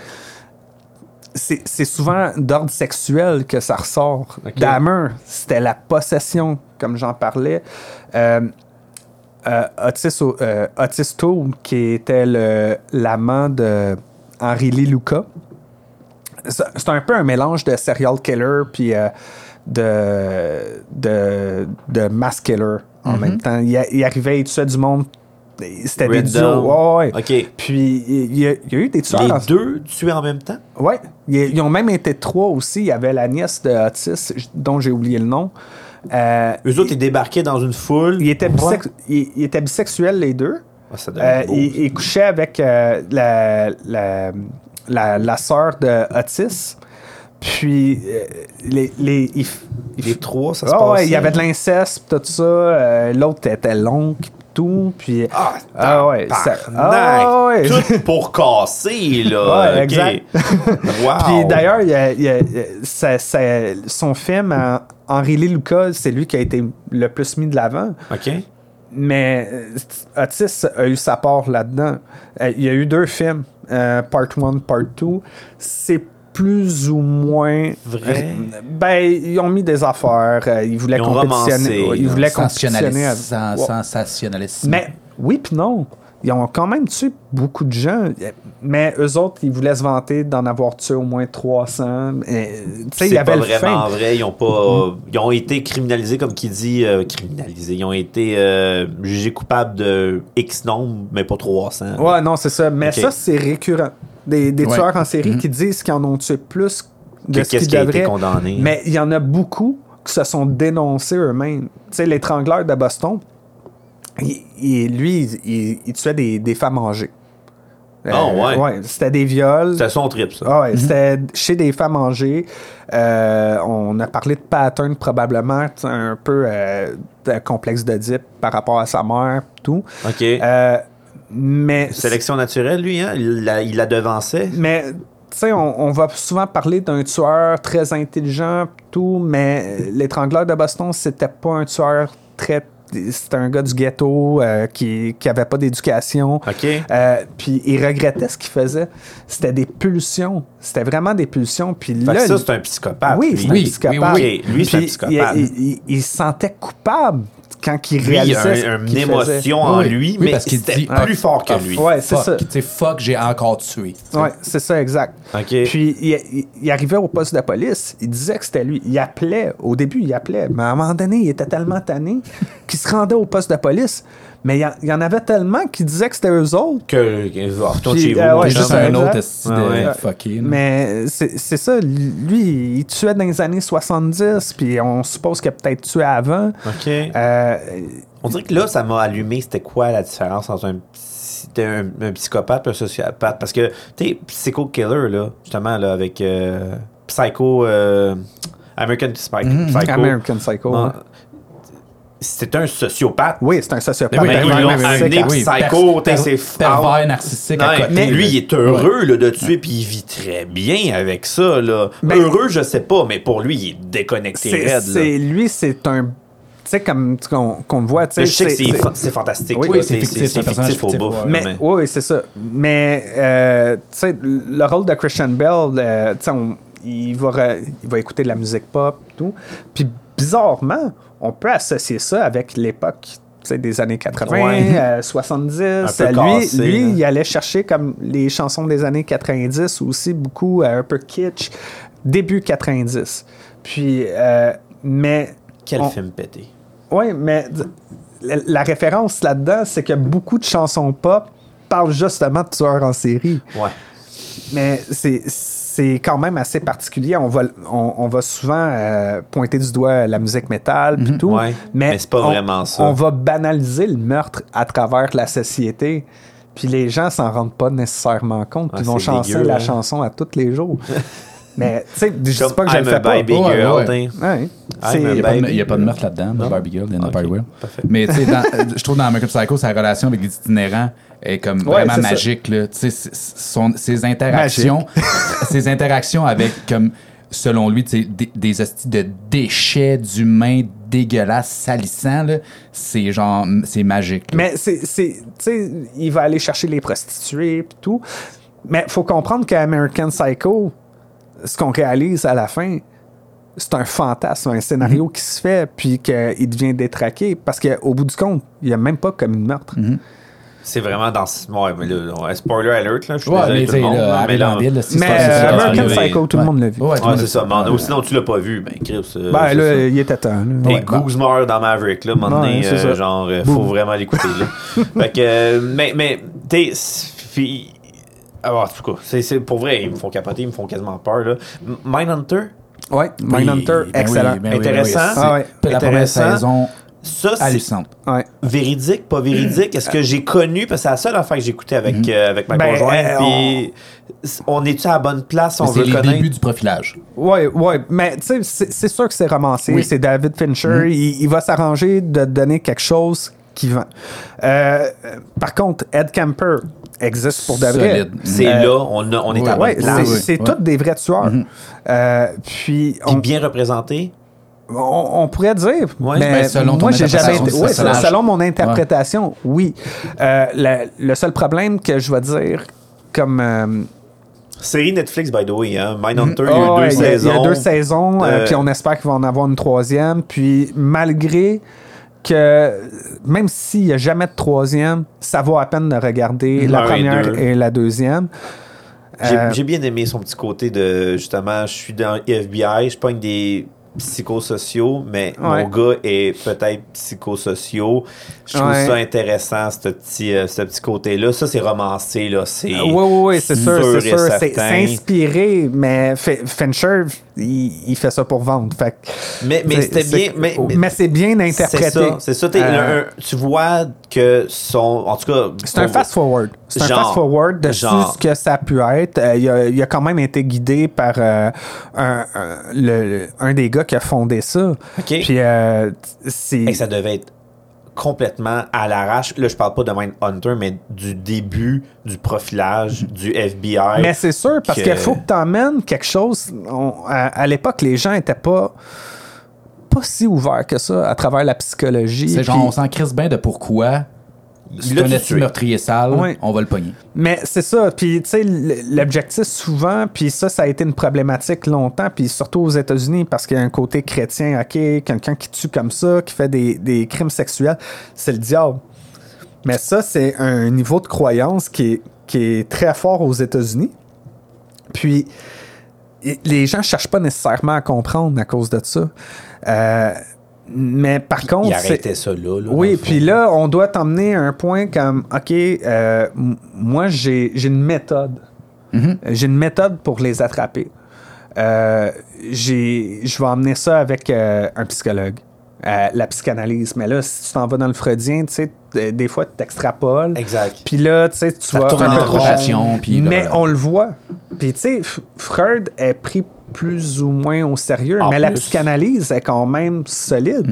C: c'est c'est souvent d'ordre sexuel que ça ressort. Dahmer, c'était la possession, comme j'en parlais. Euh, euh, Otis, O- euh, Otis Toole, qui était le- l'amant de Henri Lee Luca. C'est c'est un peu un mélange de serial killer puis euh, de, de, de mass killer en
B: Mm-hmm.
C: même temps. Il, a- il arrivait, il tuait du monde. C'était des
B: Red
C: duos.
B: Dawn.
C: Ouais, ouais.
B: OK.
C: Puis il y, a, il y a eu des tueurs.
B: Les
C: en-
B: deux tués en même temps?
C: Ouais, ils, ils ont même été trois aussi. Il y avait la nièce de Otis, j- dont j'ai oublié le nom. Euh,
B: Eux autres, ils débarquaient dans une foule.
C: ils, étaient
B: Ouais.
C: bisex- ils- ils étaient bisexuels, les deux.
B: Ah, ça devait
C: Euh,
B: être beau,
C: ils,
B: ça.
C: ils couchaient avec euh, la, la, la, la sœur de Otis. Puis, euh, les, les, ils f- ils
B: Les
C: f-
B: trois, ça se
C: Ah ouais,
B: passait.
C: il y avait de l'inceste, pis tout ça. Euh, L'autre était long, pis tout. Puis,
B: Ah,
C: Ah ouais, ça-
B: tabarnak!
C: Ah ouais.
B: Tout pour casser, là.
C: [LAUGHS] Ouais,
B: OK.
C: exact.
B: wow.
C: Puis d'ailleurs, il y a- il y a- ça- ça- son film, euh, Henri Lee Lucas, c'est lui qui a été le plus mis de l'avant.
B: OK.
C: mais euh, Otis a eu sa part là-dedans. Euh, il y a eu deux films, euh, Part 1, Part 2. C'est plus ou moins
B: Vrai?
C: Ben, ils ont mis des affaires. euh, ils voulaient
B: Ils ont
C: compétitionner.
B: romancé,
C: ils voulaient compétitionner.
A: Sensationnalisme.
C: avec-
A: sen-
C: Ouais.
A: Sensationnalisme.
C: Mais oui, puis non. Ils ont quand même tué beaucoup de gens. Mais eux autres, ils voulaient se vanter d'en avoir tué au moins 300. Mais, tu sais, il y
B: C'est
C: avait
B: pas
C: le
B: vraiment
C: fin.
B: vrai. Ils ont, pas, euh, ils ont été criminalisés, comme qui dit. euh, criminalisés. Ils ont été euh, jugés coupables de X nombre, mais pas 300.
C: Ouais, non, c'est ça. Mais
B: Ok. Mhm.
C: ça, c'est récurrent. Des, des
A: Ouais.
C: tueurs en série qui disent qu'ils en ont tué plus de
B: Que-
C: ce qu'ils
B: Qu'est-ce qui a été
C: devraient.
B: condamné? hein.
C: Mais il y en a beaucoup qui se sont dénoncés eux-mêmes. Tu sais, l'étrangleur de Boston, il- il- lui, il, il- il tuait des, des femmes âgées. Euh,
B: Ah, ouais.
C: c'était des viols.
B: C'était son trip, ça. Mhm.
C: Ah ouais, c'était chez des femmes âgées. Euh, on a parlé de pattern probablement, tu sais, un peu euh, de complexe d'Oedipe par rapport à sa mère, tout.
B: OK.
C: Euh, mais
B: Sélection naturelle, lui, hein? Il la, il la devançait.
C: mais tu sais, on, on va souvent parler d'un tueur très intelligent, tout, mais l'étrangleur de Boston, c'était pas un tueur très. C'était un gars du ghetto euh, qui, qui avait pas d'éducation.
B: OK.
C: Euh, puis il regrettait ce qu'il faisait. C'était des pulsions. C'était vraiment des pulsions. Puis
B: Fait que
C: là,
B: ça, c'est un psychopathe.
C: oui,
B: lui.
C: c'est un
A: Oui,
C: psychopathe.
B: oui, oui. Lui, c'est un
C: Puis
B: psychopathe.
C: Il, il- il- il se sentait coupable quand il
B: Lui, il a
C: réalisait ce
B: un- une
C: qu'il faisait.
B: émotion en
A: Oui,
B: lui,
A: oui,
B: mais
A: parce qu'il
B: c'était
A: dit, ah,
B: plus fort que
A: ah,
B: lui.
C: Ouais, c'est
A: Fuck,
C: ça.
A: tu sais, fuck, j'ai encore tué. tu sais.
C: Ouais, c'est ça, exact.
B: OK.
C: Puis il, il- il arrivait au poste de la police, il disait que c'était lui. Il appelait, au début, il appelait, mais à un moment donné, il était tellement tanné qu'il se rendait au poste de police. Mais il y en- il y, en avait tellement qui disaient que c'était eux autres.
B: Que, que- oh, retourne
C: Puis,
B: chez vous.
C: euh, ouais,
B: les
A: C'est
B: gens.
A: juste
C: ça,
A: un
C: exact.
A: autre esti de
B: Ouais, ouais.
A: fucking.
C: Mais c'est c'est ça, lui, il tuait dans les années 70, puis on suppose qu'il a peut-être tué avant.
B: OK.
C: Euh,
B: On dirait que là, ça m'a allumé. C'était quoi la différence entre un, psy- un, un psychopathe et un sociopathe? Parce que, tu sais, Psycho Killer, là, justement, là, avec euh, Psycho. euh, American Psy- Psycho.
C: Mhm. American Psycho.
B: Ah,
C: ouais.
B: C'était un sociopathe.
C: Oui, c'est un sociopathe.
A: Ben oui,
B: Mais
A: ben
B: ils
A: oui,
B: l'ont
A: ben oui,
B: amené
A: oui,
B: psycho, t'sais,
A: per-
B: c'est
A: per- pervers narcissique à
B: Ouais,
A: côté.
B: mais lui,
A: là.
B: il est heureux là, de tuer, puis il vit très bien avec ça. Là.
C: Ben-
B: heureux, je sais pas, mais pour lui, il est déconnecté
C: C'est-
B: raide. là.
C: c'est- Lui, c'est un. Tu sais, comme tu- qu'on qu'on voit, tu sais.
B: Je sais que
C: c'est-
B: c'est
C: c'est-
B: fa- c'est fantastique.
C: Oui,
B: là.
A: oui, c'est fictif, c'est un personnage
B: au
A: fictif,
B: bout.
A: ouais.
C: Mais, oui, oui, c'est ça. Mais, euh, tu sais, le rôle de Christian Bell, euh, tu sais, on- il, va re- il va écouter de la musique pop, tout. Puis, bizarrement, on peut associer ça avec l'époque tu sais, des années 80,
B: Ouais.
C: euh, 70.
B: Un peu
C: lui,
B: cassé,
C: lui,
B: là.
C: il allait chercher comme les chansons des années 90, aussi beaucoup euh, un peu kitsch, début 90. Puis, euh, mais...
B: Quel
C: on-
B: film pété.
C: oui, mais d- la, la référence là-dedans, c'est que beaucoup de chansons pop parlent justement de tueurs en série.
B: Ouais.
C: Mais c'est- c'est quand même assez particulier. On va, on, on va souvent euh, pointer du doigt la musique métal puis tout.
B: Mhm. ouais. Mais c'est pas
C: on-
B: vraiment ça.
C: On va banaliser le meurtre à travers la société. Puis les gens s'en rendent pas nécessairement compte. puis
B: Ah,
C: ils vont
B: c'est
C: chanter
B: dégueu,
C: la
B: hein.
C: chanson à tous les
B: [LAUGHS]
C: jours. mais tu sais, je
B: Comme
C: dis pas que je le
B: I'm a
C: fais pas.
B: baby
A: Ouais,
B: girl.
A: ouais.
B: t'sais.
C: Ouais.
B: I'm
C: C'est-
A: Il
B: a
A: n'y a, pas de-
B: Baby
A: il y a pas de meurtre là-dedans, dans Barbie Girl, il y en a
B: Ok,
A: Barbie Girl.
B: parfait.
A: Mais tu sais, dans- je trouve dans American Psycho, sa relation avec les itinérants est comme vraiment
C: c'est ça.
A: magique. Là. Tu sais, c'est- son- ses interactions, [LAUGHS] ses interactions avec, comme, selon lui, tu sais, des, des hosties de déchets d'humains dégueulasses, salissants, là, c'est genre, c'est magique. là.
C: Mais c'est, c'est- tu sais, il va aller chercher les prostituées pis tout. Mais faut comprendre qu'American Psycho, ce qu'on réalise à la fin, c'est un fantasme, un scénario
A: Mm-hmm.
C: qui se fait puis qu'il devient détraqué parce qu'au bout du compte, il a même pas commis de meurtre.
A: Mm-hmm.
B: C'est vraiment dans ce. Ouais, mais là, ouais, spoiler alert, là. Je suis
A: Ouais,
B: désolé,
A: mais tu
B: tout le
A: sais,
B: monde.
A: là,
B: là, mais
A: Harry
B: là-
A: Mandel, là, c'est
C: Mais
A: pas- c'est
B: euh,
A: pas-
C: American
B: arrivé.
C: Psycho, tout le
A: Ouais.
C: monde l'a vu.
A: Ouais, tout le
B: Ouais,
A: monde
B: c'est
A: l'a
B: ça.
A: vu.
B: Mando, sinon, tu l'as pas vu. Ben, Crips. euh,
C: Ben
B: c'est
C: là,
B: ça.
C: il était temps. là.
B: Et
C: Ouais. bah.
B: Goose meurt dans Maverick, là, à un moment donné,
C: Ouais, c'est
B: euh,
C: ça.
B: genre, euh, faut vraiment l'écouter, là.
C: [LAUGHS]
B: fait que, euh, mais, mais, t'es, puis, alors, Ah, en tout cas, c'est, c'est- pour vrai, ils me font capoter, ils me font quasiment peur, là. M- Mindhunter,
C: Ouais, Mindhunter,
A: Ben oui,
C: excellent.
A: ben oui, ben oui,
B: Intéressant.
A: c'est-
C: Ah ouais.
A: La première
B: Intéressant.
A: saison,
B: ça, c'est
A: hallucinante.
C: Ouais.
B: véridique, pas véridique, est-ce que j'ai connu, parce que c'est la seule affaire que j'ai écoutée avec, euh, avec ma
C: Ben,
B: conjointe,
C: euh,
B: puis on est-tu à la bonne place, on
A: C'est
B: veut
A: les
B: connaître?
A: débuts du profilage.
C: Ouais, ouais, mais tu sais, c'est c'est sûr que c'est romancé,
A: Oui. Mhm.
C: c'est David Fincher, il, il va s'arranger de donner quelque chose qui vend. Euh, par contre, Ed Camper existe pour de vrai. Ah
A: Solide.
B: C'est
A: Euh,
B: là, on, a- on est à la
C: Ouais,
B: bonne
C: c'est
B: place.
A: oui,
C: c'est
A: ouais.
C: tous des vrais tueurs. Euh, puis,
B: Puis
C: on-
B: bien représenté,
C: on, on pourrait dire,
B: Ouais.
C: mais
A: Ben, selon ton
C: moi, j'ai jamais
A: interprétation
C: été-
A: du
C: ouais,
A: personnage.
C: selon mon interprétation, oui. Euh, la- le seul problème que je vais dire, comme euh,
B: Série Netflix, by the way. Hein? Mindhunter,
C: Ah
B: il y
C: ouais,
B: a deux
C: il y a-
B: saisons.
C: Il y a deux saisons, euh,
B: Euh,
C: puis on espère qu'il va en avoir une troisième. Puis malgré que, même s'il n'y a jamais de troisième, ça vaut à peine de regarder la
B: Un et
C: première
B: deux.
C: et la deuxième.
B: J'ai
C: Euh,
B: j'ai bien aimé son petit côté de justement, je suis dans FBI, je pogne des psychosociaux, mais
C: Ouais.
B: mon gars est peut-être psychosociaux. Je trouve
C: Ouais.
B: ça intéressant, ce petit, euh, ce petit côté-là. Ça, c'est romancé, là. C'est
C: Oui, oui, oui, c'est sûr,
B: sûr
C: c'est
B: et
C: sûr. C'est
B: certain.
C: c'est inspiré, mais Fe- Fincher, il, il fait ça pour vendre. Fait que-
B: Mais, mais
C: c'est-
B: c'était
C: c'est-
B: bien. Mais, mais-
C: mais c'est bien
B: c'est
C: interprété.
B: ça. C'est ça. t'es-
C: Euh,
B: un- tu vois que son. En tout cas.
C: C'est un
B: pour-
C: fast-forward. C'est un
B: Genre.
C: fast-forward de
B: Genre.
C: tout ce que ça a pu être. Euh, il, a, il a quand même été guidé par euh, un, un- le- un des gars qui a fondé ça. Puis, euh, c'est...
B: Et ça devait être complètement à l'arrache. Là, je parle pas de Mindhunter, mais du début du profilage du FBI.
C: Mais c'est sûr, parce
B: que-
C: qu'il faut que tu emmènes quelque chose. On- à à l'époque, les gens étaient pas pas si ouverts que ça à travers la psychologie.
A: C'est genre,
C: Puis-
A: on s'en crisse bien de pourquoi.
B: Il
A: C'est
B: l'a
A: un
B: tout
A: esti
B: tué.
A: meurtrier sale,
C: Ouais.
A: on va le pogner.
C: Mais c'est ça. Puis, tu sais, l- l'objectif souvent, puis ça, ça a été une problématique longtemps, puis surtout aux États-Unis, parce qu'il y a un côté chrétien, OK, quelqu'un qui tue comme ça, qui fait des, des crimes sexuels, c'est le diable. Mais ça, c'est un niveau de croyance qui est, qui est très fort aux États-Unis. Puis, i- les gens cherchent pas nécessairement à comprendre à cause de ça. Euh, mais par contre,
B: Il
C: c'est-
B: arrêtait ça là. là, dans
C: oui,
B: le fond.
C: puis là, on doit t'emmener à un point comme, OK, euh, m- moi, j'ai j'ai une méthode.
B: Mm-hmm.
C: J'ai une méthode pour les attraper. Euh, j'ai- Je vais emmener ça avec euh, un psychologue. Euh, la psychanalyse. Mais là, si tu t'en vas dans le freudien, tu sais, t- des fois, tu t'extrapoles.
B: Exact.
C: Puis là, tu sais, tu vas
B: tourne
C: un
B: en
C: peu trop
B: rond.
A: Passion, puis
C: Mais
A: là-
C: on le voit. Puis tu sais, F- Freud est pris plus ou moins au sérieux,
B: En
C: mais la
B: plus. Mhm.
C: psychanalyse est quand même solide.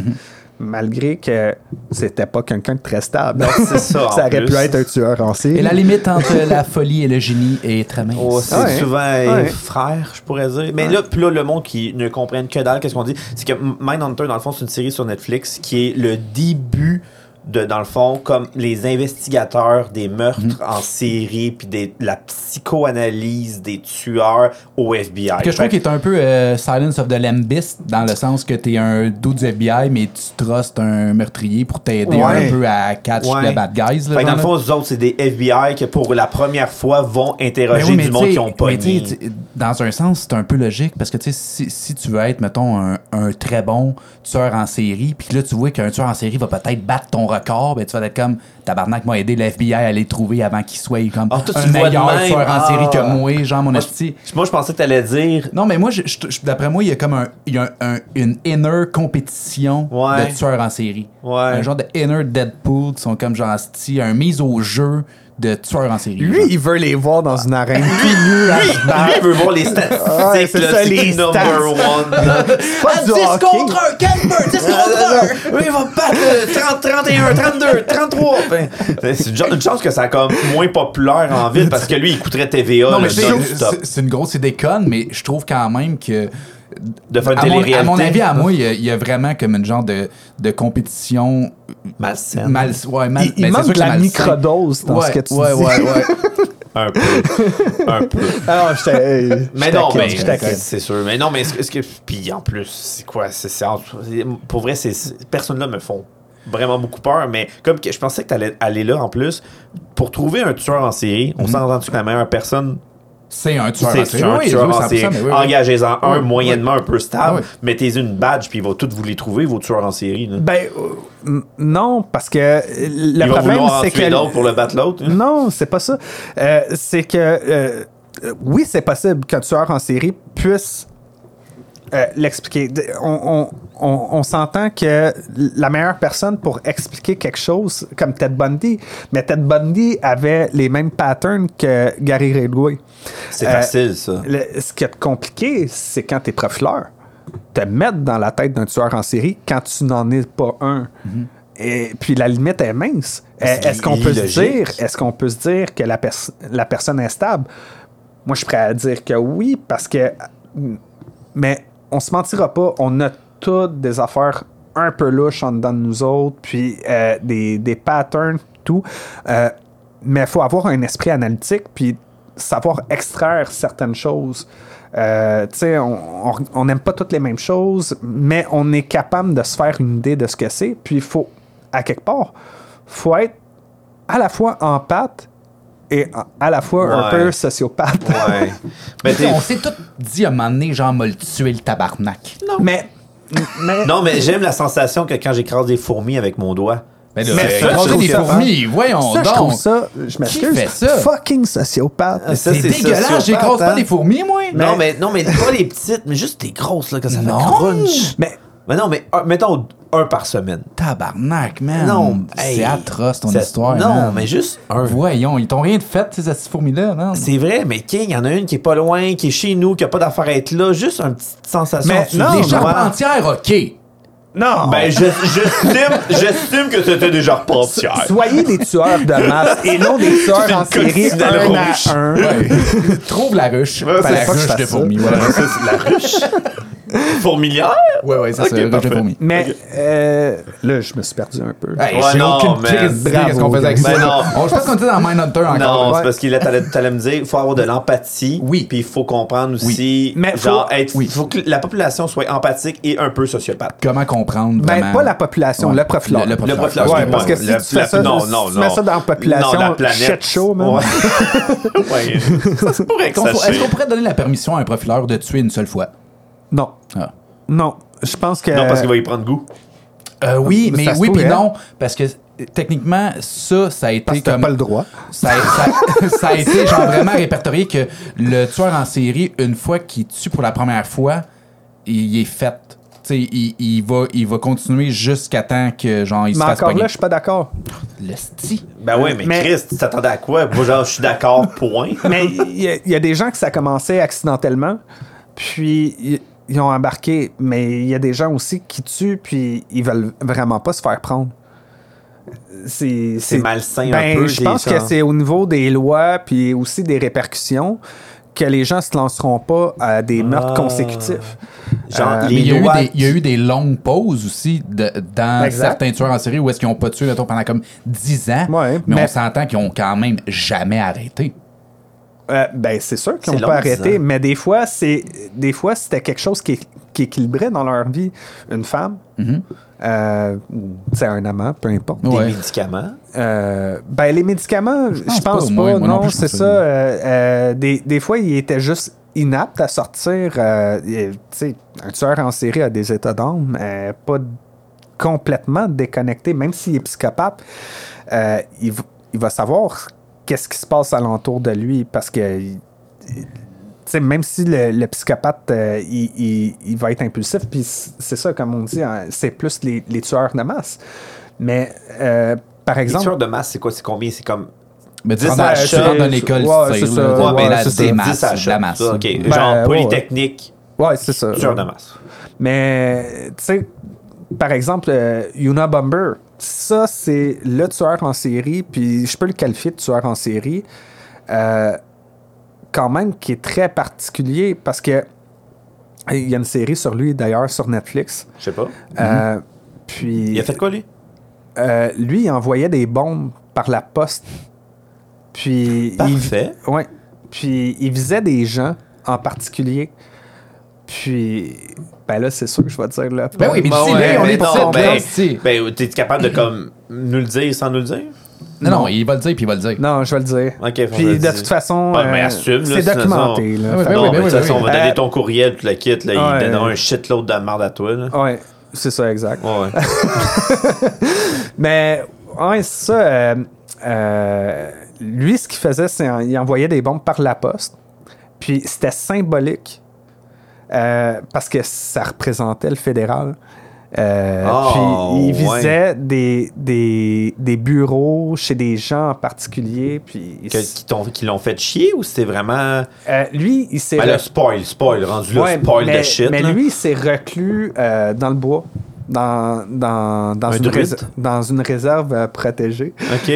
C: Malgré que c'était pas quelqu'un de très stable.
B: c'est
C: [LAUGHS]
B: ça, en
C: ça aurait
B: plus.
C: pu être un tueur en série.
A: Et la limite entre la folie et le génie est très mince. Ah
B: Oh, c'est
C: Ouais.
B: souvent euh,
C: Ouais.
B: frère, je pourrais dire. Mais là, puis là, le monde qui ne comprenne que dalle, qu'est-ce qu'on dit C'est que Mindhunter, dans le fond, c'est une série sur Netflix qui est le début de, dans le fond, comme les investigateurs des meurtres
A: Mhm.
B: en série, puis des- la psychoanalyse des tueurs au FBI.
A: Que je trouve
B: Fait
A: qu'il est un peu euh, Silence of the Lambist, dans le sens que t'es un dos du FBI, mais tu trustes un meurtrier pour t'aider
B: Ouais.
A: un peu à catch
B: Ouais.
A: the bad guys. là,
B: Fait que dans
A: genre,
B: le
A: là.
B: fond, eux autres, c'est des FBI qui, pour la première fois, vont
A: Ben
B: interroger
A: oui,
B: du
A: mais
B: monde
A: t'sais,
B: qui ont pas
A: mais t'sais, t'sais, Dans un sens, c'est un peu logique parce que t'sais, si, si tu veux être, mettons, un, un très bon tueur en série, puis que là, tu vois qu'un tueur en série va peut-être battre ton record, ben, tu vas être comme Tabarnak m'a aidé l'FBI à aller le trouver avant qu'il soit comme
B: Ah, toi, tu
A: un
B: le vois de
A: meilleur
B: même.
A: tueur en
B: Ah.
A: série que moi, genre mon
B: Moi,
A: esti.
B: je- moi, je pensais que t'allais dire.
A: Non, mais moi, je- je- je- d'après moi, il y a comme un, il y a un- un- une inner compétition
B: Ouais.
A: de tueurs en série.
B: Ouais.
A: Un genre de inner Deadpool qui sont comme genre sti, un mise au jeu de tueurs en série.
C: Lui, il veut les voir dans [LAUGHS] une arène. Lui, lui, à se battre.
B: Lui, il veut Ben, voir les statistiques,
C: Ouais, c'est
B: là,
C: ça,
B: c'est
C: les
B: qui number
C: stats.
B: one. là.
A: [LAUGHS]
C: pas du hockey.
A: un, Kemper, 10
B: Oui, il va battre euh, 30, 31, 32, 33. Ben, c'est une genre- une chance que ça a comme moins populaire en ville parce que lui, il coûterait TVA
A: Non, mais
B: là,
A: c'est-
B: non-stop.
A: c'est- c'est une grosse idée conne, mais je trouve quand même que.
B: de faire une
A: À mon,
B: télé-réalité.
A: à mon avis, à moi, il y, a- il y a vraiment comme une genre de, de compétition
B: Malsaine.
A: mal. Ouais, mal
C: Il, il
A: ben, c'est
C: manque
A: sûr
C: de
A: que
C: la
A: malsaine.
C: microdose dans
A: ouais,
C: ce que tu
A: ouais,
C: dis.
A: ouais,
C: [LAUGHS]
A: ouais.
B: Un peu.
A: [LAUGHS]
B: Un peu.
C: Alors,
B: [LAUGHS]
C: je t'ai-
B: Ah, Mais
C: je
B: non,
C: t'inquiète,
B: mais
C: je t'inquiète.
B: c'est c'est sûr. Mais non, mais ce que- ce que. Puis en plus, c'est quoi c'est- c'est- Pour vrai, ces ces personnes-là me font vraiment beaucoup peur. Mais comme que, je pensais que t'allais aller là en plus, pour trouver un tueur en série,
A: Mhm.
B: on s'entend-tu que la meilleure personne
A: C'est un tueur en
B: c'est
A: série.
B: un
A: Oui, oui,
B: tueur en
A: 100%,
B: série.
A: mais oui, oui.
B: Engagez-en un
A: Oui,
B: moyennement un peu stable,
A: Ah oui.
B: mettez une badge, puis il va tout vous les trouver, vos tueurs en série. là.
C: Ben, euh, n- non, parce que euh, le
B: il va
C: problème,
B: vouloir en
C: c'est
B: tuer
C: que.
B: l'autre pour le battre l'autre. hein.
C: Non, c'est pas ça. Euh, c'est que euh, euh, oui, c'est possible qu'un tueur en série puisse euh, l'expliquer. D- On, on- on- on s'entend que la meilleure personne pour expliquer quelque chose, comme Ted Bundy, mais Ted Bundy avait les mêmes patterns que Gary Ridgway.
B: C'est
C: Euh,
B: facile, ça.
C: Le- ce qui est compliqué, c'est quand t'es profileur, te mettre dans la tête d'un tueur en série quand tu n'en es pas un. Et puis la limite est mince.
B: C'est
C: Est-ce qu'on peut se dire,
B: illogique.
C: est-ce qu'on peut se dire que la, pers- la personne est stable Moi, je suis prêt à dire que oui, parce que mais on se mentira pas, on a toutes des affaires un peu louches en dedans de nous autres, puis euh, des, des patterns, tout. Euh, mais il faut avoir un esprit analytique, puis savoir extraire certaines choses. Euh, tu sais, on n'aime pas toutes les mêmes choses, mais on est capable de se faire une idée de ce que c'est. Puis il faut, à quelque part, faut être à la fois en pâte et en- à la fois un
B: Ouais.
C: peu sociopathe.
B: Ouais. Mais t'es-
A: On s'est tout dit à un moment donné, genre, m'a le tué le tabarnak.
C: [LAUGHS] mais, mais
B: Non, mais j'aime la sensation que quand j'écrasse des fourmis avec mon doigt.
A: Mais là,
B: Mais
A: c'est
B: ça, je
A: écraser
B: trouve
A: des
B: ça-
A: fourmis, voyons
C: ça, je trouve
A: Oh, donc.
C: ça, je m'excuse,
A: fait ça? Ah,
C: fucking
B: Ça,
C: sociopathe.
A: C'est dégueulasse,
B: sociopathe,
A: j'écrase pas
B: hein.
A: des fourmis, moi.
B: Non, mais, non, mais pas les petites, mais juste les grosses, là, quand ça
A: Non.
B: fait crunch.
C: Mais
B: Mais non, mais un- mettons un par semaine.
A: Tabarnak, man.
B: Non,
A: Ah, c'est
B: hey,
A: atroce ton
B: ça-
A: histoire.
B: Non,
A: man.
B: mais juste un.
A: Voyons, ils t'ont rien de fait, ces astuces fourmis-là, non?
B: C'est vrai, mais King, il y en a une qui est pas loin, qui est chez nous, qui a pas d'affaire à être là. Juste une petite sensation.
C: Mais
B: Tu
C: non,
B: dis,
A: Les
C: mais-
B: genre,
A: charpentières,
B: [LAUGHS]
A: ok.
C: non!
B: Ben, je- j'estime j'estime que c'était déjà repartir.
C: Soyez des tueurs de masse et
A: [LAUGHS]
C: non des tueurs en
B: Une
C: série
B: coccinelle
C: un
B: rouge.
C: à un.
A: Trouve la ruche.
B: Ouais,
A: Pas
B: c'est
A: la
C: pas que je
A: ruche
C: fasse
A: de
C: ça.
A: fourmis. voilà.
B: la ruche. Fourmilière?
A: Ouais, ouais, c'est
B: Ok,
A: ça, la ruche de
B: parfait.
A: fourmis.
C: Mais euh, là, je me suis perdu un peu.
A: Hey,
B: Ouais,
A: j'ai
B: non,
A: aucune
B: mais-
A: crise d'idée qu'est-ce qu'on faisait avec
B: Ben
A: ça.
B: non.
A: On- Je pense qu'on était dans Mindhunter encore.
B: Non,
C: Ouais.
B: c'est parce qu'il est t'allais, t'allais me dire, il faut avoir de l'empathie.
A: Oui.
B: Puis il faut comprendre aussi.
C: Mais faut-
B: genre, être,
A: oui.
B: faut que la population soit empathique et un peu sociopathe.
A: Comment comprendre
C: Ben,
A: vraiment?
C: pas la population,
A: Ouais.
C: le profileur.
A: Le- le
B: Le
A: profileur.
B: profileur,
C: Ouais,
B: excuse-moi.
C: parce que si
B: Le-
C: tu fais ça-
B: non,
C: si
B: non,
C: tu
B: non.
C: fais ça dans la population,
B: Non, la planète.
C: shit show, man.
B: Ouais. [LAUGHS] Ouais. Ça se pourrait que
A: Qu'on-
B: ça
A: Est-ce
B: chie.
A: qu'on pourrait donner la permission à un profileur de tuer une seule fois?
C: Non,
A: Ah.
C: non. Je pense que.
B: Non, parce qu'il va y prendre goût.
A: Euh, oui,
C: Mais
A: mais,
C: ça se
A: oui
C: pourrait.
A: puis non, parce que euh, techniquement, ça, ça a été
C: parce que t'as
A: comme...
C: pas le droit.
A: Ça, ça- ça a été genre vraiment répertorié que le tueur en série, une fois qu'il tue pour la première fois, il est fait. Tu sais, il, il va, il va continuer jusqu'à temps que genre il se
C: Mais
A: fasse
C: encore
A: pogner.
C: là, je suis pas d'accord.
A: Le sti.
B: Ben ouais, mais,
C: euh, Mais-
B: Chris, tu t'attendais à quoi? Moi, genre, je suis
C: [LAUGHS]
B: d'accord, point.
C: Mais il y, a- il y a des gens que ça a commencé accidentellement, puis ils- ils ont embarqué. Mais il y a des gens aussi qui tuent, puis ils veulent vraiment pas se faire prendre. C'est
B: C'est malsain un
C: Ben,
B: peu.
C: Je
B: des
C: pense que
B: gens.
C: c'est au niveau des lois puis aussi des répercussions que les gens se lanceront pas à des meurtres
B: Ah.
C: consécutifs.
B: Genre,
C: Euh,
A: Mais
B: les
A: il y, a eu
B: lois
A: des, il y a eu des longues pauses aussi de- dans
C: Exact.
A: certains tueurs en série où est-ce qu'ils ont pas tué mettons, pendant comme 10 ans.
C: Ouais,
A: mais,
C: mais-
A: on s'entend qu'ils ont quand même jamais arrêté.
C: Euh, ben c'est sûr qu'ils
B: C'est
C: n'ont
B: long,
C: pas arrêté,
B: ça.
C: mais des fois c'est des fois c'était quelque chose qui, qui équilibrait dans leur vie une femme,
B: Mm-hmm.
C: euh, ou, tu sais, un amant, peu importe.
B: des
A: Ouais.
B: médicaments.
C: Euh, ben les médicaments, je pense,
A: pense pas,
C: pas.
A: moi, moi non
C: non,
A: plus, je
C: c'est
A: pense
C: ça.
A: pas.
C: euh, euh, des, des fois, ils étaient juste inaptes à sortir. euh, et, tu sais, un tueur en série a des états d'âme, euh, pas d- complètement déconnecté, même s'il est psychopathe, euh, il, v- il va savoir qu'est-ce qui se passe alentour de lui parce que. il- il- tu sais, même si le, le psychopathe, euh, il, il- il va être impulsif, puis c- c'est ça, comme on dit, hein, c'est plus les, les tueurs de masse. Mais, euh, par
B: Les
C: exemple...
B: tueurs de masse, c'est quoi? C'est combien? C'est comme
A: Mais tu
B: Dix
A: rentres dans-
B: à
A: tu
B: shot,
A: rentres dans l'école,
C: ouais,
A: tu sais,
C: c'est
A: là,
C: ça,
A: tu
C: ouais,
A: mets la
C: c'est ça,
A: démasse,
B: 10 à
A: la
B: shot.
A: masse.
B: Ça, OK.
A: Ben,
B: Genre,
C: ouais, Euh, ouais.
B: Polytechnique,
C: Ouais, c'est ça.
B: tueur de masse.
C: Mais, tu sais, par exemple, euh, Una Bomber, ça, c'est le tueur en série, puis je peux le qualifier de tueur en série, euh, quand même, qui est très particulier parce que il y a une série sur lui, d'ailleurs, sur Netflix.
B: Je sais pas.
C: Euh, puis.
B: Mm-hmm. Il a fait quoi, lui?
C: Euh, lui, il envoyait des bombes par la poste. Puis
B: Parfait.
C: Il, ouais. Puis il visait des gens en particulier. Puis ben là, c'est sûr que je vais dire euh, là.
A: Ben oui, mais
B: Bon,
A: dis-le,
B: Bah ouais,
A: on
B: mais
A: est
B: non,
A: ici, on est
B: ben,
A: ici.
B: Ben, t'es capable de comme nous le dire sans nous le dire?
A: Non, non, il va le dire, puis il va le dire.
C: Non, je vais le dire.
B: Ok, faut le
C: puis de
B: dire.
C: toute façon,
B: Ouais, mais
C: euh,
B: assume, là,
C: c'est
B: sinon-
C: documenté. Là,
A: Ah ouais,
C: Fait
A: ben
B: non,
A: oui,
B: mais de
A: oui,
B: toute façon,
A: oui.
B: on va donner
C: Euh,
B: ton courriel, tu le quittes, là,
C: ouais.
B: il donnera un shitload de merde à toi, là.
C: que- ouais, c'est ça, exact.
B: Ouais.
C: Mais Ben, ouais, c'est ça. euh, euh, lui, ce qu'il faisait, c'est en- il envoyait des bombes par la poste. Puis c'était symbolique euh, parce que ça représentait le fédéral. Euh,
B: Oh,
C: puis il
B: ouais.
C: visait des, des, des bureaux chez des gens en particulier. Puis il
B: [LAUGHS] Que-
C: s-
B: qui t'ont- qui l'ont fait chier ou c'était vraiment.
C: euh, lui, il s'est
B: Ben,
C: re-
B: le spoil, spoil, rendu là,
C: Ouais,
B: spoil
C: mais,
B: de shit.
C: mais
B: là.
C: lui, il s'est reclus euh, dans le bois. dans, dans, dans,
B: Un
C: une,
B: druide?
C: réserve- dans une réserve euh, protégée.
B: OK.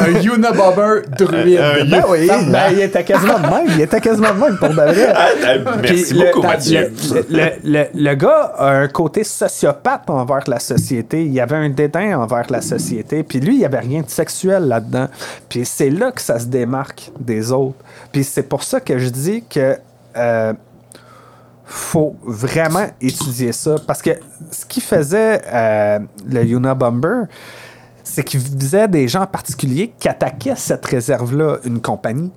A: un Unabomber druide.
B: Euh,
C: Ben oui, ben, il était quasiment de même. Il était quasiment de même pour de vrai.
B: Ah, ah, [LAUGHS] merci
C: Puis le-
B: beaucoup,
C: dans-
B: Mathieu.
C: Le, le- le- le gars a un côté sociopathe envers la société. Il avait un dédain envers la société. Puis lui, il n'y avait rien de sexuel là-dedans. Puis c'est là que ça se démarque des autres. Puis c'est pour ça que je dis que euh, faut vraiment étudier ça. Parce que ce qui faisait euh, le Yuna Bomber, c'est qu'il visait des gens en particulier qui attaquaient cette réserve-là, une compagnie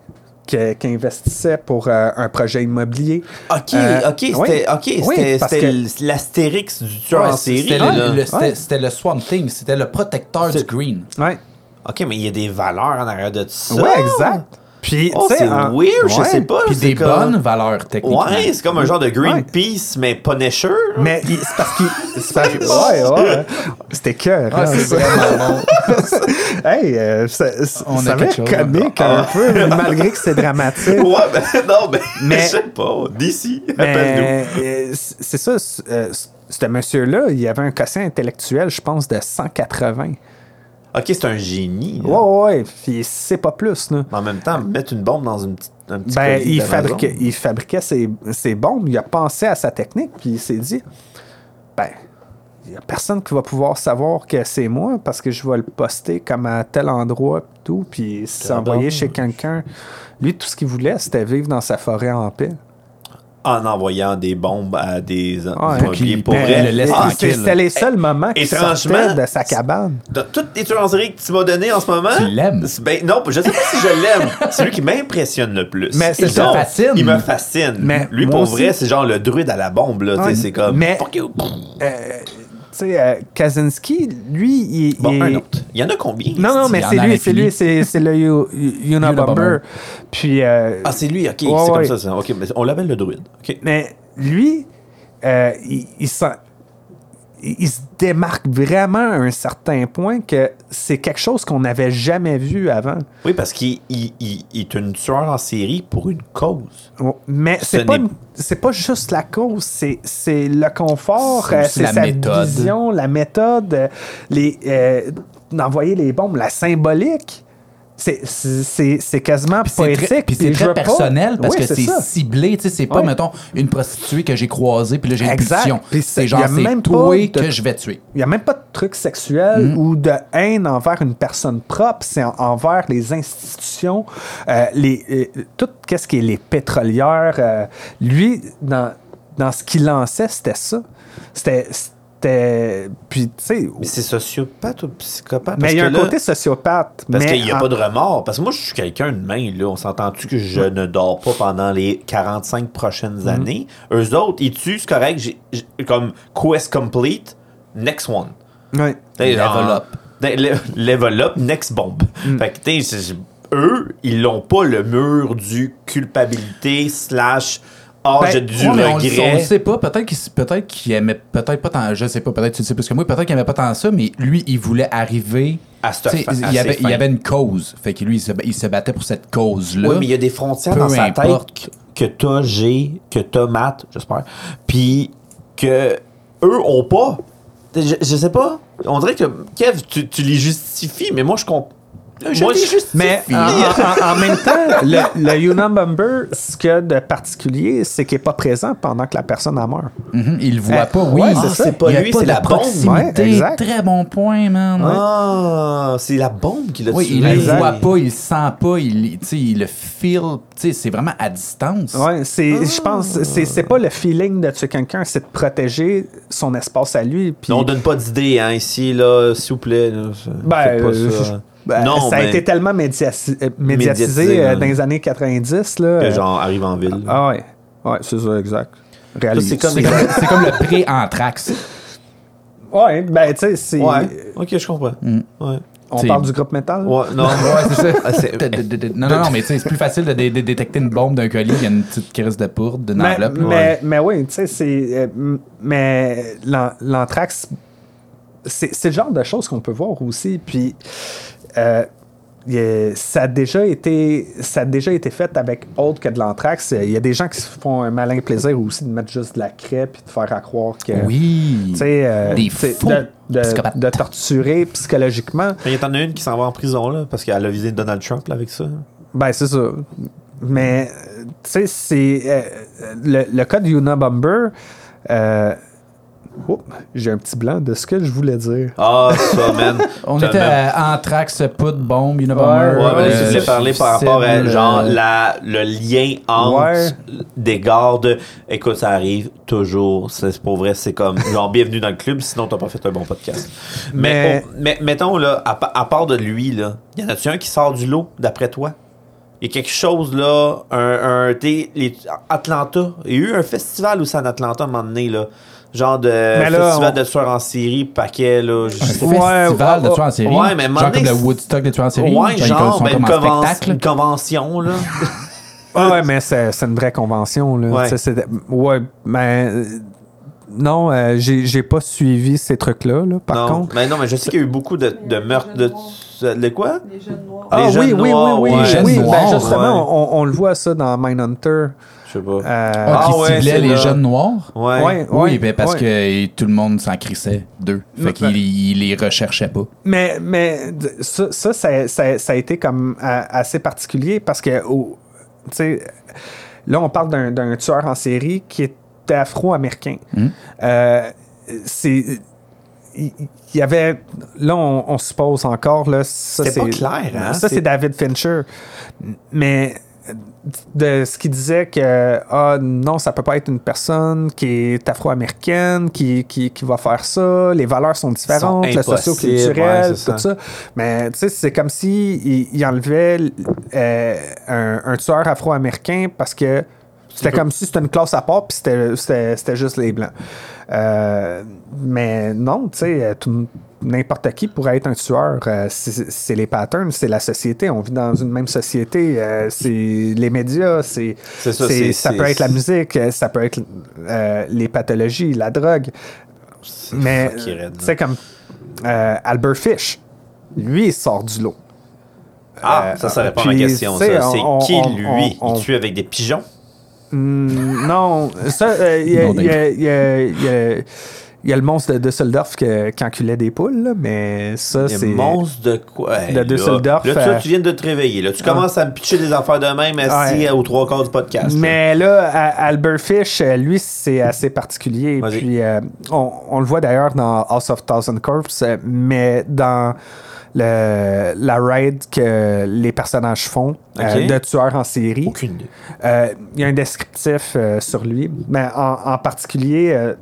C: que- qui investissait pour euh, un projet immobilier.
B: OK,
C: Euh,
B: OK, c'était
C: oui.
B: ok,
C: Oui,
B: c'était-
C: parce
B: c'était
C: que-
B: l- l'astérix du tueur
A: Ouais,
B: en série.
A: Ah, C'était
B: là.
A: le, le- c'était-
C: Ouais. Ah,
A: c'était le Swamp Thing, c'était le protecteur du Green.
C: Ouais.
B: OK, mais il y a des valeurs en arrière de ça.
C: Ouais, exact. Puis,
B: Oh,
C: tu sais,
B: c'est
C: en-
B: weird, je
C: ouais.
B: sais pas.
A: Puis
B: c'est
A: des
B: comme-
A: bonnes valeurs techniques.
B: Ouais, c'est comme un genre de Greenpeace, mais pas Punisher. là.
C: Mais il- c'est parce qu'il. c'est parce que- Ouais, ouais. C'était cœur. hein,
A: Ah, c'est vraiment bon.
C: [LAUGHS] hey, euh, ça, ça,
A: On a
C: ça
A: quelque
C: m'est
A: chose,
C: comique un
B: Ah.
C: peu,
B: [LAUGHS]
C: malgré que c'est dramatique.
B: [LAUGHS] Ouais, ben, non, mais,
C: Mais-
B: je sais pas. D'ici, appelle-nous.
C: Mais euh, c- c'est ça, c- euh, c- ce monsieur-là, il avait un quotient intellectuel, je pense, de 180.
B: OK, c'est un génie. là.
C: Ouais, ouais, ouais. Puis c'est pas plus, là.
B: Mais en même temps, mettre une bombe dans une petite, un petit
C: Ben,
B: colis
C: il
B: d'Amazon.
C: fabriquait, il fabriquait ses, ses bombes, il a pensé à sa technique, puis il s'est dit Ben, il n'y a personne qui va pouvoir savoir que c'est moi parce que je vais le poster comme à tel endroit, puis tout, puis s'envoyer chez quelqu'un. Lui, tout ce qu'il voulait, c'était vivre dans sa forêt en paix.
B: En envoyant des bombes à des
A: Puis
B: employés pour
A: ben,
B: vrai.
A: le laisse
B: Ah,
A: tranquille.
C: c'est- C'était les seuls moments qui
B: étrangement,
C: sortaient de sa cabane.
B: De toutes les tueurs en série que tu m'as donné en ce moment.
A: Tu l'aimes?
B: c'est- Ben, non, je sais pas si je l'aime. [LAUGHS] C'est lui qui m'impressionne le plus.
C: Mais c'est
B: Il
C: ça.
B: me
A: fascine.
B: Il me fascine.
C: Mais
B: lui,
C: moi
B: pour
C: aussi.
B: vrai, c'est genre le druide à la bombe, là. tu sais,
C: Ouais.
B: c'est comme.
C: Mais-
B: Fuck you.
C: Euh, tu sais, euh, Kaczynski, lui, il.
B: Bon,
C: il-
B: un autre. Il y en a combien?
C: Non, non,
A: Il
C: mais
A: y en
C: c'est
A: a
C: lui, c'est
A: l'infini.
C: lui, c'est c'est le You- You-
A: Unabomber.
C: Unabomber. Puis. euh,
B: Ah, c'est lui, ok. c'est
C: Ouais,
B: comme
C: ouais.
B: ça, ça. Ok, mais on l'appelle le druide. Ok.
C: Mais lui, euh, il, il s'en- il- il se démarque vraiment à un certain point que c'est quelque chose qu'on n'avait jamais vu avant.
B: Oui, parce qu'il il, il- il est une tueur en série pour une cause.
C: Oh, Mais
B: Ce
C: c'est pas,
B: n'est-
C: une- c'est pas juste la cause, c'est, c'est le confort,
A: C'est
C: euh,
A: aussi
C: c'est
A: la
C: sa
A: méthode.
C: vision, la méthode, euh, les, euh, d'envoyer les bombes, la symbolique. C'est, c'est, c'est- c'est quasiment
A: C'est
C: poétique.
A: très- Puis c'est
C: puis je
A: très
C: veux pas-
A: personnel parce
C: Oui,
A: que c'est
C: ça.
A: ciblé. Tu sais, c'est pas,
C: Ouais.
A: mettons, une prostituée que j'ai croisée puis là j'ai une
C: Exact.
A: pulsion.
C: Puis c'est-
A: C'est
C: y
A: genre,
C: a
A: c'est
C: même pas
A: toi
C: de-
A: que je vais tuer.
C: Il n'y a même pas de truc sexuel
B: Mm.
C: ou de haine envers une personne propre, c'est en- envers les institutions, euh, les, euh, tout qu'est-ce qui est les pétrolières. euh, lui, dans, dans ce qu'il lançait, c'était ça. C'était. c'était- Puis, tu sais.
B: Mais c'est sociopathe ou psychopathe?
C: Mais il y a un
B: Parce que là-
C: côté sociopathe.
B: Parce
C: mais
B: qu'il n'y a
C: en-
B: pas de remords. Parce que moi, je suis quelqu'un de main, là. On s'entend-tu que je ne dors pas pendant les 45 prochaines
A: Mm.
B: années? Eux autres, ils tuent, c'est correct. j'ai- j'ai- comme quest complete, next one.
C: Ouais.
B: T'sais,
A: Level
B: genre,
A: up. Mm.
B: t'sais, le- Level up, next bomb. Fait que, t'sais, c'est- c'est- eux, ils n'ont pas le mur du culpabilité slash âge
A: Ben,
B: du
A: ouais, mais on le sait- On, le
B: regret.
A: sait pas. Peut-être qu'il peut aimait peut-être pas tant. Je sais pas. Peut-être tu le sais plus que moi. Peut-être qu'il aimait pas tant ça, mais lui, il voulait arriver.
B: À cette
A: tu sais,
B: fin- à
A: il y
B: ses
A: avait, il
B: fins.
A: y avait une cause. Fait que lui, il se, il se battait pour cette cause-là.
B: Oui, mais il y a des frontières
A: Peu
B: dans sa
A: importe.
B: tête que que t'as G, que t'as Matt, j'espère, puis que eux ont pas. Je, je sais pas. On dirait que Kev, tu, tu les justifies, mais moi je comprends.
A: je les justifie.
C: Mais en, en- en- en même
B: [LAUGHS]
C: temps, le, le Unabomber, ce qu'il y a de particulier, c'est qu'il n'est pas présent pendant que la personne a meurt.
A: Mhm, il le voit
C: Ah,
A: pas. Oui,
C: ouais,
A: Ah,
C: c'est ça.
B: C'est pas
A: il y a
B: lui, c'est
A: de
B: la bombe.
A: proximité.
C: Ouais, exact.
A: Très bon point, man.
B: Ah, c'est la bombe qui l'a
A: Oui,
B: tué.
A: il le
C: Exact.
A: voit pas, il le sent pas, il, il- tu sais, il le feel. tu sais, C'est vraiment à distance.
C: Ouais, c'est, je pense, c'est, c'est pas le feeling de tuer quelqu'un, c'est de protéger son espace à lui. Puis,
B: Non, on donne pas d'idées hein, ici, là, s'il vous plaît. là, ça-
C: ben,
B: faites pas
C: euh,
B: ça.
C: je- ben,
B: non,
C: ça a
B: mais-
C: été tellement médiasi- euh, médiatisé,
B: Médiatisé,
C: euh,
B: ouais.
C: dans les années 90 là.
B: que genre, arrive en ville. là.
C: Ah ouais, ouais, c'est ça exact. Réaliste.
B: c'est comme-
A: C'est comme, c'est comme le pré-anthrax.
C: [LAUGHS] Ouais, ben tu sais, c'est-
B: ouais. Ok, je comprends. Ouais.
C: on
A: C'est-
C: parle du groupe métal.
B: Ouais,
A: [LAUGHS]
B: non. Ah, c'est-
A: De- de- de- de- Non, non, non, mais tu sais, c'est plus facile de dé- dé- détecter une bombe d'un colis qu'une petite crise de pourde, d'une
C: Mais,
A: enveloppe.
C: mais,
B: ouais.
C: mais oui, tu sais, c'est. euh, m- mais l'an- l'anthrax, c'est c'est le genre de choses qu'on peut voir aussi. Puis, euh, il y a- ça a déjà été ça a déjà été fait avec autre que de l'anthrax. Il y a des gens qui se font un malin plaisir aussi de mettre juste de la crêpe et de faire à croire que
A: Oui.
C: tu sais, euh,
A: Des
C: tu sais,
A: fous
C: de, de-
A: psychopathes.
C: de torturer psychologiquement.
B: Ben, Il y en a une qui s'en va en prison, là, parce qu'elle a visé Donald Trump, là, avec ça.
C: Ben, c'est ça. Mais, euh, tu sais, c'est. euh, euh, le, le cas de Yuna Bomber. euh, oh, j'ai un petit blanc de ce que je voulais dire.
B: Ah, ça, man.
A: On
B: T'as
A: était
B: même-
A: à Anthrax, Poudre, Bombe, une
C: Ouais,
B: Ouais, mais là, je
C: Euh,
B: voulais parler par rapport à
A: euh,
B: genre la, le lien entre
C: Ouais.
B: des gardes. Écoute, ça arrive toujours. C'est c'est pour vrai, c'est comme genre bienvenue dans le club, sinon t'as pas fait un bon podcast. Mais,
C: Mais-
B: oh, mais mettons là, à, pa- à part de lui là, y en a-tu un qui sort du lot d'après toi Il y a quelque chose là, un, un t'sais, les- Atlanta. Il y a eu un festival aussi en Atlanta à un moment donné là. Genre de
C: Mais là,
B: festival
C: on-
B: de soir en série, paquet, là. je
A: Un
B: sais
A: festival
C: ouais,
A: de tueurs en série.
B: ouais, mais à un moment
A: genre comme
B: donné,
A: le
B: c'est-
A: Woodstock des tueurs en série.
B: Ouais,
A: ils
B: genre,
A: sont
B: ben, une,
A: comme en
B: conven-
A: spectacle.
B: une convention, là.
C: Ah [LAUGHS] ouais, mais c'est, c'est une vraie convention. Là.
B: Ouais.
C: Tu sais, c'est- ouais, mais. euh, non, euh, j'ai, j'ai pas suivi ces trucs-là, là, par
B: non,
C: contre.
B: mais non, mais je sais qu'il y a eu beaucoup de, de meurtres. De, de quoi?
D: Les jeunes noirs.
B: [LAUGHS] Ah,
C: Ah
B: les
C: oui,
B: jeunes
C: oui,
B: noirs,
C: oui, oui,
B: ouais.
C: oui.
A: Les
C: oui,
A: jeunes
C: ben,
A: noirs,
C: justement,
B: ouais.
C: on, on le voit ça dans Mindhunter.
B: Je sais pas.
C: Euh,
A: Ah, qui
B: Ah ouais, c'est
A: ciblait les
B: là.
A: jeunes noirs.
B: ouais.
C: ah,
B: ben-
C: ouais,
A: Oui,
C: ouais,
A: ben parce
C: ouais.
A: que tout le monde s'en crissait d'eux. Fait
C: Ouais.
A: qu'ils ils les recherchaient pas.
C: Mais, mais d- ça, ça, ça, ça- ça a été comme a- assez particulier parce que, au- tu sais, là, on parle d'un- d'un tueur en série qui est afro-américain.
B: Hum.
C: Euh, c'est. Il il y avait. Là, on, on suppose encore, là. ça,
B: C'était pas
C: c'est-
B: clair, hein?
C: Ça,
B: C'est-
C: c'est David Fincher. Mais de ce qu'il disait que ah non ça peut pas être une personne qui est afro-américaine qui, qui, qui va faire ça les valeurs sont différentes
B: Sont
C: le
B: impossibles,
C: socio-culturel
B: ouais, c'est
C: tout
B: ça.
C: ça mais tu sais c'est comme si il, il enlevait euh, un, un tueur afro-américain parce que c'était comme si c'était une classe à part puis c'était- c'était c'était juste les blancs Euh, mais non tu sais euh, tout- N'importe qui pourrait être un tueur. Euh, c'est c'est les patterns, c'est la société. On vit dans une même société. Euh, c'est les médias, c'est
B: C'est ça,
C: c'est-
B: c'est-
C: ça
B: c'est-
C: peut être la musique, euh, ça peut être euh, les pathologies, la drogue. Mais
B: fucky raide,
C: tu sais comme euh, Albert Fish, lui il sort du lot.
B: Ah,
C: Euh,
B: ça, ça répond à
C: puis,
B: la question.
C: tu sais,
B: ça. C'est
C: on-
B: qui,
C: on-
B: lui?
C: on-
B: Il tue avec des pigeons?
C: Hmm, non, ça euh, il y a-
A: Non,
C: il y a- il y a- il y a- il y a le monstre de Düsseldorf que- qui enculait des poules, là, mais ça
B: Des
C: c'est
B: monstres de quoi? Hey,
C: de
B: là.
C: Düsseldorf,
B: Là, tu, vois,
C: euh,
B: tu viens de te réveiller. Là. Tu commences à me pitcher des affaires de même assis euh,
C: Ouais.
B: aux trois quarts du podcast. là.
C: Mais là, à- Albert Fish, euh, lui, c'est assez particulier.
B: Vas-y.
C: Puis, euh, on, on le voit d'ailleurs dans House of Thousand Corps, euh, mais dans le- la raid que les personnages font euh,
B: Ok.
C: de tueurs en série.
B: Aucune idée.
C: Euh, Il y a un descriptif euh, sur lui, mais en, en particulier, euh,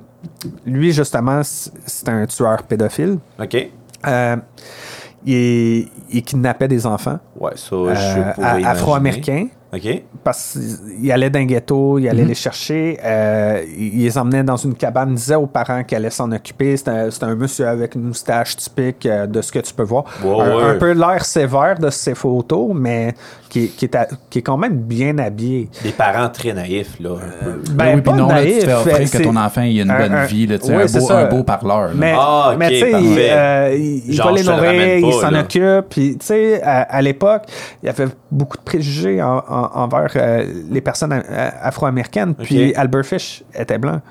C: lui, justement, c- c'est un tueur pédophile.
B: OK?
C: Euh, il, il kidnappait des enfants
B: Ouais, ça,
C: euh,
B: je
C: a-
B: pouvais
C: afro-américains
B: imaginer. OK?
C: parce qu'ils allaient dans un ghetto, ils
B: Mhm.
C: allaient les chercher, euh, ils les emmenaient dans une cabane, disaient aux parents qu'ils allaient s'en occuper. C'était un, c'était un monsieur avec une moustache typique euh, de ce que tu peux voir.
B: Wow,
C: un,
B: ouais.
C: un peu l'air sévère de ces photos, mais qui, qui est, à- qui est quand même bien habillé.
B: Des parents très naïfs, là. un peu.
C: Ben,
A: oui, puis
C: pas
A: non, là, tu
C: naïf,
A: te fais offrir
C: c'est-
A: que ton enfant il a une
C: un-
A: bonne
C: un-
A: vie, là, tu sais,
C: oui,
A: un,
C: c'est
A: beau,
C: ça.
A: un beau parleur. là.
C: Mais,
B: Ah, ok,
C: mais tu sais, il,
B: parfait.
C: euh, il- il
B: Genre,
C: va les
B: je te le ramène
C: nourrir, il
B: pas,
C: s'en
B: là.
C: occupe. Puis, tu sais, à, à l'époque, il y avait beaucoup de préjugés en- en- envers euh, les personnes a- a- afro-américaines. Puis,
B: Ok.
C: Albert Fish était blanc.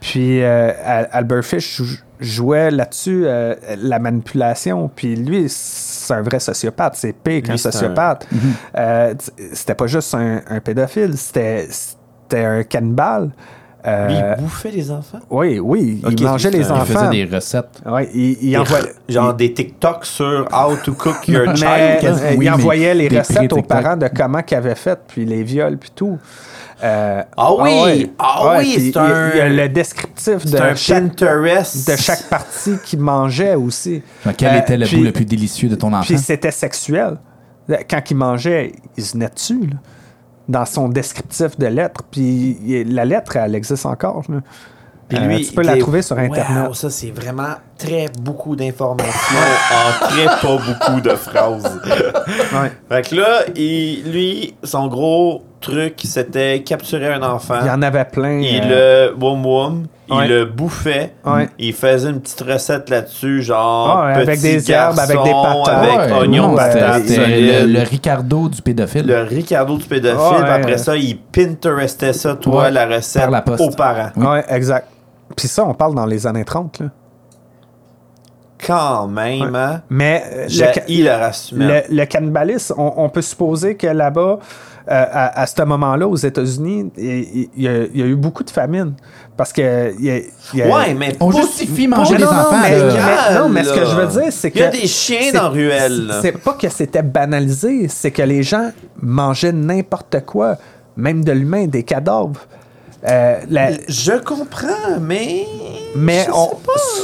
C: Puis, euh, Al- Albert Fish jou- jouait là-dessus euh, la manipulation. Puis, lui, c'est un vrai sociopathe. C'est pire qu'un
B: Lui, c'est un- Mhm.
C: sociopathe. Euh, t- c'était pas juste un, un pédophile, c'était c'était un cannibale. Euh,
B: Lui, il bouffait les enfants?
C: oui, oui,
B: Ok,
C: il mangeait
B: c'est
C: les
B: un-
A: il faisait
C: enfants.
A: des recettes.
C: Ouais, il, il
B: Des-
C: envoyait-
B: genre des TikTok sur How to cook your
C: [LAUGHS] mais,
B: child.
A: Ah, quasi-
C: euh,
A: oui, mais
C: il envoyait les
A: des prix
C: recettes aux
A: TikTok.
C: parents de comment qu'ils avaient fait, puis les viols, puis tout. Euh,
B: Ah oui!
C: ouais.
B: Ah
C: Ouais,
B: oui,
C: puis
B: c'est
C: il-
B: un-
C: il y a le descriptif
B: C'est un
C: de chaque,
B: Pinterest.
C: de chaque partie qu'il mangeait aussi.
A: Genre, quel
C: Euh,
A: était le
C: puis-
A: bout le plus délicieux de ton enfant?
C: Puis c'était sexuel. Quand il mangeait, il se venait dessus, là, dans son descriptif de lettre. Puis il- la lettre, elle existe encore. là.
B: Puis
C: Euh, tu peux
B: il
C: la
B: est-
C: trouver sur
B: Wow,
C: Internet.
B: ça, c'est vraiment très beaucoup d'informations en très pas beaucoup de phrases.
C: Ouais.
B: fait que là, il- lui, son gros truc, c'était capturer un enfant.
C: Il y en avait plein.
B: Il
C: euh,
B: le woum woum,
C: Ouais.
B: il le bouffait,
C: Ouais.
B: il faisait une petite recette là-dessus, genre
C: Ah ouais, avec
B: petit
C: des herbes, avec ben, des
B: garçon,
C: patates.
B: avec
A: Ouais,
B: oignons,
A: non, c'était-
B: patates,
A: c'était
B: solides.
A: le, le Ricardo du pédophile.
B: Le Ricardo du pédophile,
C: Ah ouais.
B: puis après ça, il Pinterestait ça, toi,
A: Ouais,
B: la recette
A: par la poste.
B: aux parents.
A: Oui.
C: Ouais, exact. Puis ça, on parle dans les années 30. Là.
B: Quand même, hein,
C: Mais euh,
B: j'ai
C: le, ca-
B: le race humaine.
C: le- le cannibalisme, on, on peut supposer que là-bas, euh, à, à ce moment-là, aux États-Unis, il- il il y, a- il y a eu beaucoup de famine. Parce que. il y a- il y a-
B: Ouais, mais
A: On
B: pas-
A: justifie
B: pas-
A: manger
C: Mais
A: des
C: non, non,
A: enfants.
C: mais-
A: là.
B: Légal,
C: mais- non, mais ce que
B: là.
C: je veux dire, c'est que.
B: Il y a des chiens
C: c'est-
B: dans la ruelle, là.
C: C'est pas que c'était banalisé, c'est que les gens mangeaient n'importe quoi, même de l'humain, des cadavres. Euh, la-
B: Je comprends, mais.
C: mais
B: je
C: on-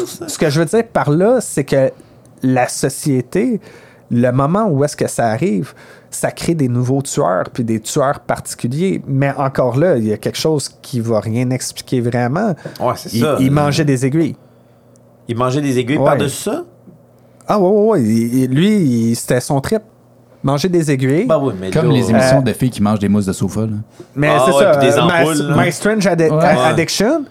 B: sais pas.
C: ce que je veux dire par là, c'est que la société, le moment où est-ce que ça arrive, ça crée des nouveaux tueurs, puis des tueurs particuliers. Mais encore là, il y a quelque chose qui va rien expliquer vraiment.
B: Ouais, c'est
C: Ils
B: ça.
C: il mangeaient des aiguilles.
B: Il mangeait des aiguilles
C: Ouais.
B: par-dessus ça?
C: Ah ouais, ouais, ouais. Il- il- lui, il- c'était son trip. Manger des aiguilles.
B: Bah oui, mais
A: Comme
B: là-
A: les
C: euh,
A: émissions de filles qui mangent des mousses de sofa. là.
C: mais
B: Ah
C: c'est
B: ouais,
C: ça,
B: puis des
C: euh, My-
B: ampoules, là.
C: My, Strange Addi-
A: Ouais.
C: A- Addiction.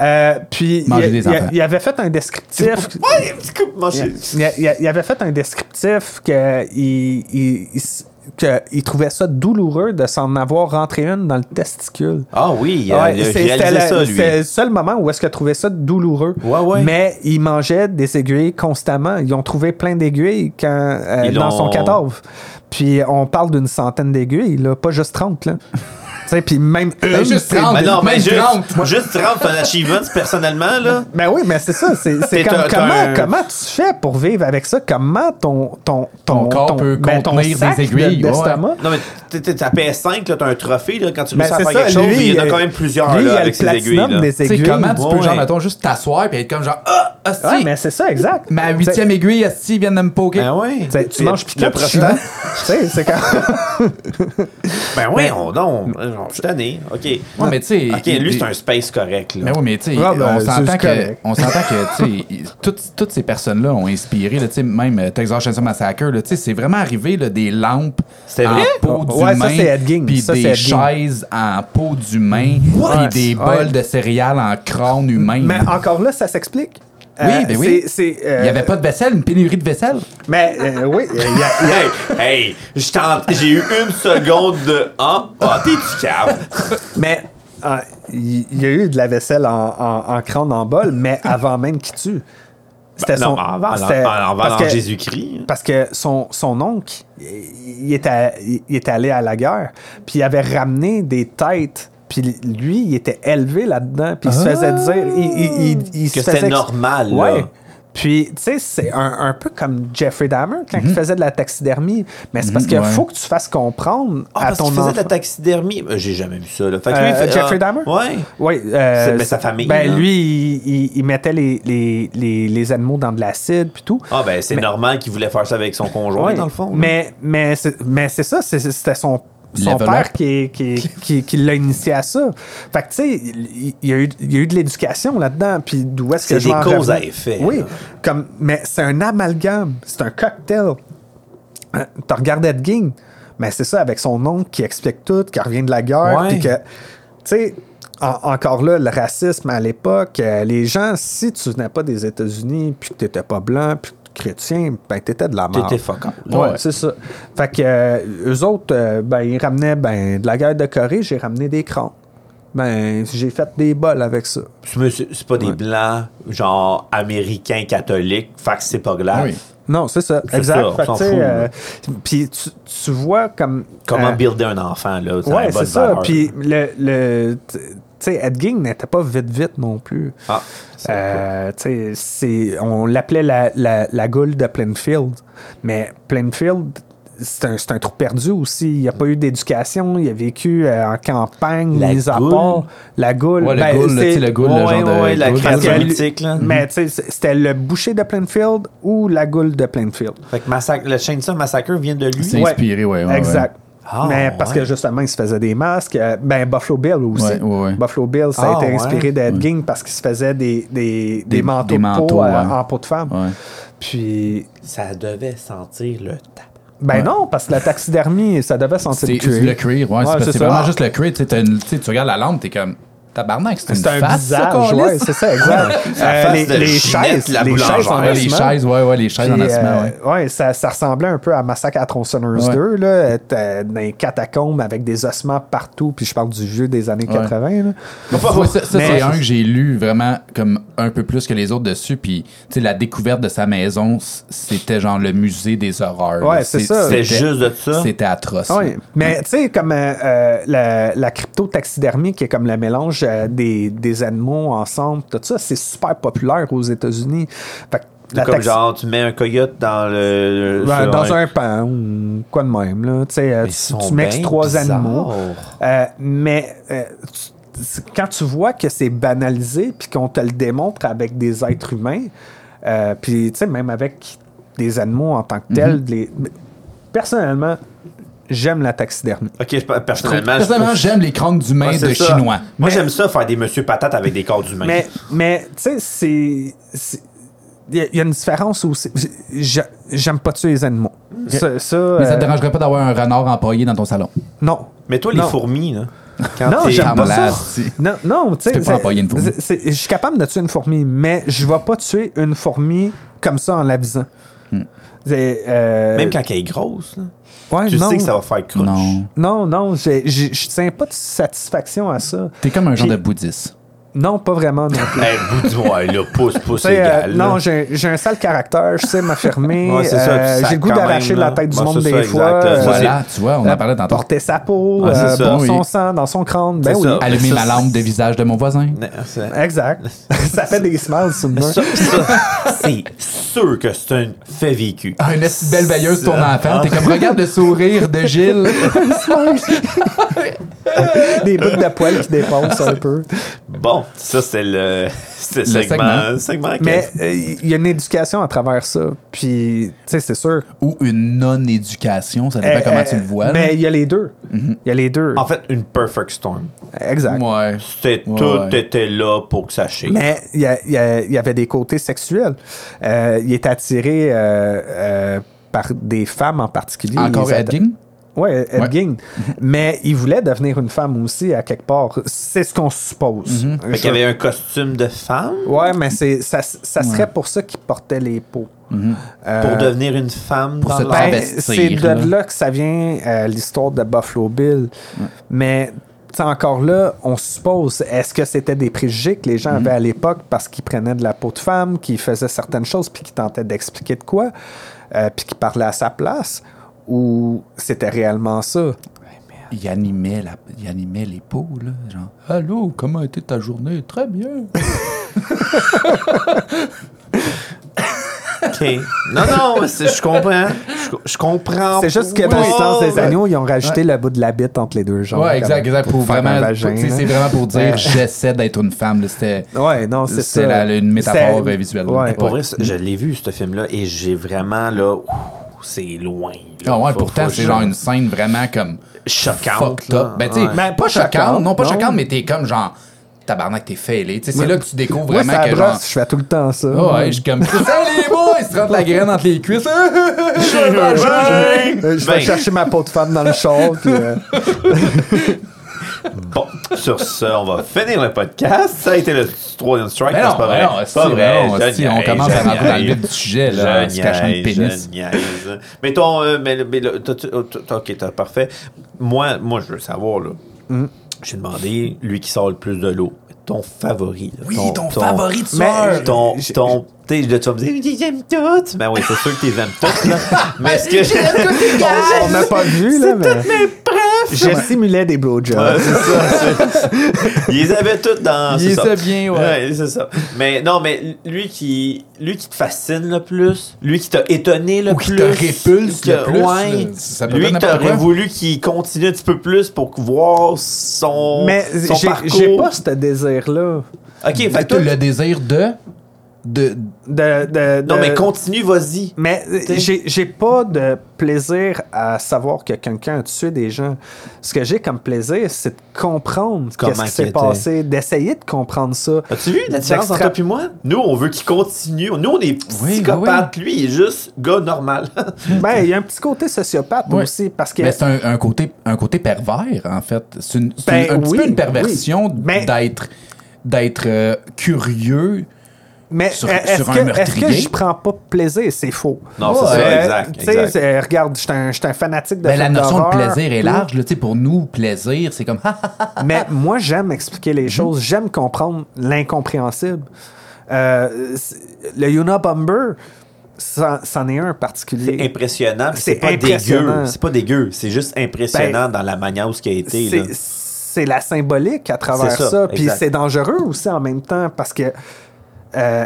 C: Euh, puis, il,
A: Manger des
C: il-
A: enfants.
C: il avait fait un descriptif.
B: Euh, Ouais, petit coup, moi, je-
C: Il, il- il avait fait un descriptif que il, il- il s- que il trouvait ça douloureux de s'en avoir rentré une dans le testicule.
B: Ah oui, il a,
C: Ouais,
B: il a
C: c'est-
B: réalisé
C: c'était la-
B: ça, lui.
C: c'était le seul moment où est-ce qu'il a trouvé ça douloureux.
B: Ouais, ouais.
C: Mais il mangeait des aiguilles constamment. Ils ont trouvé plein d'aiguilles quand, euh,
B: Ils
C: dans son
B: l'ont-
C: 14. Puis on parle d'une centaine d'aiguilles, là, pas
B: [LAUGHS]
C: juste 30. Là. tu sais, puis même une,
A: juste
C: c'est-
A: 30.
B: Mais non, mais
A: Même
B: juste
A: 30.
B: moi, [LAUGHS] juste 30, ton achievement, personnellement, là.
C: Ben oui, mais c'est ça. C'est, c'est
B: T'es
C: comme,
B: un- t'es
C: comment,
B: un-
C: comment tu fais pour vivre avec ça? Comment ton, ton, ton,
A: Ton corps peut
C: ben, ton
A: contenir des
C: sac de-
A: aiguilles, ouais.
C: d'estomac?
B: Non, mais t'es- t'es- ta PS5, là, t'as un trophée, là, quand tu
C: Ben,
B: réussis à
C: c'est
B: faire
C: ça,
B: quelque chose,
C: lui,
B: puis il y en a
C: euh,
B: quand même plusieurs,
C: lui, il y
B: là,
C: a
B: avec
C: le
B: ses aiguilles,
C: platinum
B: là.
C: des
A: Tu sais,
C: aiguilles.
A: comment tu peux,
B: ouais.
A: genre, mettons, juste t'asseoir et être comme genre, ah, hostie,
C: Ouais, mais c'est ça, exact.
A: ma huitième aiguille, hostie, vient de me poker.
B: Ben ouais.
C: T'sais, tu manges
B: Le
C: pita, tu
B: prochain.
C: chiales. Tu sais, c'est quand...
B: Ben ouais, on, non, on- je suis tanné. OK.
A: Ouais, mais tu sais.
B: OK,
A: il-
B: lui, c'est un space correct, là.
A: Mais oui, mais tu sais,
C: Ah, ben,
A: on
C: c'est
A: s'entend que,
C: correct.
A: on s'entend que, tu
C: [LAUGHS]
A: sais, il- toutes, toutes ces personnes-là ont inspiré, là, tu sais, même euh, Texas Chainsaw Massacre, là, tu sais, c'est vraiment arrivé, là, des lampes
B: C'était
A: en
B: vrai?
A: peau
C: Ouais, ça,
A: d'humain,
C: c'est Ed Gein.
A: puis
C: Ça,
A: des
C: c'est Ed Gein.
A: chaises en peau d'humain, puis
C: What?
A: des bols
C: Ouais.
A: de céréales en crâne humain.
C: Mais encore là, ça s'explique. Euh,
A: Oui, ben oui.
C: c'est- c'est,
A: Il
C: euh,
A: n'y avait pas de vaisselle, une pénurie de vaisselle.
C: Mais euh, oui, il y a-
B: [LAUGHS] Hey, hey, je t'en- j'ai eu une seconde de ah, ah t'es du cave.
C: mais euh, il il y a eu de la vaisselle en, en, en crâne en bol, mais avant même qu'il tue. C'était
A: Ben,
B: Non,
C: son...
B: en en-
C: c'était-
B: en- en-
C: parce
B: en
C: que-
B: Jésus-Christ.
C: Parce que son, son oncle, il il était, il était allé à la guerre, puis il avait ramené des têtes, puis lui, il était élevé là-dedans, puis il se faisait dire... Il, il- il- il se
B: Que
C: faisait
B: c'était
C: ex-
B: normal, là.
C: Ouais. Puis, tu sais, c'est un, un peu comme Jeffrey Dahmer quand il faisait de la taxidermie. Mais c'est parce qu'il
A: ouais.
C: faut que tu fasses comprendre
B: Ah,
C: à
B: parce
C: ton
B: qu'il faisait de la
C: enfant-
B: taxidermie. Euh, J'ai jamais vu ça, là. Fait que lui,
C: Euh,
B: il fait-
C: Jeffrey
B: ah,
C: Dahmer?
B: Ouais.
C: Oui. euh,
B: C'est- mais sa famille,
C: Ben,
B: là.
C: lui, il, il- il mettait les, les, les, les animaux dans de l'acide, puis tout.
B: Ah, ben, c'est
C: Mais-
B: normal qu'il voulait faire ça avec son conjoint,
C: Ouais.
B: dans le fond. là.
C: Mais, mais, c'est, mais c'est ça, c'est- c'était son, son
A: Level
C: père
A: up.
C: qui, qui, qui, qui l'a initié à ça. Fait que, tu sais, il, il y a eu, il y a eu de l'éducation là-dedans, puis d'où est-ce
B: C'est
C: que je
B: des
C: vais en
B: causes
C: revenir?
B: à effet,
C: Oui,
B: là.
C: comme, mais c'est un amalgame, c'est un cocktail. Hein, T'as regardé Ed Gein, mais c'est ça, avec son oncle qui explique tout, qui revient de la guerre,
B: Ouais.
C: puis que, tu sais... en- encore là, le racisme à l'époque, euh, les gens, si tu venais pas des États-Unis, puis que t'étais pas blanc, puis que chrétien, ben t'étais de la merde.
B: T'étais fuck up, là.
C: Ouais, c'est ça. Fait que euh, eux autres, euh, ben, ils ramenaient ben, de la guerre de Corée, j'ai ramené des crans. Ben, j'ai fait des bols avec ça.
B: Mais C'est c'est pas des blancs, genre américains catholiques. Fait que c'est pas grave.
A: Oui.
C: Non, c'est ça.
B: C'est
C: exact.
B: ça, on
C: Fait que,
B: s'en
C: tu sais,
B: fout,
C: euh, Puis tu, tu vois comme.
B: Comment
C: euh,
B: builder un enfant, là? a
C: Ouais,
B: une bonne
C: c'est ça.
B: valeur.
C: Puis le. le tu sais, Ed Gein n'était pas vite-vite non plus.
B: Ah, c'est
C: Euh, tu sais, c'est- on l'appelait la, la, la goule de Plainfield. Mais Plainfield, c'est un, c'est un trou perdu aussi. Il n'y a pas eu d'éducation. Il a vécu euh, en campagne,
B: La
C: mis à
B: goule?
C: part. La goule.
A: Ouais, le
C: ben,
A: goule, là, tu
C: c'est-
A: sais, le goule,
B: Ouais,
A: le genre de.
B: ouais, la
A: goule.
B: créature
C: Parce que lui-
B: mythique, là.
C: Mais tu sais, c'était le boucher de Plainfield ou la goule de Plainfield.
B: Fait que massacre, le Chainsaw Massacre vient de lui.
A: C'est inspiré, ouais, ouais, ouais.
C: Exact.
B: Ah,
C: mais parce
B: ouais.
C: que justement, il se faisait des masques. Euh, Ben, Buffalo Bill aussi.
A: Ouais, ouais, ouais.
C: Buffalo Bill, ça
B: Ah,
C: a été
B: ouais.
C: inspiré d'Ed Gein parce qu'il se faisait des, des, des,
A: Des-
C: manteaux,
A: des
C: de peau,
A: manteaux,
C: euh,
A: ouais.
C: en peau de femme.
A: Ouais.
C: Puis,
B: Ça devait sentir le tap.
C: Ben
A: Ouais.
C: non, parce que la taxidermie, ça devait sentir
A: C'est
C: le cuir.
A: le cuir, ouais.
C: Ouais,
A: c'est parce-
C: c'est
A: c'est
C: ça.
A: vraiment
C: Ah.
A: juste le cuir. Tu sais, t'as une- tu sais, tu regardes la lampe, t'es comme. Tabarnak, c'est une
C: C'est un
A: face, ça,
C: visage,
A: câlisse?
C: ouais, c'est
A: [LAUGHS]
C: ça, exact. Euh,
B: face
C: les,
B: de
C: les
B: Ginette,
C: chaises,
B: la
C: les
B: boulangère.
C: chaises en
A: Ouais, les
C: ossements.
A: chaises, ouais, ouais, les chaises en
C: Puis,
A: asthme, ouais.
C: euh, ouais, ça, ça ressemblait un peu à Massacre à tronçonneuse
A: Ouais.
C: 2, là, T'as dans les catacombes avec des ossements partout, puis je parle du vieux des années 80. là.
A: Ouais, ça, ça,
C: Mais-
A: c'est un que j'ai lu vraiment comme un peu plus que les autres dessus. Puis, tu sais, la découverte de sa maison, c- c'était genre le musée des horreurs.
C: Ouais,
A: là.
C: c'est
A: C'est-
C: ça. Ah
B: C'était juste de ça.
A: C'était atroce.
C: Ouais,
A: là.
C: Mais tu sais, comme euh, euh, la, la crypto-taxidermie, qui est comme le mélange euh, des, des animaux ensemble, tout ça, c'est super populaire aux États-Unis. Fait que
B: C'est comme
C: taxi-
B: genre, tu mets un coyote dans le.
C: Ben,
B: sur
C: dans un pan ou quoi de même. Là. Tu, sais, euh,
B: ils
C: tu-
B: sont
C: tu mixes
B: bien
C: trois
B: bizarres.
C: animaux. Euh, mais euh, tu- c'est- quand tu vois que c'est banalisé puis qu'on te le démontre avec des êtres humains, euh, puis tu sais, même avec des animaux en tant que tels,
B: Mhm.
C: les- personnellement, j'aime la taxidermie.
B: Ok, je- personnellement, je
A: Personnellement,
B: trouve-
A: j'aime les crânes d'humains
B: Ouais,
A: de
B: c'est ça.
A: Chinois.
B: Moi,
C: Mais-
B: j'aime ça faire des monsieur patates avec des corps d'humains.
C: Mais, mais tu sais, c'est- c'est. Il y a- il y, a une différence aussi. J'a- J'aime pas tuer les animaux. Ça, ça,
A: Mais ça
C: euh,
A: te dérangerait pas d'avoir un renard empaillé dans ton salon.
C: Non.
B: Mais toi, les
C: Non.
B: fourmis, là. Quand
C: Non,
B: t'es-
C: j'aime pas
A: Parle-la,
C: ça.
A: si.
C: Non, non, tu sais.
A: peux pas
C: c'est-
A: empailler une fourmi.
C: c'est- c'est- Je suis capable de tuer une fourmi, mais je vais pas tuer une fourmi comme ça en l'avisant.
A: Hmm.
C: euh,
B: Même quand elle est grosse, là, tu sais que ça va faire croche.
A: Non.
C: Non, non, j'ai- j'ai- je tiens pas de satisfaction à ça.
A: T'es comme un genre
C: Puis-
A: de bouddhiste.
C: Non, pas vraiment. non.
B: [LAUGHS]
C: Tu
B: Hey, vous dites, Eh, ouais, là, pouce, pouce,
C: sais, euh,
B: égal. là.
C: non, j'ai j'ai un sale caractère, je sais
B: [LAUGHS]
C: m'affirmer.
B: Ouais, c'est ça,
C: euh,
B: tu sacs
C: j'ai le goût
B: quand
C: d'arracher
B: même,
C: la
B: là.
C: tête du
B: Ouais,
C: monde
B: c'est
C: des
B: ça,
C: fois.
B: exact, ça,
C: euh,
A: Voilà, tu vois, on en
C: euh,
A: parlait tantôt.
C: Porter sa peau,
B: Ouais, c'est
C: euh,
B: ça.
C: boire son
A: Oui.
C: sang dans son crâne. Ben
B: C'est
C: oui.
B: ça.
A: Allumer
B: ça,
A: ma lampe de visage de mon voisin.
B: C'est-
C: Exact.
A: [LAUGHS]
C: ça fait des smiles sur le mur.
B: Ça, ça, c'est sûr que c'est un fait vécu.
A: Ah, une si belle veilleuse ton enfant. T'es comme, regarde le sourire de Gilles.
C: des bouts de poils qui dépassent un peu.
B: Bon, ça, c'est le, [LAUGHS] c'est le
A: Le
B: segment. segment que-
C: Mais euh, il y a une éducation à travers ça. Puis, tu sais, c'est sûr.
A: Ou une non-éducation, ça dépend
C: Euh,
A: Ben, comment
C: euh,
A: tu le vois. là. Mm-hmm.
C: Mais il y a les deux. Il y a les deux.
B: En fait, une perfect storm.
A: Ah,
C: exact.
A: Ouais.
B: C'était
A: Ouais,
B: tout
A: ouais.
B: était là pour que ça chie.
C: Mais il y, a- il y a- il y avait des côtés sexuels. Euh, il est attiré euh, euh, par des femmes en particulier.
A: Encore
C: Il les a-
A: Ed Gein?
C: Ouais, Ed
A: Ouais. Mm-hmm.
C: Gein. Mais il voulait devenir une femme aussi à quelque part. C'est ce qu'on suppose.
A: Mm-hmm.
B: Fait qu'il y avait un costume de femme
C: Ouais, mais c'est ça, ça serait pour ça qu'il portait les peaux.
A: Mm-hmm.
C: Euh,
B: pour devenir une femme
A: Pour
B: dans
A: se
B: la-
A: taper.
C: Ben,
A: investir,
C: c'est
A: là.
C: de là que ça vient euh, l'histoire de Buffalo Bill. Mais tu sais, encore là, on suppose, est-ce que c'était des préjugés que les
A: Mm-hmm.
C: gens avaient à l'époque parce qu'ils prenaient de la peau de femme, qu'ils faisaient certaines choses, puis qu'ils tentaient d'expliquer de quoi, euh, puis qu'ils parlaient à sa place, ou c'était réellement ça?
A: Il animait, la... il animait les peaux, là. Genre, Allô, comment a été ta journée? Très bien.
C: Ah
B: OK. [LAUGHS] Non, non, c'est- je comprends. Je, je comprends.
C: C'est juste que dans le
B: Oui.
C: sens des
B: Ouais.
C: agneaux, ils ont rajouté le bout de la bite entre les deux genres.
A: ouais, exact,
C: comme
A: exact. Pour,
C: faire un
A: vraiment,
C: vagin,
A: pour- tu sais,
C: là.
A: c'est vraiment pour dire,
C: Ouais.
A: [LAUGHS] j'essaie d'être une femme. là. C'était.
C: Ouais, non, c'est
A: C'est
C: ça.
A: la- une métaphore,
C: C'est-
A: euh, visuelle.
C: Ouais.
B: Pour vrai, c'est- je l'ai vu, ce film-là, et j'ai vraiment, là, ouh, c'est loin. là.
A: Ah ouais,
B: Faut-
A: pourtant,
B: faut-
A: c'est genre une scène vraiment comme.
B: Choquante.
A: fucked
B: là.
A: up. Ben, tu sais,
B: Ouais.
C: Ben,
A: pas
C: pas
A: choquante,
C: choquante,
A: non, pas
C: non.
A: choquante, mais t'es comme genre, tabarnak, t'es failé. Tu sais, c'est là que tu découvres
C: Moi,
A: vraiment
C: ça
A: que
C: brosse,
A: genre.
C: je fais tout le temps ça.
A: Ah ouais, je suis comme, [LAUGHS] c'est ça les boys, ils se rentrent la graine entre les cuisses. [LAUGHS]
B: Ouais.
C: Euh, Je vais
B: Ben,
C: chercher ma peau de femme dans le char. puis, euh,
B: Bon, sur ce, on va finir le podcast. Ça a été le troisième strike.
A: Mais
B: non,
A: non,
B: c'est pas
A: mais
B: vrai.
A: non,
B: C'est pas
A: si,
B: vrai.
A: non,
B: Je
A: si, on
B: niaise,
A: commence
B: je
A: à rentrer dans le
B: niaise.
A: vif du sujet,
B: Je
A: là, en se cachant le
B: niaise,
A: pénis.
B: je niaise. Mais ton. euh, mais le- mais le- t'as- t'as- t'as- ok, t'as parfait. Moi, moi, je veux savoir, là. J'ai demandé, lui qui sort le plus de l'eau, ton favori. là,
A: Oui, ton favori de
C: Mais-
A: soir.
B: ton,
C: Je-
B: ton, tu sais, là, tu vas me dire, j'aime tout. Ben oui, c'est sûr que tu les aimes toutes, là. Mais est-ce que.
C: on n'a pas vu, là, mais. Je simulais des
B: Ouais,
C: blowjobs.
B: c'est ça. c'est- Ils les avaient toutes dans.
A: Ils
B: c'est ça.
A: étaient bien, ouais.
B: c'est ça. Mais non, mais lui qui, lui qui te fascine le plus, lui qui t'a étonné le
A: Ou qui
B: plus,
A: te répulse
B: que-
A: le plus,
B: ouais,
A: là, ça peut
B: lui
A: être
B: que
A: n'importe
B: t'aurais
A: quoi.
B: voulu qu'il continue un petit peu plus pour voir son,
C: Mais
B: son
C: j'ai-
B: parcours.
C: j'ai pas ce désir-là.
B: Ok, fait que
A: Fait que
B: toi,
A: le désir de. de,
C: De- de-
B: Non,
C: de-
B: mais continue, vas-y.
C: Mais euh,
B: T'sais.
C: j'ai j'ai pas de plaisir à savoir que quelqu'un a tué des gens. Ce que j'ai comme plaisir, c'est de comprendre
B: Comment
C: qu'est-ce qui
B: qu'il
C: s'est
B: était.
C: passé, d'essayer de comprendre ça.
B: As-tu vu la différence entre
C: D'extra-
B: toi et moi? Nous, on veut qu'il continue. Nous, on est
A: oui,
B: psychopathe. Lui, il est juste gars normal. [LAUGHS]
C: Ben, il y a un petit côté sociopathe
A: Ouais.
C: aussi, parce que
A: Mais c'est un, un côté, un côté pervers, en fait. C'est une- c'est
C: Ben
A: une- un petit
C: oui,
A: peu une perversion
C: oui. Mais-
A: d'être d'être euh, curieux.
C: Mais
A: Sur-
C: est-ce
A: sur un
C: que, est-ce
A: meurtrier?
C: que je prends pas plaisir? C'est faux.
B: Non, c'est ça, exact,
C: tu sais,
B: exact.
C: c'est- regarde, je suis un, je suis un fanatique de
A: Ben, la
C: films
A: notion de
C: d'horreur.
A: plaisir est large. là, tu sais, pour nous, plaisir, c'est comme... [LAUGHS] Ah, ha, ha, ha.
C: [LAUGHS] Mais moi, j'aime expliquer les choses. J'aime comprendre l'incompréhensible. Euh, c'est- le Yuna Bomber, c'en c'en est un particulier.
B: C'est impressionnant. puis C'est
C: C'est
B: pas
C: impressionnant.
B: dégueu. C'est pas dégueu. C'est juste
A: Ben,
B: impressionnant dans la manière où ce qui a été. là.
C: C'est- C'est la symbolique à travers
B: C'est
C: ça.
B: ça,
C: Puis
B: exact.
C: c'est dangereux aussi en même temps parce que euh,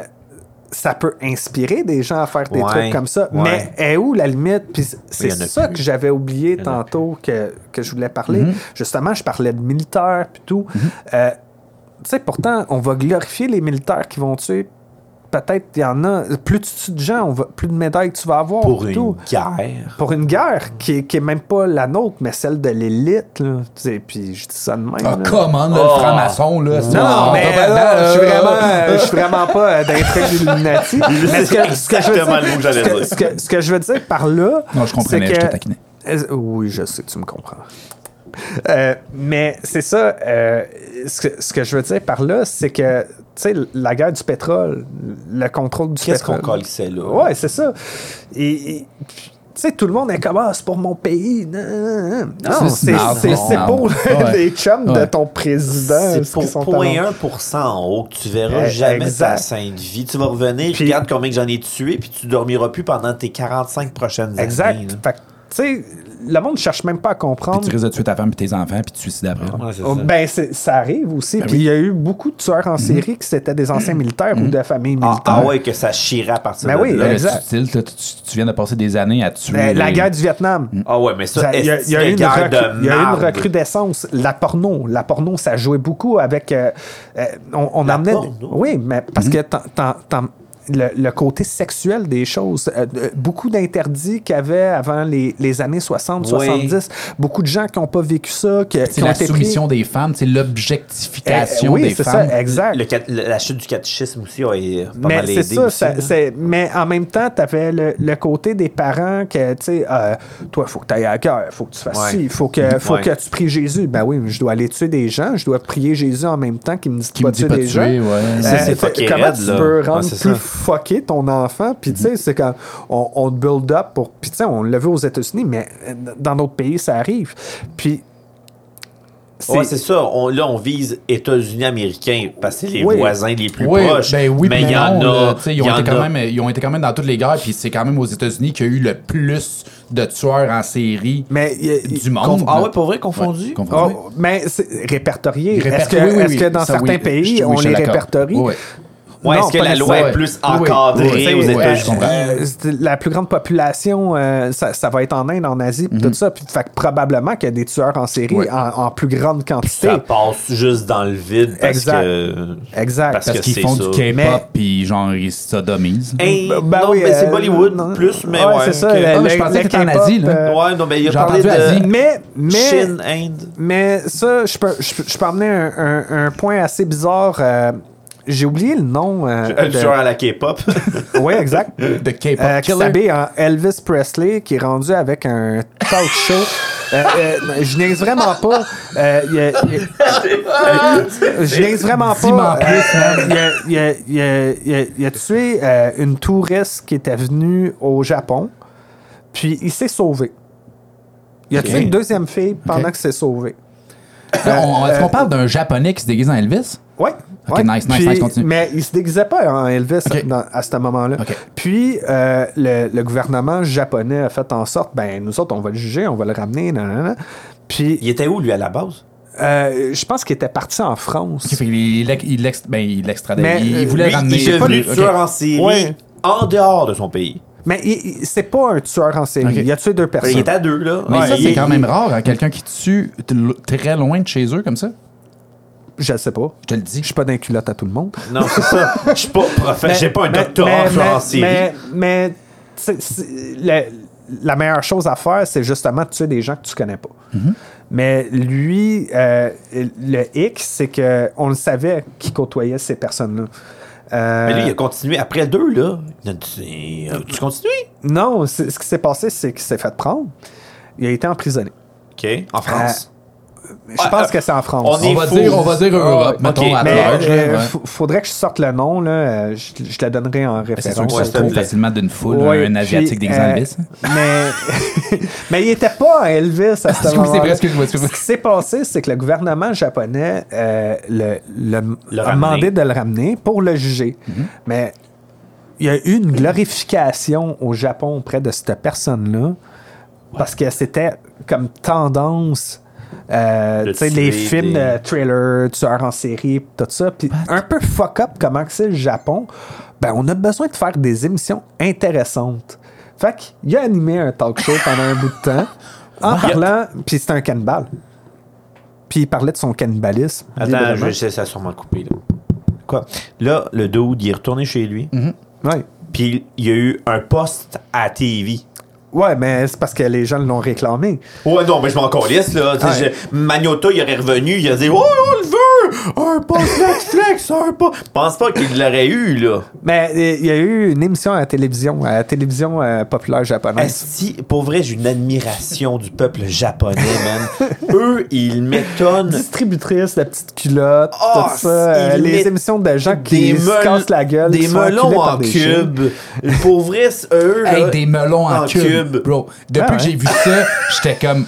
C: ça peut inspirer des gens à faire des
B: Ouais,
C: trucs comme ça.
B: ouais.
C: Mais est où la limite? Puis c'est- c'est
B: Il y en a
C: ça
B: plus.
C: que j'avais oublié
B: y en a Mhm.
C: tantôt que, que je voulais parler. Justement, je parlais de militaires puis tout. Euh, tu sais, pourtant, on va glorifier les militaires qui vont tuer. Peut-être il y en a. Plus tu tues de gens, on va, plus de médailles que tu vas avoir.
B: Pour
C: puis
B: une
C: tout
B: guerre.
C: pour une guerre qui est, qui est même pas la nôtre, mais celle de l'élite. là. Tu sais, Puis je dis ça de même.
A: Ah,
C: là.
A: comment, là,
B: Oh.
A: le franc-maçon, là. c'est-
C: Non,
A: Ah,
C: mais
A: ah,
C: là,
A: ah,
C: je
B: [LAUGHS]
C: suis vraiment,
A: ah,
C: euh, je suis vraiment pas euh, d'intrigue Illuminati. Mais ce que, ce que je veux
B: exactement le mot que
C: dire,
B: j'allais
C: ce que,
B: dire.
C: ce que- ce que je veux dire par là,
A: Non, je comprenais,
C: c'est que-
A: je te taquinais.
C: Euh, Oui, je sais que tu me comprends. Euh, mais c'est ça, euh, ce, que, ce que je veux dire par là, c'est que, tu sais, la guerre du pétrole, le contrôle du
B: Qu'est-ce qu'on
C: pétrole.
B: colle c'est là?
C: Ouais, c'est ça. Et, et, tu sais, tout le monde est comme, ah, c'est pour mon pays. Non, non, non. Non,
A: C'est
C: c'est
A: marrant,
C: c'est-
A: non.
C: c'est pour
A: Ouais.
C: [LAUGHS] les chums de
A: Ouais.
C: ton président.
B: C'est
C: ce qu'ils sont
B: pour
C: en-
B: 0.1% en haut que tu verras
C: Eh,
B: jamais ta
C: exact.
B: sainte vie. Tu vas revenir,
C: Puis-
B: regarde combien que j'en ai tué, puis tu dormiras plus pendant tes 45 prochaines années.
C: Exact. Fait que, tu sais, le monde cherche même pas à
A: Puis
C: comprendre.
A: tu risques de tuer ta femme puis tes enfants puis de te suicider après.
B: là. Ouais, c'est
C: Oh,
B: ça.
C: ben, c'est- ça arrive aussi. Puis il y a eu beaucoup de tueurs en série qui c'était des anciens militaires ou de familles
B: ah,
C: militaires.
B: ah ouais, que ça chira à partir
C: Ben
B: de
C: oui,
B: là.
A: Là,
C: exact.
A: tu, tiltes, là, tu- tu- tu viens de passer des années à tuer...
C: Mais Euh, la
A: les-
C: guerre du Vietnam.
B: Ah ouais, mais ça,
C: Ça- Ben, Il y a, il y a
B: est-ce
C: eu
B: que
C: une,
B: guerre
C: recru-
B: de
C: il y a eu une
B: marde.
C: recrudescence. La porno, la porno, ça jouait beaucoup avec. euh, euh, on on
B: La
C: emmenait.
B: porno? Mm-hmm.
C: Oui, mais parce que t'en- t'en- t'en- le, le côté sexuel des choses, euh, de- beaucoup d'interdits qu'il y avait avant les, les années 60,
B: Oui.
C: 70, beaucoup de gens qui n'ont pas vécu ça, qui, qui
A: C'est
C: ont
A: la
C: été pris-
A: soumission des femmes, c'est
C: Eh,
A: l'objectification
C: oui,
A: des
C: c'est
A: femmes.
C: ça, exact.
B: Le cat- le- la chute du catéchisme aussi a est pas
C: mais
B: mal
C: c'est
B: aidé.
C: ça,
B: aussi, hein.
C: ça-
B: là.
C: c'est- mais en même temps, tu avais le, le côté des parents que, tu sais, euh, toi, il faut que tu ailles à la guerre, il faut que tu fasses
B: Ouais.
C: ci, il faut, que, faut
B: Ouais.
C: que tu pries Jésus. Ben oui, mais je dois aller tuer des gens, je dois prier Jésus en même temps qu'il me dit de
A: Qui
C: pas
A: me dit
C: tuer
A: pas de
C: des gens.
A: tuer, ouais.
B: Ça, c'est
C: Euh,
B: fucké
C: comment
B: raide,
C: tu
B: là.
C: peux
B: Ouais,
C: rendre
B: c'est
C: plus
B: ça. Mm-hmm.
C: fucké ton enfant? Puis tu sais, c'est quand on, on te build up pour. Puis tu sais, on l'a vu aux États-Unis, mais euh, dans d'autres pays, ça arrive. Puis.
B: Ouais, c'est ça. On, là, on vise États-Unis américains parce que c'est les
C: Oui.
B: voisins les plus
A: oui,
B: proches.
A: ben oui,
B: mais il y en
A: non,
B: a.
A: là, tu sais, ils,
B: il y
A: ont
B: en
A: été quand
B: a.
A: même, ils ont été quand même dans toutes les guerres, puis c'est quand même aux États-Unis qu'il y a eu le plus de tueurs en série
C: mais, il-
A: du monde.
B: Ah
A: là.
B: ouais, pour vrai, confondu?
A: Ouais,
C: Oh,
A: confondu.
C: mais c'est répertorié. Est-ce que,
A: Répertorié, oui,
C: est-ce
A: oui,
C: que dans
A: ça,
C: certains
A: oui,
C: pays,
A: je- oui,
C: on
A: je te
C: les
A: l'accorde.
C: répertorie?
A: Oui, oui.
B: Ouais, est-ce que la
C: pas
B: loi
A: nécessaire.
B: est plus
A: Oui, oui,
B: encadrée
A: oui,
B: aux
A: oui,
B: États-Unis?
A: je comprends.
C: Euh, c'est- la plus grande population, euh, ça, ça va être en Inde, en Asie, puis tout ça. Puis, fait que probablement qu'il y a des tueurs en série
A: Mhm. Ouais.
C: en, en plus grande quantité.
B: Ça passe juste dans le vide parce
C: Exact.
B: que.
C: Exact.
B: Parce
A: Parce
B: que
A: qu'ils
B: c'est
A: font
B: ça.
A: du K-pop,
C: Mais-
A: puis genre, ils sodomisent.
B: Hey,
C: Ben- ben
B: non,
C: oui,
B: mais c'est
C: euh,
B: Bollywood
C: non.
B: plus, mais ouais.
C: Ouais, c'est ça,
B: ok.
C: la-
A: Ah, mais je
C: le-
A: pensais
C: le
A: que t'étais en
C: K-pop,
A: Asie, là.
C: euh,
B: Ouais, non, mais il a
A: J'ai
B: parlé de
A: entendu Asie.
C: Mais, mais,
B: Chine, Inde.
C: mais ça, je peux, je, peux- je peux amener un, un- un point assez bizarre. euh, J'ai oublié le nom. euh,
B: Un
C: de-
B: tueur à la K-pop.
C: Oui, exact.
A: De K-pop
C: Euh, qui
A: killer.
C: s'habille en Elvis Presley, qui est rendu avec un talk show. Euh, euh, je niaise vraiment pas. Euh, il y a- il y a- je niaise vraiment
A: Dis-m'en
C: pas. Euh, il y a- il y a- il y a- il a tué euh, une touriste qui était venue au Japon, puis il s'est sauvé. Il a
A: Ok.
C: tué une deuxième fille pendant
A: Ok.
C: qu'il s'est sauvé.
A: On- Est-ce qu'on parle d'un japonais qui se déguise en Elvis?
C: Oui.
A: Ok, nice, nice, nice, continue.
C: Mais il se déguisait pas en Elvis
A: Ok.
C: dans- à ce moment-là.
A: Ok.
C: Puis euh, le, le gouvernement japonais a fait en sorte, ben nous autres, on va le juger, on va le ramener, nanana. Puis
B: [LAUGHS] Il était où, lui, à la base?
C: euh, je pense qu'il était parti en France.
A: Ok, fait qu'il- Il, l'ex- il, l'ex- ben, il l'extradait.
C: Mais,
A: il, il
C: euh,
A: voulait
B: Lui,
A: ramener...
B: il est devenu
A: Ok.
B: tueur en série
C: Ouais.
B: en dehors de son pays.
C: Mais il- il- c'est pas un tueur en série.
A: Ok.
C: Il a tué deux
B: Il
C: personnes.
B: est à deux, là.
A: Mais
B: Ouais,
A: ça,
B: il-
A: c'est quand même rare, hein, quelqu'un qui tue t- très loin de chez eux comme ça.
C: Je sais pas.
A: Je te le dis.
C: Je suis pas d'un culotte à tout le monde.
B: Non,
A: [LAUGHS]
B: c'est ça. Je suis pas
C: Ben,
B: prophète. J'ai pas un
C: Mais-
B: doctorat
C: mais-
B: en genre en
C: mais-
B: série.
C: Mais, mais, ben, c'est- c'est- la, la meilleure chose à faire, c'est justement de tuer des gens que tu connais pas.
B: Mhm.
C: Mais lui, euh, le hic, c'est que on le savait qui côtoyait ces personnes-là. Euh,
B: Mais lui, il a continué. Après deux, là. il a dit, euh, Tu continues?
C: Non, c'est- ce qui s'est passé, c'est qu'il s'est fait prendre. Il a été emprisonné.
B: OK.
C: Ah,
B: En France.
C: Je
B: Ah,
C: pense
B: euh,
C: que c'est en France.
B: on
A: On
B: est
A: va,
B: fou.
A: dire, on va dire Europe,
B: Ah,
A: mettons,
B: ok.
A: à
C: Mais
A: large. là,
C: euh,
A: ouais.
C: f- faudrait que je sorte le nom, là. euh, Je, je la donnerai
B: Ben,
A: C'est
C: en
A: sûr
C: référence.
A: que ça
B: ouais,
A: se
B: s'il te
A: trouve
B: plaît.
A: facilement d'une foule,
C: Ouais,
A: un
C: puis,
A: Asiatique hein.
C: euh,
A: d'Exambis.
C: mais, [LAUGHS] mais il était pas à Elvis à ce
A: Excuse-moi,
C: moment-là.
A: c'est vrai, excuse-moi, excuse-moi.
C: Ce qui s'est passé, c'est que le gouvernement japonais euh, le, le-
B: Le
C: a
B: ramener.
C: demandé de le ramener pour le juger.
A: Mhm.
C: Mais il y a eu une glorification au Japon auprès de cette personne-là parce que c'était comme tendance. euh,
B: De
C: tu sais,
B: tuer
C: les films
B: des-
C: de thriller, tueurs en série, tout ça. Puis un peu fuck up comment que c'est le Japon. Ben, on a besoin de faire des émissions intéressantes. Fait qu'il a animé un talk show pendant un bout
B: [LAUGHS]
C: de temps en parlant, puis c'était un cannibale. Puis il parlait de son cannibalisme.
B: Attends,
C: librement.
B: je sais, ça a sûrement coupé, là. Quoi? Là, le dude, il est retourné chez lui.
C: Mhm. Ouais.
B: Puis il y a eu un poste à TV.
C: ouais, mais c'est parce que les gens l'ont réclamé.
B: Ouais, non, mais je m'en calisse, là. Tu sais,
C: Ouais.
B: je- Magnota, il aurait revenu, il a dit Oh, on le veut Un poste Netflix, un poste. Je pense pas qu'il l'aurait eu, là.
C: Mais euh, il y a eu une émission à la télévision, à la télévision euh, populaire japonaise.
B: Asti, pour vrai, j'ai une admiration du peuple japonais,
C: [LAUGHS]
B: man. Eux, ils m'étonnent.
C: Distributrice de petites culottes,
B: Oh,
C: tout ça. euh,
B: il met
C: les émissions de gens qui
B: des
C: se
B: mel-
C: cassent la gueule. qui
B: Des
C: se font enculer
B: melons
C: par
B: en
C: des chiens.
B: cube. Pour vrai, c'est eux, là.
A: Hey, des melons en,
B: en
A: cube.
B: cube.
A: Bro, depuis
C: Ah ouais.
A: que j'ai vu ça, [LAUGHS] j'étais comme.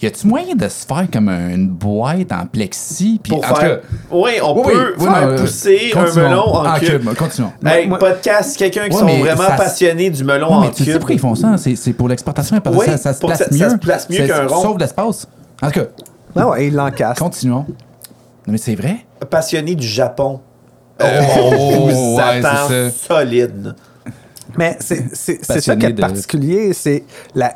A: Y a-tu moyen de se faire comme une boîte en plexi? Puis,
B: Pour
A: en tout
B: faire...
A: cas-
B: Oui, on
A: Oui,
B: peut
A: oui,
B: faire
A: non, euh,
B: pousser un
A: continuons. Ah,
B: melon en, cube.
A: Continuons.
B: Hey,
C: Moi- moi-
B: podcast, quelqu'un qui
A: Ouais,
B: sont
A: mais
B: vraiment
A: ça-
B: passionnés du melon
A: Ouais,
B: en
A: mais tu sais
B: cube.
A: pourquoi ils font ça? hein? C'est c'est pour l'exportation, hein, parce
B: Oui,
A: que ça, ça se
B: pour que
A: place
B: ça-
A: mieux.
B: ça se place mieux qu'un rond.
A: Sauve l'espace. En tout cas,
C: Ah ouais, il l'encasse.
A: continuons. Non, mais c'est vrai?
B: Passionnés du Japon. Oh,
A: [LAUGHS]
B: [LAUGHS]
A: oh, ouais, c'est ça.
B: solide.
C: Mais c'est- c'est c'est ça
A: Passionné
C: qui est
A: de-
C: particulier, c'est la,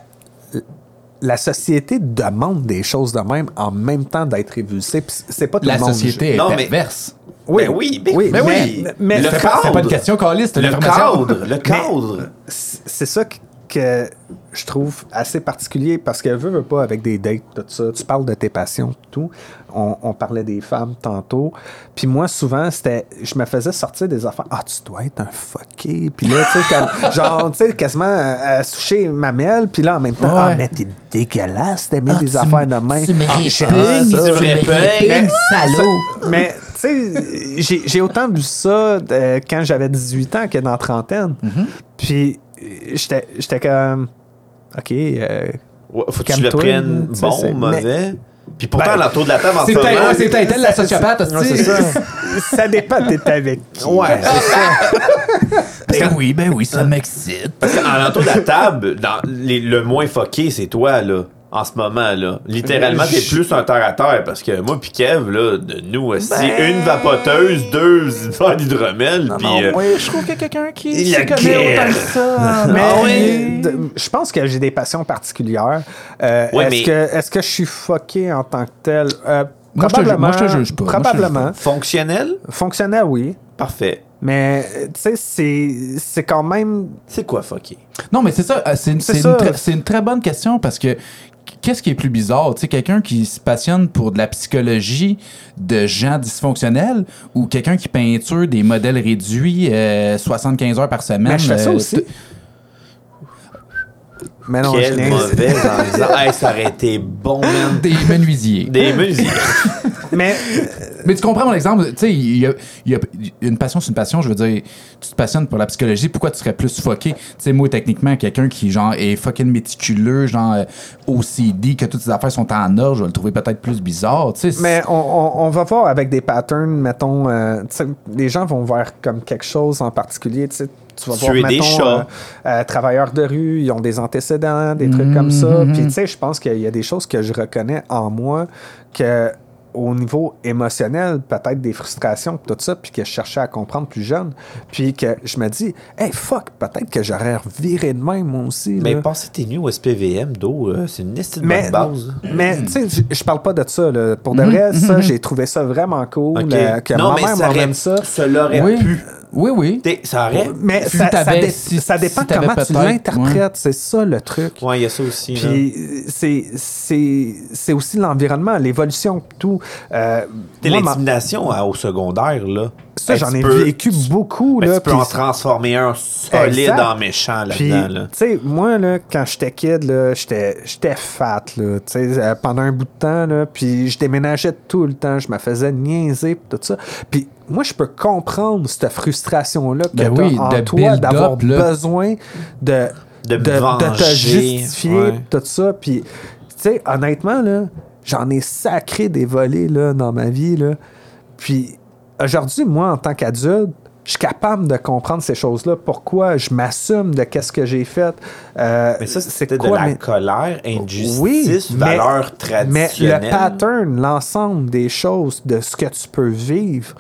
C: la société demande des choses de même en même temps d'être évulsée. puis C'est pas tout
A: La
C: le monde.
A: société est
B: Non, mais-
A: perverse.
B: Ben oui, ben-
C: oui,
B: ben oui.
C: mais, mais-
B: Le
A: C'est pas- C'est pas une question caliste,
B: Le
A: l'information.
B: cadre, le cadre.
C: c'est ça que, que je trouve assez particulier parce que veut, veut pas avec des dates, tout ça. Tu parles de tes passions, tout. On, on parlait des femmes tantôt. Puis moi, souvent, c'était, je me faisais sortir des affaires. Ah, tu dois être un fucké. Puis là, tu sais,
B: [LAUGHS]
C: comme, genre, tu sais, quasiment euh, à soucher ma mêle. Puis là, en même temps, ah,
A: Ouais.
C: mais t'es dégueulasse, t'aimais
D: Ah,
C: des
D: tu
C: affaires de
D: m-
C: main.
D: Tu me
C: Ah,
D: répugnes,
B: ça,
D: tu
B: tu me
D: me
B: répugnes.
D: répugnes, salaud.
C: mais tu sais, j'ai- j'ai autant vu ça euh, quand j'avais 18 ans que dans la trentaine. Puis euh, j'étais j'étais comme, OK, euh,
B: Ouais, faut que tu le
C: Calme-toi,
B: prennes
C: là, tu sais,
B: bon,
C: c'est-
B: mauvais. Puis pourtant,
C: Ben,
B: l'entour de la table en
A: C'est
B: ce
A: peut-être-
B: moment-
A: ouais, c'est peut-être elle, la
C: ça-
A: sociopathe.
C: ouais,
A: hostie.
C: c'est ça. [LAUGHS] ça dépend, t'es avec qui. Ah,
B: Ouais, c'est ça.
A: Ben oui, ben oui, ça m'excite.
B: Parce qu'en l'entour de la table, dans les- le moins fucké, c'est toi, là. En ce moment, là. Littéralement, t'es plus un terre à terre. Parce que moi, puis Kev, là, de nous, aussi,
C: Ben.
B: une vapoteuse, deux verres d'hydromel, puis. euh,
D: Oui, je trouve que quelqu'un qui
B: Il se la connaît guerre. autant que
A: [LAUGHS]
D: ça.
C: Mais
B: Ah oui?
C: de- je pense que j'ai des passions particulières. Euh,
B: Ouais,
C: est-ce,
B: mais-
C: que, est-ce que je suis fucké en tant que tel?
A: Moi, je te
C: Euh,
A: ju-
C: probablement.
A: moi, je te juge pas. Moi, je te juge
C: Probablement.
B: Fonctionnel?
C: Fonctionnel, oui.
B: Parfait.
C: Mais, euh, tu sais, c'est, c'est quand même
B: C'est quoi fucké?
A: Non, mais c'est ça. euh, C'est une,
C: C'est
A: c'est une
C: ça.
A: très- c'est une très bonne question parce que qu'est-ce qui est plus bizarre? Tu sais, quelqu'un qui se passionne pour de la psychologie de gens dysfonctionnels ou quelqu'un qui peinture des modèles réduits euh, 75 heures par semaine?
C: Mais Ben, je fais ça
A: euh,
C: aussi.
A: t-
C: Mais non, Ah je
B: Quel
C: niaise.
B: mauvais exemple. hey, ça aurait été bon, man.
A: Des
C: [LAUGHS]
A: menuisiers.
B: Des musiques.
C: [LAUGHS] Mais
A: Mais tu comprends mon exemple, tu sais, il y a, il y a- une passion, c'est une passion, je veux dire, tu te passionnes pour la psychologie, pourquoi tu serais plus fucké? Tu sais, moi, techniquement, quelqu'un qui, genre, est fucking méticuleux, genre, euh, OCD, que toutes ses affaires sont en ordre, je vais le trouver peut-être plus bizarre, tu sais. c'est-
C: Mais on, on- on va voir avec des patterns, mettons, euh, tu sais, les gens vont voir comme quelque chose en particulier, tu sais, tu vas voir,
B: Tuer
C: mettons,
B: des chats.
C: euh, euh, travailleurs de rue, ils ont des antécédents, des trucs comme ça. Puis, tu sais, je pense qu'il y a des choses que je reconnais en moi que, au niveau émotionnel, peut-être des frustrations, tout ça, puis que je cherchais à comprendre plus jeune, puis que je me dis, hey fuck, peut-être que j'aurais reviré de même moi aussi.
B: Mais
C: là.
B: passer tes nuits au SPVM, d'eau, euh, c'est une estime
C: Mais,
B: de base.
C: mais
B: Hmm.
C: tu sais, je- je parle pas de ça. là. Pour de vrai,
A: Hmm.
C: ça, j'ai trouvé ça vraiment cool.
B: Ok.
C: euh, que
B: Non,
C: ma
B: mais
C: mère
B: ça aurait,
C: m'emmène ça.
B: Cela aurait
A: Oui.
B: pu.
A: Oui, oui.
B: T'sais, Ça aurait.
C: Mais
A: Si
C: ça, ça
A: t'avais-
C: dé-
A: si-
C: ça dépend
A: si t'avais
C: comment tu
A: peut-être,
C: l'interprètes.
A: ouais.
C: C'est ça le truc.
B: Ouais, il y a ça aussi. là.
C: Puis euh, c'est- c'est c'est aussi l'environnement, l'évolution, tout. Euh,
B: T'sais,
C: moi, ma-
B: L'intimidation hein, au secondaire, là.
C: ça,
B: Hey,
C: j'en
B: tu
C: ai
B: peux-
C: vécu beaucoup.
B: Ben,
C: là,
B: tu peux
C: puis
B: en transformer un solide
C: Exact.
B: en méchant
C: Puis,
B: là-dedans. là.
C: tu sais, moi, là, quand j'étais kid, là, j'étais j'étais fat, là, tu sais, euh, pendant un bout de temps, là, puis je déménageais tout le temps, je me faisais niaiser, puis tout ça. Puis, moi, je peux comprendre cette frustration-là que
A: Ben
C: t'as
A: oui,
C: en
A: de
C: toi
A: build-up,
C: d'avoir
A: là.
C: besoin de,
B: De
C: te
B: venger,
C: justifier,
B: ouais.
C: tout ça. Puis, tu sais, honnêtement, là, j'en ai sacré des volets, là, dans ma vie, là. Puis aujourd'hui, moi, en tant qu'adulte, je suis capable de comprendre ces choses-là. Pourquoi je m'assume de qu'est-ce que j'ai fait. euh,
B: Mais ça, c'était de
C: quoi,
B: la
C: mais-
B: colère, injustice,
C: mais-
B: valeur traditionnelle.
C: Mais le pattern, l'ensemble des choses, de ce que tu peux vivre,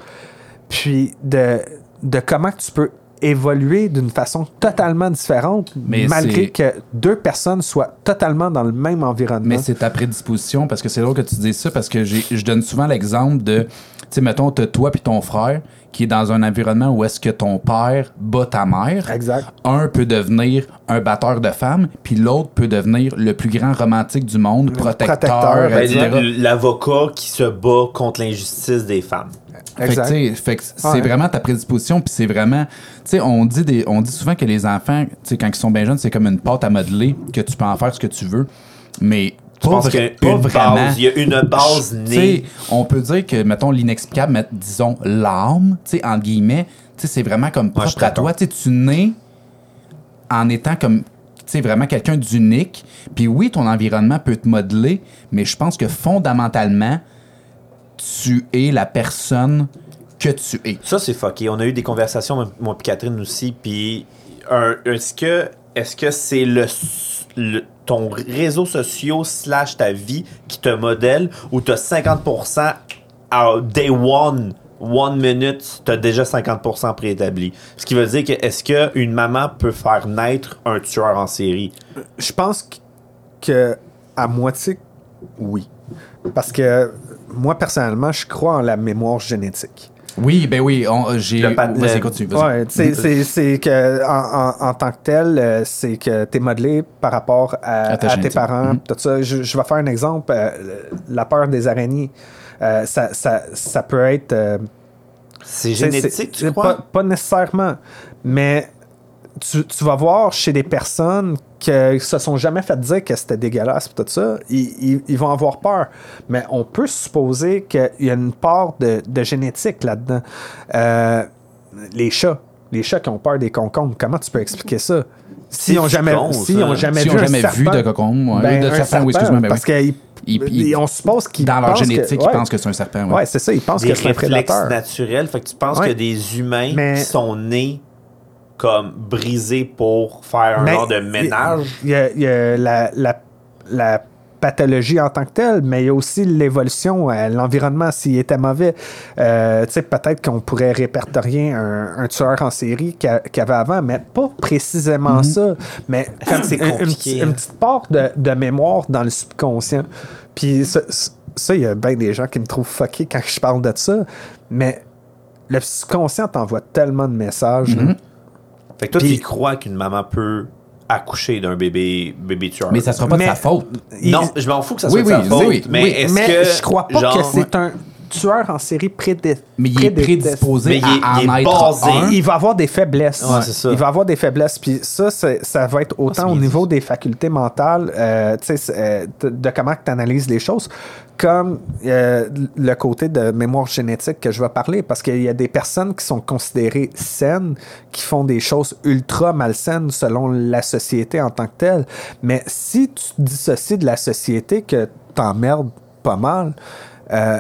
C: puis de, de comment tu peux évoluer d'une façon totalement différente,
A: Mais
C: malgré
A: c'est-
C: que deux personnes soient totalement dans le même environnement.
A: Mais c'est ta prédisposition, parce que c'est drôle que tu dises ça, parce que j'ai- je donne souvent l'exemple de, tu sais, mettons, t'as toi puis ton frère qui est dans un environnement où est-ce que ton père bat ta mère.
C: Exact.
A: Un peut devenir un batteur de femmes, puis l'autre peut devenir le plus grand romantique du monde, protecteur,
C: protecteur,
B: Ben,
A: etc.
B: L'avocat qui se bat contre l'injustice des femmes.
A: Fait que,
C: Exact.
A: tu sais, fait que c'est
C: Ouais.
A: vraiment ta prédisposition, puis c'est vraiment, tu sais, on dit des, on dit souvent que les enfants, tu sais, quand ils sont bien jeunes, c'est comme une pâte à modeler que tu peux en faire ce que tu veux, mais
B: Je
A: pas,
B: pense
A: vra-
B: qu'il y a
A: pas
B: une
A: vraiment.
B: base, il y a une base
A: Tu sais,
B: née.
A: on peut dire que mettons l'inexplicable, mais disons l'âme, tu sais, entre guillemets, tu sais, c'est vraiment comme
B: je
A: propre à
B: t'attends.
A: toi, tu sais, tu nais en étant comme tu sais vraiment quelqu'un d'unique. Puis oui, ton environnement peut te modeler, mais je pense que fondamentalement, tu es la personne que tu es.
B: Ça, c'est fucké. On a eu des conversations, moi- moi et Catherine aussi, puis un- est-ce que est-ce que c'est le, s- le- ton réseau social slash ta vie qui te modèle ou t'as 50% à day one, one minute, t'as déjà 50% préétabli. Ce qui veut dire que est-ce que une maman peut faire naître un tueur en série?
C: Je pense qu- que à moitié, oui. Parce que moi, personnellement, je crois en la mémoire génétique.
A: Oui, ben oui, on- j'ai.
B: Le pat-
A: Vas-y,
B: le-
A: continue, vas-y.
C: Ouais, tu sais, c'est c'est que en, en- en tant que tel, euh, c'est que tu es modelé par rapport à,
A: À ta
C: à tes
A: génétique. Mhm.
C: parents. tout ça. Je, je vais faire un exemple. euh, la peur des araignées, Euh, ça, ça, ça peut être... euh,
B: C'est
C: tu sais,
B: génétique,
C: c'est-
B: tu crois?
C: Pas, pas nécessairement, mais tu, tu vas voir chez des personnes qui se sont jamais fait dire que c'était dégueulasse pis tout ça, ils, ils- ils vont avoir peur. Mais on peut supposer qu'il y a une part de, de génétique là-dedans. Euh, les chats. Les chats qui ont peur des concombres, comment tu peux expliquer ça? S'ils
B: C'est
C: n'ont jamais,
B: con,
C: s'ils
B: ça.
C: ont jamais
A: S'ils
C: vu,
A: ont
C: un
A: jamais vu
C: serpent,
A: de concombre, ouais,
C: ben,
A: de
C: un
A: serpent, oui, excuse-moi, ben
C: Parce qu'ils-
A: Ils- ils-
C: on suppose qu'ils
A: Dans leur
C: pensent que-
A: génétique,
C: ouais.
A: ils pensent que c'est un serpent. ouais.
C: Ouais, c'est ça, ils pensent
B: des
C: que c'est un
B: réflexes
C: prédateur.
B: naturels. Fait que tu penses
C: Ouais.
B: que des humains
C: Mais-
B: qui sont nés comme brisés pour faire un
C: Mais
B: genre de ménage.
C: Il y a, il y a la, la- la pathologie en tant que telle, mais il y a aussi l'évolution, euh, l'environnement, s'il était mauvais. Euh, tu sais, peut-être qu'on pourrait répertorier un, un tueur en série qu'a- qu'il y avait avant, mais pas précisément
A: Mm-hmm.
C: ça. Mais comme
B: c'est
C: une- une
B: compliqué,
C: petite-
B: hein.
C: une petite part de, de mémoire dans le subconscient. Puis ça, ça, il y a bien des gens qui me trouvent fucké quand je parle de ça, mais le subconscient t'envoie tellement de messages.
A: Mm-hmm.
C: là.
B: Fait que toi,
C: Puis-
B: tu crois qu'une maman peut accoucher d'un bébé, bébé tueur.
A: Mais ça sera pas
C: Mais-
A: de sa faute.
B: Non,
C: Il-
B: je m'en fous que ça
A: Oui,
B: soit de
A: oui,
B: sa faute.
A: oui,
B: mais
A: oui.
B: est-ce
C: mais
B: que.
C: je crois pas
B: genre,
C: que c'est un tueur en série prédé
A: Mais il est
C: prédé-
A: prédisposé
B: Mais il est-
A: à
B: il est
A: en être
B: basé.
A: un.
C: Il va avoir des faiblesses.
B: Ouais, c'est ça.
C: Il va avoir des faiblesses. Puis ça, c'est- ça va être autant
A: Ah, c'est
C: au
A: bien
C: niveau des facultés mentales, euh, tu sais, c'est, euh, de, de comment tu analyses les choses, comme euh, le côté de mémoire génétique que je vais parler. Parce qu'il y a des personnes qui sont considérées saines, qui font des choses ultra malsaines selon la société en tant que telle. Mais si tu te dissocies de la société, que t'emmerdes pas mal, euh,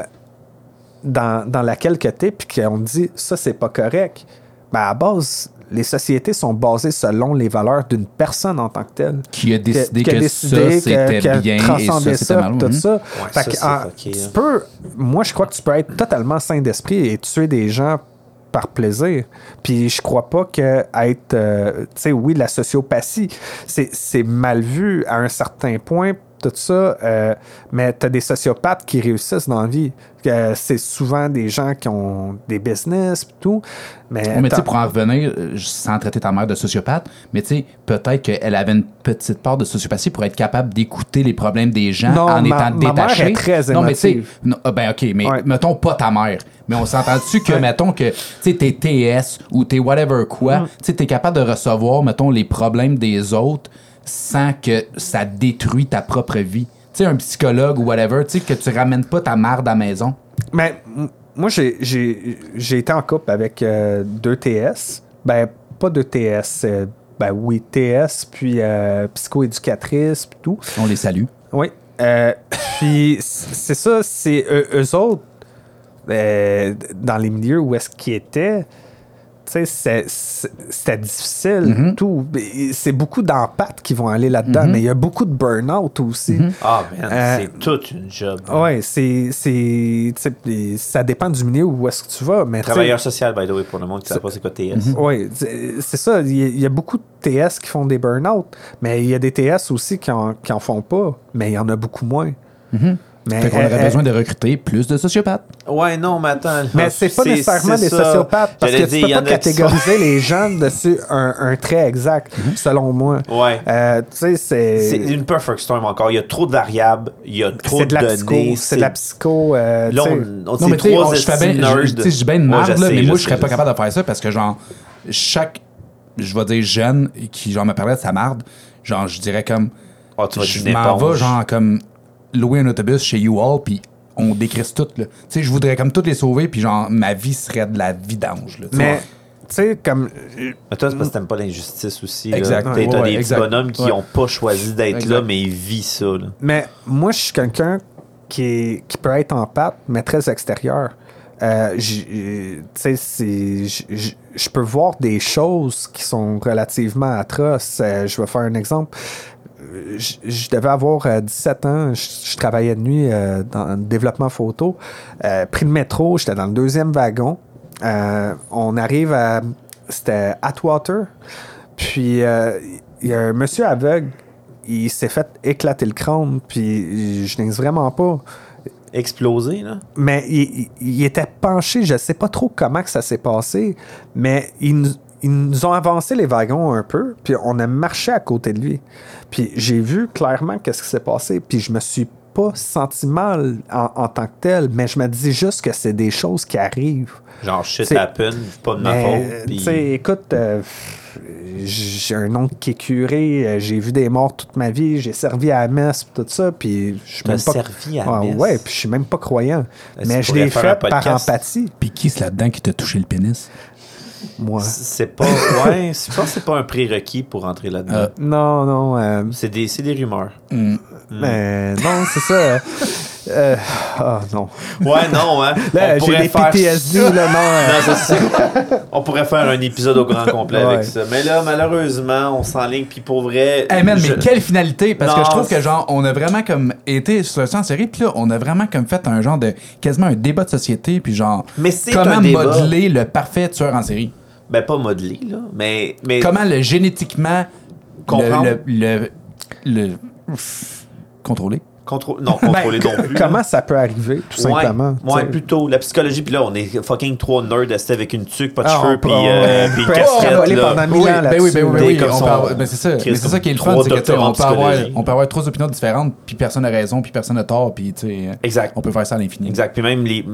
C: dans, dans laquelle que t'es, puis qu'on te dit ça, c'est pas correct, ben à base, les sociétés sont basées selon les valeurs d'une personne en tant que telle.
A: Qui a décidé que,
C: a
A: ça,
C: décidé que-
A: c'était
C: qui a
A: bien et
C: transcendé
A: ça, c'était mal.
C: tout
A: Mhm.
C: ça. Fait
B: ça,
C: que,
B: c'est
C: en-
B: fucké,
C: tu
B: hein.
C: peux, moi, je crois que tu peux être totalement sain d'esprit et tuer des gens par plaisir. Puis je crois pas que être, euh, tu sais, oui, la sociopathie, c'est c'est mal vu à un certain point, tout ça, euh, mais tu as des sociopathes qui réussissent dans la vie. Euh, c'est souvent des gens qui ont des business et tout. Mais,
A: Ouais, Oh, mais tu sais,
C: t'en-
A: pour en revenir, euh, je- sans traiter ta mère de sociopathe, mais tu sais, peut-être qu'elle avait une petite part de sociopathie pour être capable d'écouter les problèmes des gens
C: Non,
A: en
C: ma-
A: étant
C: ma mère
A: détachée.
C: est très
A: non, mais tu sais,
C: émotive.
A: non, ah, ben ok, mais
C: Ouais.
A: mettons pas ta mère. Mais on s'entend-tu que, mettons que, tu sais, t'es TS ou t'es whatever quoi,
C: Mm.
A: tu sais, t'es capable de recevoir, mettons, les problèmes des autres sans que ça détruit ta propre vie. Tu sais, un psychologue ou whatever, tu sais, que tu ramènes pas ta mère à la maison.
C: Mais Ben, m- moi, j'ai- j'ai j'ai été en couple avec euh, deux TS. Ben, pas deux TS. euh, ben oui, TS, puis euh, psychoéducatrice, puis tout.
A: On les salue.
C: Oui. euh, [LAUGHS] puis c- c'est ça, c'est eux, eux autres, euh, dans les milieux où est-ce qu'ils étaient, tu sais, c'est- c'est- c'était difficile, tout. Et C'est beaucoup d'empathes qui vont aller là-dedans, mais il y a beaucoup de burn-out aussi.
B: Ah, man,
C: Euh, oh,
B: c'est toute une job.
C: Ouais, c'est. c'est- tu sais, puis ça dépend du milieu où est-ce que tu vas. Mais tu sais,
B: Travailleur social, by the way, pour le monde qui ne sait pas c'est quoi TS.
C: Oui, c'est c'est ça. Il y, a- il y a beaucoup de TS qui font des burn-out, mais il y a des TS aussi qui en, qui en font pas, mais il y en a beaucoup moins. Mais,
A: Mm-hmm. Fait qu'on
C: euh,
A: aurait
C: euh,
A: besoin de recruter plus de sociopathes.
B: Ouais, non, mais attends.
C: Mais c'est pas nécessairement des
B: ça.
C: sociopathes, parce que
B: J'allais
C: tu
B: dire,
C: peux
B: il y en
C: pas
B: a qui sont-
C: catégoriser les gens dessus un, un trait exact,
A: Mm-hmm.
C: selon moi.
B: Ouais.
C: Euh, tu sais,
B: C'est
C: c'est.
B: une perfect storm encore. Il y a trop de variables, il y a trop
C: C'est de la
B: données.
C: psycho. C'est de la psycho. euh,
B: Là,
C: tu sais.
B: on, on
A: Non, mais
B: c'est
A: tu sais, on-
B: trois
A: je fais bien,
B: nerds.
A: je- tu sais, je suis bien de
B: Ouais,
A: merde,
B: je
A: là,
B: sais,
A: mais
B: je
A: moi, je
B: sais,
A: serais pas
B: je
A: capable de faire ça parce que, genre, chaque, je vais dire, jeune qui, genre, me parlait de sa marde, genre, je dirais comme,
B: sais. Ah, tu vas être
A: je
B: une
A: m'en
B: éponge.
A: vais, genre, comme, louer un autobus chez U-Haul, puis on décrisse tout, là. Tu sais, je voudrais, comme, toutes les sauver, puis, genre, ma vie serait de la vidange, là. tu sais.
C: Mais, tu sais, comme. euh,
B: Mais toi, c'est parce que t'aimes pas l'injustice aussi.
A: Exact.
B: Exact. T'as
A: Ouais,
B: t'as
A: ouais,
B: des petits
A: exact.
B: bonhommes qui
A: Ouais.
B: n'ont pas choisi d'être
A: Exact.
B: là, mais ils vivent ça. là.
C: Mais moi, je suis quelqu'un qui, est- qui peut être en pâte, mais très extérieur. Euh, j'- euh, tu sais, c'est- j'- j'- je peux voir des choses qui sont relativement atroces. Euh, je vais faire un exemple. Euh, j- Je devais avoir euh, 17 ans, je je travaillais de nuit euh, dans le développement photo. Euh, pris le métro, j'étais dans le deuxième wagon. Euh, on arrive à. C'était Atwater. Puis euh, il y a un monsieur aveugle, il s'est fait éclater le crâne, puis je n'existe vraiment pas.
B: Exploser, là.
C: Mais il, il- il était penché, je sais pas trop comment que ça s'est passé, mais ils nous, ils nous ont avancé les wagons un peu, puis on a marché à côté de lui. Puis j'ai vu clairement qu'est-ce qui s'est passé, puis je me suis pas senti mal en, en tant que tel, mais je me dis juste que c'est des choses qui arrivent.
B: Genre, shit
C: C'est-
B: happen, pas de ma
C: Mais,
B: faute.
C: tu
B: puis-
C: sais, écoute, euh, pff, j'ai un oncle qui est curé, euh, j'ai vu des morts toute ma vie, j'ai servi à la messe, pis tout ça, puis je suis
B: T'as
C: même pas...
B: servi à la
C: Ah,
B: messe?
C: ouais, puis je suis même pas croyant.
B: Est-ce
C: Mais
B: qu'il
C: je l'ai
B: pourrait faire un
C: fait par
B: podcast?
C: empathie,
A: Puis qui, c'est là-dedans qui t'a touché le pénis?
C: moi.
B: C'est
A: [LAUGHS]
B: pas. Ouais, je pense que c'est pas un prérequis pour entrer là-dedans.
A: Ah.
C: Non, non, euh,
B: C'est des, c'est
A: [LAUGHS]
B: des rumeurs.
C: mais non, c'est ça.
B: [LAUGHS]
C: euh, euh, Ah non.
B: Ouais, non, hein.
C: Là,
B: On
C: j'ai
B: pourrait
C: des
B: faire
C: PTSD, là, non. euh,
B: [LAUGHS] Non, je sais. On pourrait faire un épisode au grand complet
C: Ouais.
B: avec ça. Mais là, malheureusement, on s'enligne, puis pour vrai.
A: Hey Eh, man,
B: je-
A: mais quelle finalité! Parce que
B: Non,
A: je trouve que
B: c'est-
A: genre, on a vraiment comme été sur ça en série, puis là, on a vraiment comme fait un genre de, quasiment un débat de société, puis genre,
B: Mais c'est
A: comment
B: un débat.
A: modeler le parfait tueur en série?
B: Ben, pas modelé, là. Mais. mais
A: Comment le génétiquement
B: Comprendre.
A: le, le, le- le- pff, contrôler?
B: contrô- Non, contrôler non plus.
C: Ben, Comment ça peut arriver, tout
B: Ouais,
C: simplement?
B: Ouais,
C: tu sais?
B: plutôt. La psychologie, puis là, on est fucking trois nerds assis avec une tuque, pas de
C: Ah,
B: cheveux,
C: on-
B: puis
C: on-
B: euh,
C: on
B: puis une
C: peut
B: casquette.
C: extrapoler
B: Là.
C: pendant mille ans
A: ben oui, ben oui, ben
B: Des
A: oui,
B: comme
A: on peut
B: son-
A: avoir- ben c'est ça.
B: Chris,
A: Mais c'est ça qui est le fun,
B: trois
A: c'est que tu sais,
B: docteurs en
A: on peut, avoir,
B: psychologie.
A: on peut avoir trois opinions différentes, puis personne n'a raison, puis personne n'a tort, puis tu sais,
B: Exact.
A: on peut faire ça à l'infini.
B: Exact. Puis même les.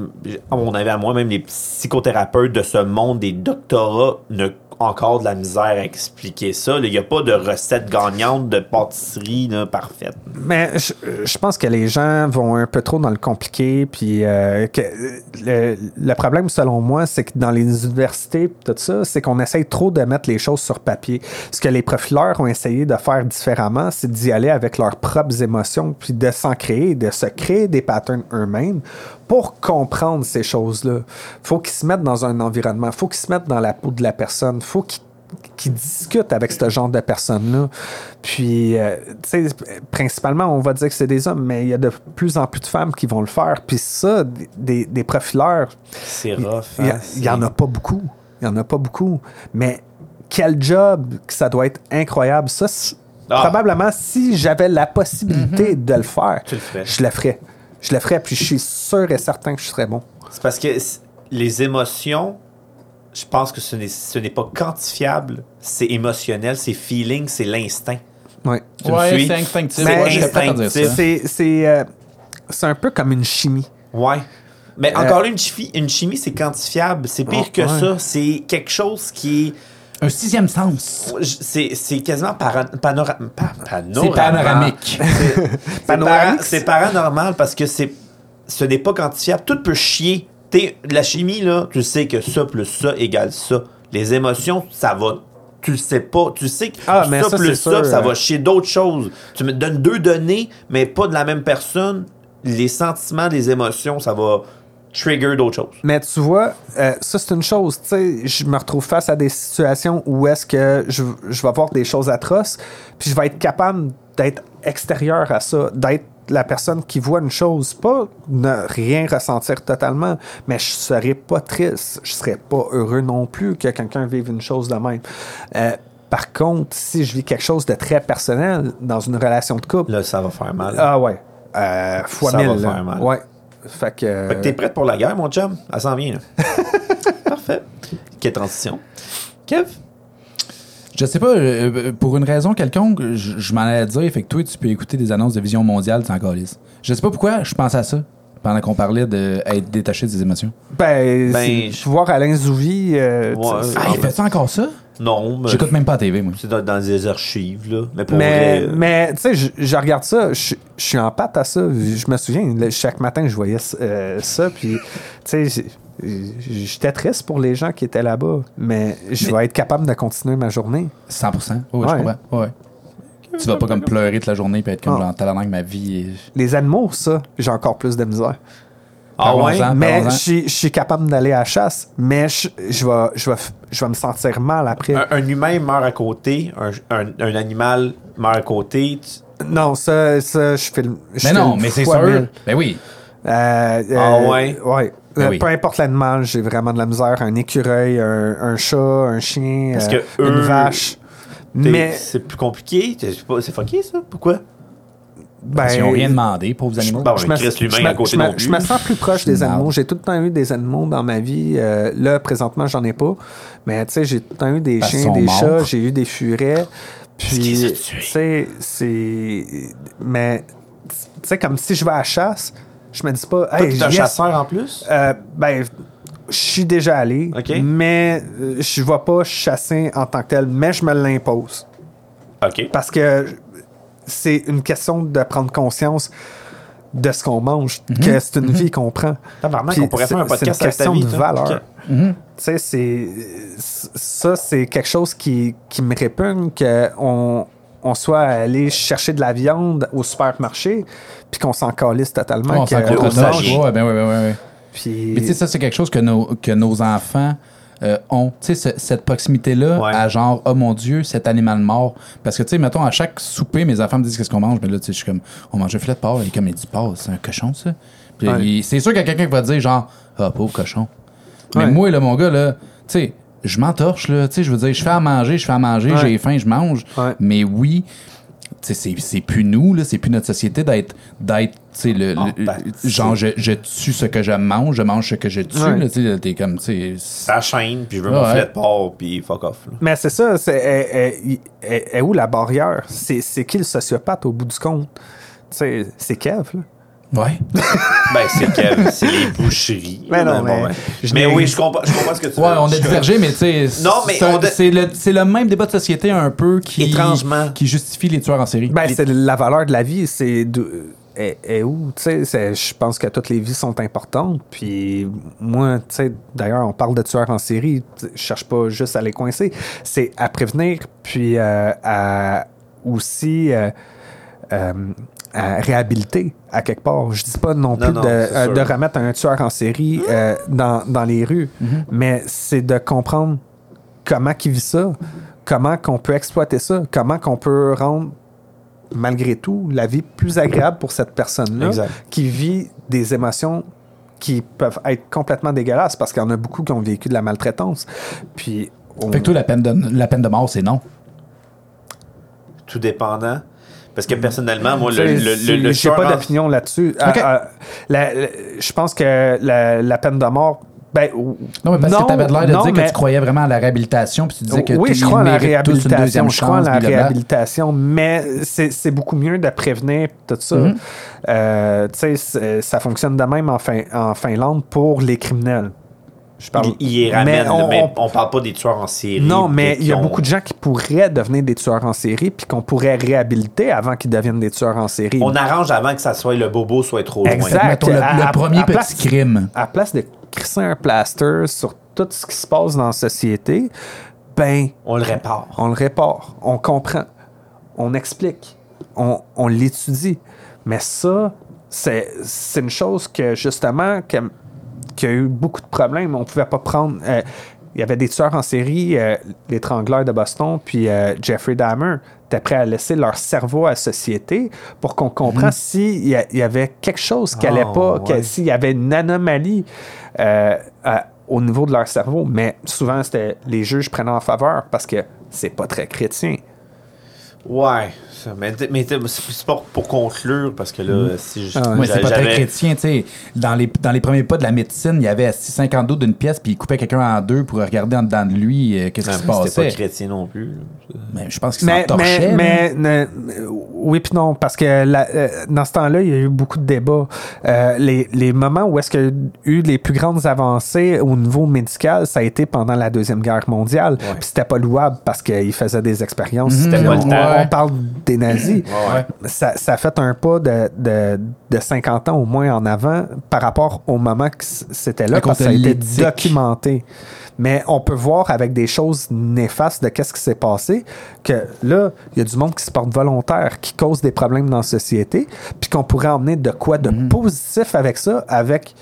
B: à mon avis, à moi, même les psychothérapeutes de ce monde, des doctorats, ne encore de la misère à expliquer ça. là. Il n'y a pas de recette gagnante de pâtisserie là, parfaite.
C: Mais Ben, je, je pense que les gens vont un peu trop dans le compliqué. Puis euh, que, euh, le, le problème, selon moi, c'est que dans les universités, pis tout ça, c'est qu'on essaye trop de mettre les choses sur papier. Ce que les profileurs ont essayé de faire différemment, c'est d'y aller avec leurs propres émotions, puis de s'en créer, de se créer des patterns eux-mêmes pour comprendre ces choses-là. faut qu'ils se mettent dans un environnement, faut qu'ils se mettent dans la peau de la personne, faut qu'ils qui discutent avec ce genre de personnes-là. Puis, euh, tu sais, principalement, on va dire que c'est des hommes, mais il y a de plus en plus de femmes qui vont le faire. Puis ça, des- des, des profileurs,
B: C'est
C: il-
B: rough.
C: il y a-
B: hein,
C: il y, en a pas beaucoup. Il y en a pas beaucoup. Mais quel job que ça doit être incroyable. Ça, c'est-
B: Ah.
C: probablement, si j'avais la possibilité de le faire,
B: Tu le ferais.
C: je le ferais. Je le ferais, puis je suis sûr et certain que je serais bon.
B: C'est parce que c- les émotions, je pense que ce n'est, ce n'est pas quantifiable. C'est émotionnel, c'est feeling, c'est l'instinct.
C: Ouais.
B: Tu me suis?
A: c'est instinctif.
B: C'est
A: Ouais, je serais prêt à dire
B: instinctif.
A: ça.
C: C'est c'est, euh, c'est un peu comme une chimie.
B: Ouais. Mais
C: Euh,
B: encore là, une chimie, une chimie, c'est quantifiable. C'est pire
C: Oh,
B: que
C: ouais.
B: ça. C'est quelque chose qui est.
A: Un sixième sens.
B: Je- C'est, c'est quasiment para- panora- pa-
A: C'est panoramique.
B: panoramique. C'est
C: Panoramique,
B: para- C'est paranormal parce que c'est, ce n'est pas quantifiable. Tout peut chier. T'es- la chimie, là, tu sais que ça plus ça égale ça. Les émotions, ça va. Tu le sais pas. Tu sais que
C: Ah, mais ça,
B: plus
C: c'est
B: ça,
C: sûr.
B: ça va chier d'autres choses. Tu me donnes deux données, mais pas de la même personne. Les sentiments, les émotions, ça va trigger d'autres choses.
C: Mais tu vois, euh, ça c'est une chose. Tu sais, je me retrouve face à des situations où est-ce que je, je vais voir des choses atroces, puis je vais être capable d'être extérieur à ça, d'être la personne qui voit une chose, pas ne rien ressentir totalement, mais je serais pas triste, je serais pas heureux non plus que quelqu'un vive une chose de même. Euh, par contre, si je vis quelque chose de très personnel dans une relation de couple,
B: Là, ça va faire mal.
C: ah ouais, euh, fois
B: Ça va
C: mille, là.
B: faire mal.
C: ouais. Fait que,
B: Fait que t'es prête pour la guerre, mon chum? Elle s'en vient,
C: [LAUGHS]
B: là. Parfait. Quelle transition. Kev?
A: Je sais pas, euh, euh, pour une raison quelconque, je, je m'en allais dire, fait que toi, tu peux écouter des annonces de Vision Mondiale, t'en calises. Je sais pas pourquoi je pensais à ça pendant qu'on parlait d'être détaché des émotions.
C: Ben,
B: Ben,
C: c'est-
B: je-
C: tu vois Alain Zouvi. euh,
B: Ouais.
C: tu-
A: Ah, il fait ça encore ça?
B: Non, mais
A: J'écoute même pas la TV, moi.
B: c'est dans, dans les archives, là. Mais pour
C: Mais,
B: vrai, euh,
C: mais tu sais, je, je regarde ça, je, je suis en pâte à ça. Je me souviens, là, chaque matin, je voyais euh, ça, puis, tu sais, j'ai- j'étais triste pour les gens qui étaient là-bas, mais je vais être capable de continuer ma journée.
A: 100%. Ouais, ouais, je
C: Ouais.
A: comprends. Ouais, ouais. Tu vas pas comme pleurer toute la journée puis être comme
C: Ah.
A: genre tabarnak ma vie. est-
C: Les animaux, ça, j'ai encore plus de misère.
B: Ah ouais?
A: parlons-en.
C: mais
A: parlons-en.
C: je suis- je suis capable d'aller à la chasse, mais je je vais je vais f- je vais me sentir mal après.
A: Euh.
B: Un, un humain meurt à côté, un, un- un animal meurt à côté. tu-
C: Non, ça, ça je filme. je
A: Mais non,
C: filme
A: mais c'est
C: fois
A: sûr.
C: mille.
A: Ben oui.
C: Euh, euh,
B: Ah ouais?
C: ouais.
A: Ben
C: Euh,
A: oui.
C: Peu importe l'animal, j'ai vraiment de la misère. Un écureuil, un, un chat, un chien,
B: Parce
C: euh,
B: que
C: une
B: eux,
C: vache.
B: t'es-
C: Mais
B: C'est plus compliqué. t'es- C'est pas- c'est fucké, ça? Pourquoi?
C: ben,
A: Ils ont rien demandé, pauvres animaux.
B: Bon,
C: je
B: mais
C: me-
B: Chris,
C: je
B: l'humain
C: me-
B: à côté
C: je me-
B: non plus.
C: je me sens plus proche des
A: Merde.
C: animaux. J'ai tout le temps eu des animaux dans ma vie. Euh, là, présentement, j'en ai pas. Mais tu sais, j'ai tout le temps eu des
A: Parce qu'ils
C: chiens,
A: sont
C: des
A: morts.
C: chats, j'ai eu des furets. Puis,
B: qu'ils les ont
C: tu
B: tués.
C: sais, c'est. Mais, tu sais, comme si je vais à la chasse, je me dis pas.
B: Toi,
C: Hey,
B: t'es un
C: yes,
B: chasseur en plus?
C: Euh, ben, je suis déjà allé,
B: Ok.
C: mais euh, je ne vais pas chasser en tant que tel, mais je me l'impose.
B: OK.
C: Euh, Parce que c'est une question de prendre conscience de ce qu'on mange,
A: Mhm.
C: que c'est une vie qu'on prend.
B: Tabarnak,
C: Puis
B: on pourrait faire un
C: c'est-
B: podcast
C: c'est une
B: avec ta
C: question
B: vie,
C: de
B: toi.
C: valeur.
B: Ok.
A: Mhm.
C: Tu sais, c'est c- ça, c'est quelque chose qui, qui me répugne que on, on soit allé chercher de la viande au supermarché, puis qu'on s'en calisse totalement.
A: on
C: que-
A: s'en
B: on
A: contre
B: mange.
A: Ouais, ben ouais, ouais, ouais, ouais.
C: puis-
A: Mais tu sais, ça, c'est quelque chose que nos, que nos enfants euh, ont. Tu sais, ce- cette proximité-là
B: Ouais.
A: à genre, oh mon Dieu, cet animal mort. Parce que, tu sais, mettons, à chaque souper, mes enfants me disent qu'est-ce qu'on mange. Mais là, tu sais, je suis comme, on mange un filet de porc. Et comme, il dit porc, c'est un cochon, ça. Puis
C: Ouais.
A: il- c'est sûr qu'il y a quelqu'un qui va dire, genre, ah, pauvre cochon. Mais
C: Ouais.
A: moi, là, mon gars, là, tu sais, je m'entorche, là. Tu sais, je veux dire, je fais à manger, je fais à manger,
C: Ouais.
A: j'ai faim, je mange.
C: Ouais.
A: Mais oui. tu sais, C'est c'est plus nous, là, c'est plus notre société d'être, d'être, tu sais, le,
B: Ah,
A: le-
B: ben,
A: genre, je, je tue ce que je mange, je mange ce que je tue.
C: Ouais.
A: là, tu sais, T'es comme, tu sais.
B: Ça chaîne, puis je veux
A: Ouais.
B: mon filet de porc, puis fuck off. là.
C: Mais c'est ça, c'est est, est- est- est où la barrière? C'est c'est qui le sociopathe au bout du compte? Tu sais, C'est Kev, là.
A: Ouais.
B: Ben, c'est Kev, c'est les boucheries.
C: [LAUGHS] Mais non, mais-
B: ouais.
C: je
B: Mais
C: n'ai-
B: oui, je comprends, je comprends ce que tu
A: Ouais,
B: veux.
A: on a
B: Je-
A: divergé, mais tu sais. c'est-
B: Non, mais
A: c'est un-
B: on a-
A: C'est le, c'est le même débat de société un peu qui.
B: Étrangement.
A: Qui justifie les tueurs en série.
C: Ben,
A: Les-
C: c'est la valeur de la vie, c'est de- euh, est, est où? Tu sais, c'est- je pense que toutes les vies sont importantes. Puis moi, tu sais, d'ailleurs, on parle de tueurs en série. tu sais, Je cherche pas juste à les coincer. C'est à prévenir, puis euh, à aussi euh, euh, à réhabiliter à quelque part. Je dis pas non plus
B: non,
C: de,
B: c'est
C: euh,
B: sûr.
C: de remettre un tueur en série euh, dans, dans les rues, mais c'est de comprendre comment qu'il vit ça, comment qu'on peut exploiter ça, comment qu'on peut rendre malgré tout la vie plus agréable pour cette personne-là
B: Exact.
C: qui vit des émotions qui peuvent être complètement dégueulasses parce qu'il y en a beaucoup qui ont vécu de la maltraitance. Puis on-
A: Fait que toi, la peine de, la peine de mort, c'est non.
B: Tout dépendant. Parce que personnellement, moi, le,
C: Mm. Tu
B: le,
C: sais,
B: le, le
C: j'ai
B: short
C: pas
B: ans-
C: d'opinion là-dessus. Ah, ah, la- la- je pense que la, la peine de mort, ben ou-
A: Non, mais parce que t'avais l'air de
C: non,
A: dire que
C: mais-
A: tu croyais vraiment à la réhabilitation, puis tu disais que
C: oui,
A: tout
C: je
A: le
C: crois en
A: monde
C: la
A: mérite tous une
C: réhabilitation.
A: deuxième
C: Je crois en
A: chance,
C: la
A: blablabla.
C: réhabilitation, mais c'est c'est beaucoup mieux de la prévenir tout ça.
A: Mhm.
C: Euh, tu sais, c'est- ça fonctionne de même en, Fin- en Finlande pour les criminels. Je parle.
B: Il, il y ramène,
C: Mais
B: mais
C: on-
B: on,
C: on-
B: parle pas des tueurs en série.
C: Non, mais
B: puis
C: il y a
B: qu'on-
C: beaucoup de gens qui pourraient devenir des tueurs en série puis qu'on pourrait réhabiliter avant qu'ils deviennent des tueurs en série.
B: On arrange avant que ça soit le bobo soit trop loin.
C: Exact.
A: Mettons, le,
C: À-
A: le
C: à-
A: premier
C: à
A: petit
C: place-
A: crime.
C: à place de crisser un plaster sur tout ce qui se passe dans la société, ben,
B: On le répare.
C: on le répare, on comprend, on explique, on, on l'étudie. Mais ça, c'est c'est une chose que, justement, que- qui a eu beaucoup de problèmes. On pouvait pas prendre... euh, il y avait des tueurs en série, euh, l'étrangleur de Boston, puis euh, Jeffrey Dahmer, étaient prêts à laisser leur cerveau à la société pour qu'on comprenne s'il y, a- il y avait quelque chose qui n'allait
B: Mmh. Ah,
C: pas, que-
B: ouais.
C: s'il y avait une anomalie euh, à- au niveau de leur cerveau. Mais souvent, c'était les juges prenaient en faveur parce que c'est pas très chrétien.
B: Ouais. ça- Mais, t- mais t- c'est pas pour conclure, parce que là, si je.
C: Ah
A: Ouais, c'est pas très
B: j'avais-
A: chrétien, tu sais. Dans les, dans les premiers pas de la médecine, il y avait 650 dos d'une pièce, puis il coupait quelqu'un en deux pour regarder en dedans de lui euh, qu'est-ce
B: Ah,
A: qui se
B: mais C'était pas
A: passait.
B: chrétien non plus.
A: Mais je pense qu'il s'en
C: Mais, mais,
A: torchait. là.
C: mais, ne- euh, oui puis non, parce que la- euh, dans ce temps-là, il y a eu beaucoup de débats. Euh, les, les moments où est-ce qu'il y a eu les plus grandes avancées au niveau médical, ça a été pendant la Deuxième Guerre mondiale. Puis c'était pas louable parce qu'ils faisaient des expériences.
A: Mhm.
C: Puis
B: pas
C: on,
B: le temps.
C: on- on parle des nazis.
A: Ouais.
C: ça, ça a fait un pas de, de, de 50 ans au moins en avant par rapport au moment que c- c'était là,
A: À
C: parce que
A: cause
C: ça a
A: de
C: été
A: l'éthique.
C: documenté. Mais on peut voir avec des choses néfastes de qu'est-ce qui s'est passé que là, il y a du monde qui se porte volontaire, qui cause des problèmes dans la société, puis qu'on pourrait emmener de quoi de positif avec ça, avec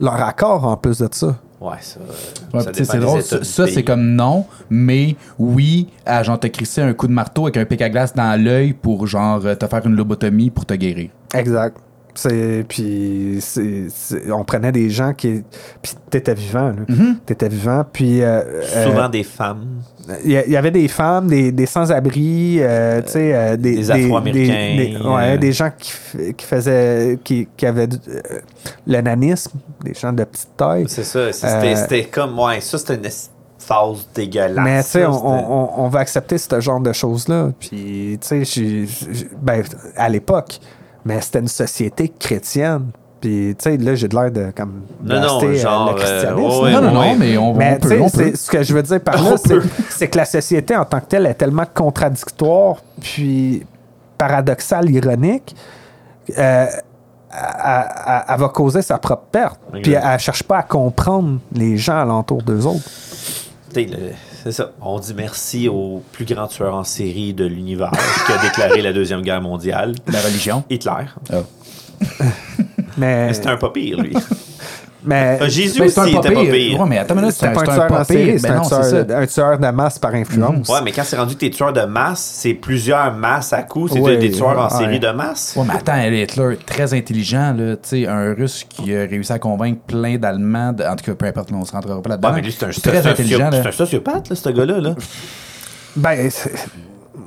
C: leur accord en plus de ça.
B: Ouais, ça. euh,
A: Ouais,
B: ça
A: tu sais,
B: dépend
A: c'est
B: des
A: drôle.
B: états
A: Ça,
B: du
A: ça,
B: pays.
A: c'est comme non, mais oui, à genre te crisser un coup de marteau avec un pic à glace dans l'œil pour genre euh, te faire une lobotomie pour te guérir.
C: Exact. C'est, puis c'est- c'est- on prenait des gens qui... Puis t'étais vivant, là. T'étais vivant, puis... euh, euh,
B: Souvent des femmes.
C: Il y, a- il y avait des femmes, des, des sans-abri, euh, tu sais, euh, des,
B: des Afro-Américains,
C: des- des- ouais,
B: euh.
C: des gens qui, f- qui faisaient, qui, qui avaient du- euh, l'ananisme, des gens de petite taille.
B: C'est ça. c'est-
C: Euh,
B: C'était c'était comme. Ouais, ça, c'était une phase dégueulasse.
C: Mais tu sais,
B: ça,
C: on,
B: c'était-
C: on, on- on va accepter ce genre de choses-là. Puis, tu sais, j'ai- j'ai- ben, à l'époque, mais c'était une société chrétienne. Puis, tu sais, là, j'ai de l'air de comme
B: Non, non,
C: blaster, euh,
B: genre,
C: le
B: euh,
C: christianisme.
B: ouais,
A: non,
C: là.
A: non, non,
B: ouais.
A: mais on,
C: Mais
A: on
C: tu
A: peut.
C: sais,
A: on peut.
C: c'est- ce que je veux dire par
B: On
C: là, c'est-
B: peut.
C: c'est que la société en tant que telle est tellement contradictoire, puis paradoxale, ironique, euh, elle, elle- elle va causer sa propre perte.
B: Exact.
C: Puis elle, elle cherche pas à comprendre les gens alentour d'eux autres.
B: T'sais, le- C'est ça. On dit merci au plus grand tueur en série de l'univers [LAUGHS] qui a déclaré la Deuxième Guerre mondiale,
A: La
B: [LAUGHS]
A: religion. Ah.
B: Hitler.
C: Mais,
B: C'était un pas pire,
C: [LAUGHS]
B: lui.
C: mais
B: Euh, Jésus
A: Ben,
B: aussi, il était pas pire.
A: Ouais, mais attends, mais là, c'est
C: c'était
A: un,
C: pas un
A: c'est un
C: tueur en
A: pas
C: série,
A: pire.
C: c'était
A: Ben
C: un,
A: non, c'est ça.
C: tueur- un tueur de masse par influence.
B: Ouais, mais quand c'est rendu que t'es tueur de masse, c'est plusieurs masses à coup. C'est
C: Ouais,
B: des tueurs en
C: ouais.
B: série de masse.
A: Ouais, mais attends, Hitler, très intelligent, là, tu sais, un russe qui a réussi à convaincre plein d'Allemands, de- en tout cas, peu importe, là, on se rentrera pas là-dedans.
B: Ouais, mais lui, c'est un, c'est un
A: très
B: socio-
A: intelligent, là.
B: c'est un sociopathe, là, ce gars-là. Là.
C: Ben, c'est-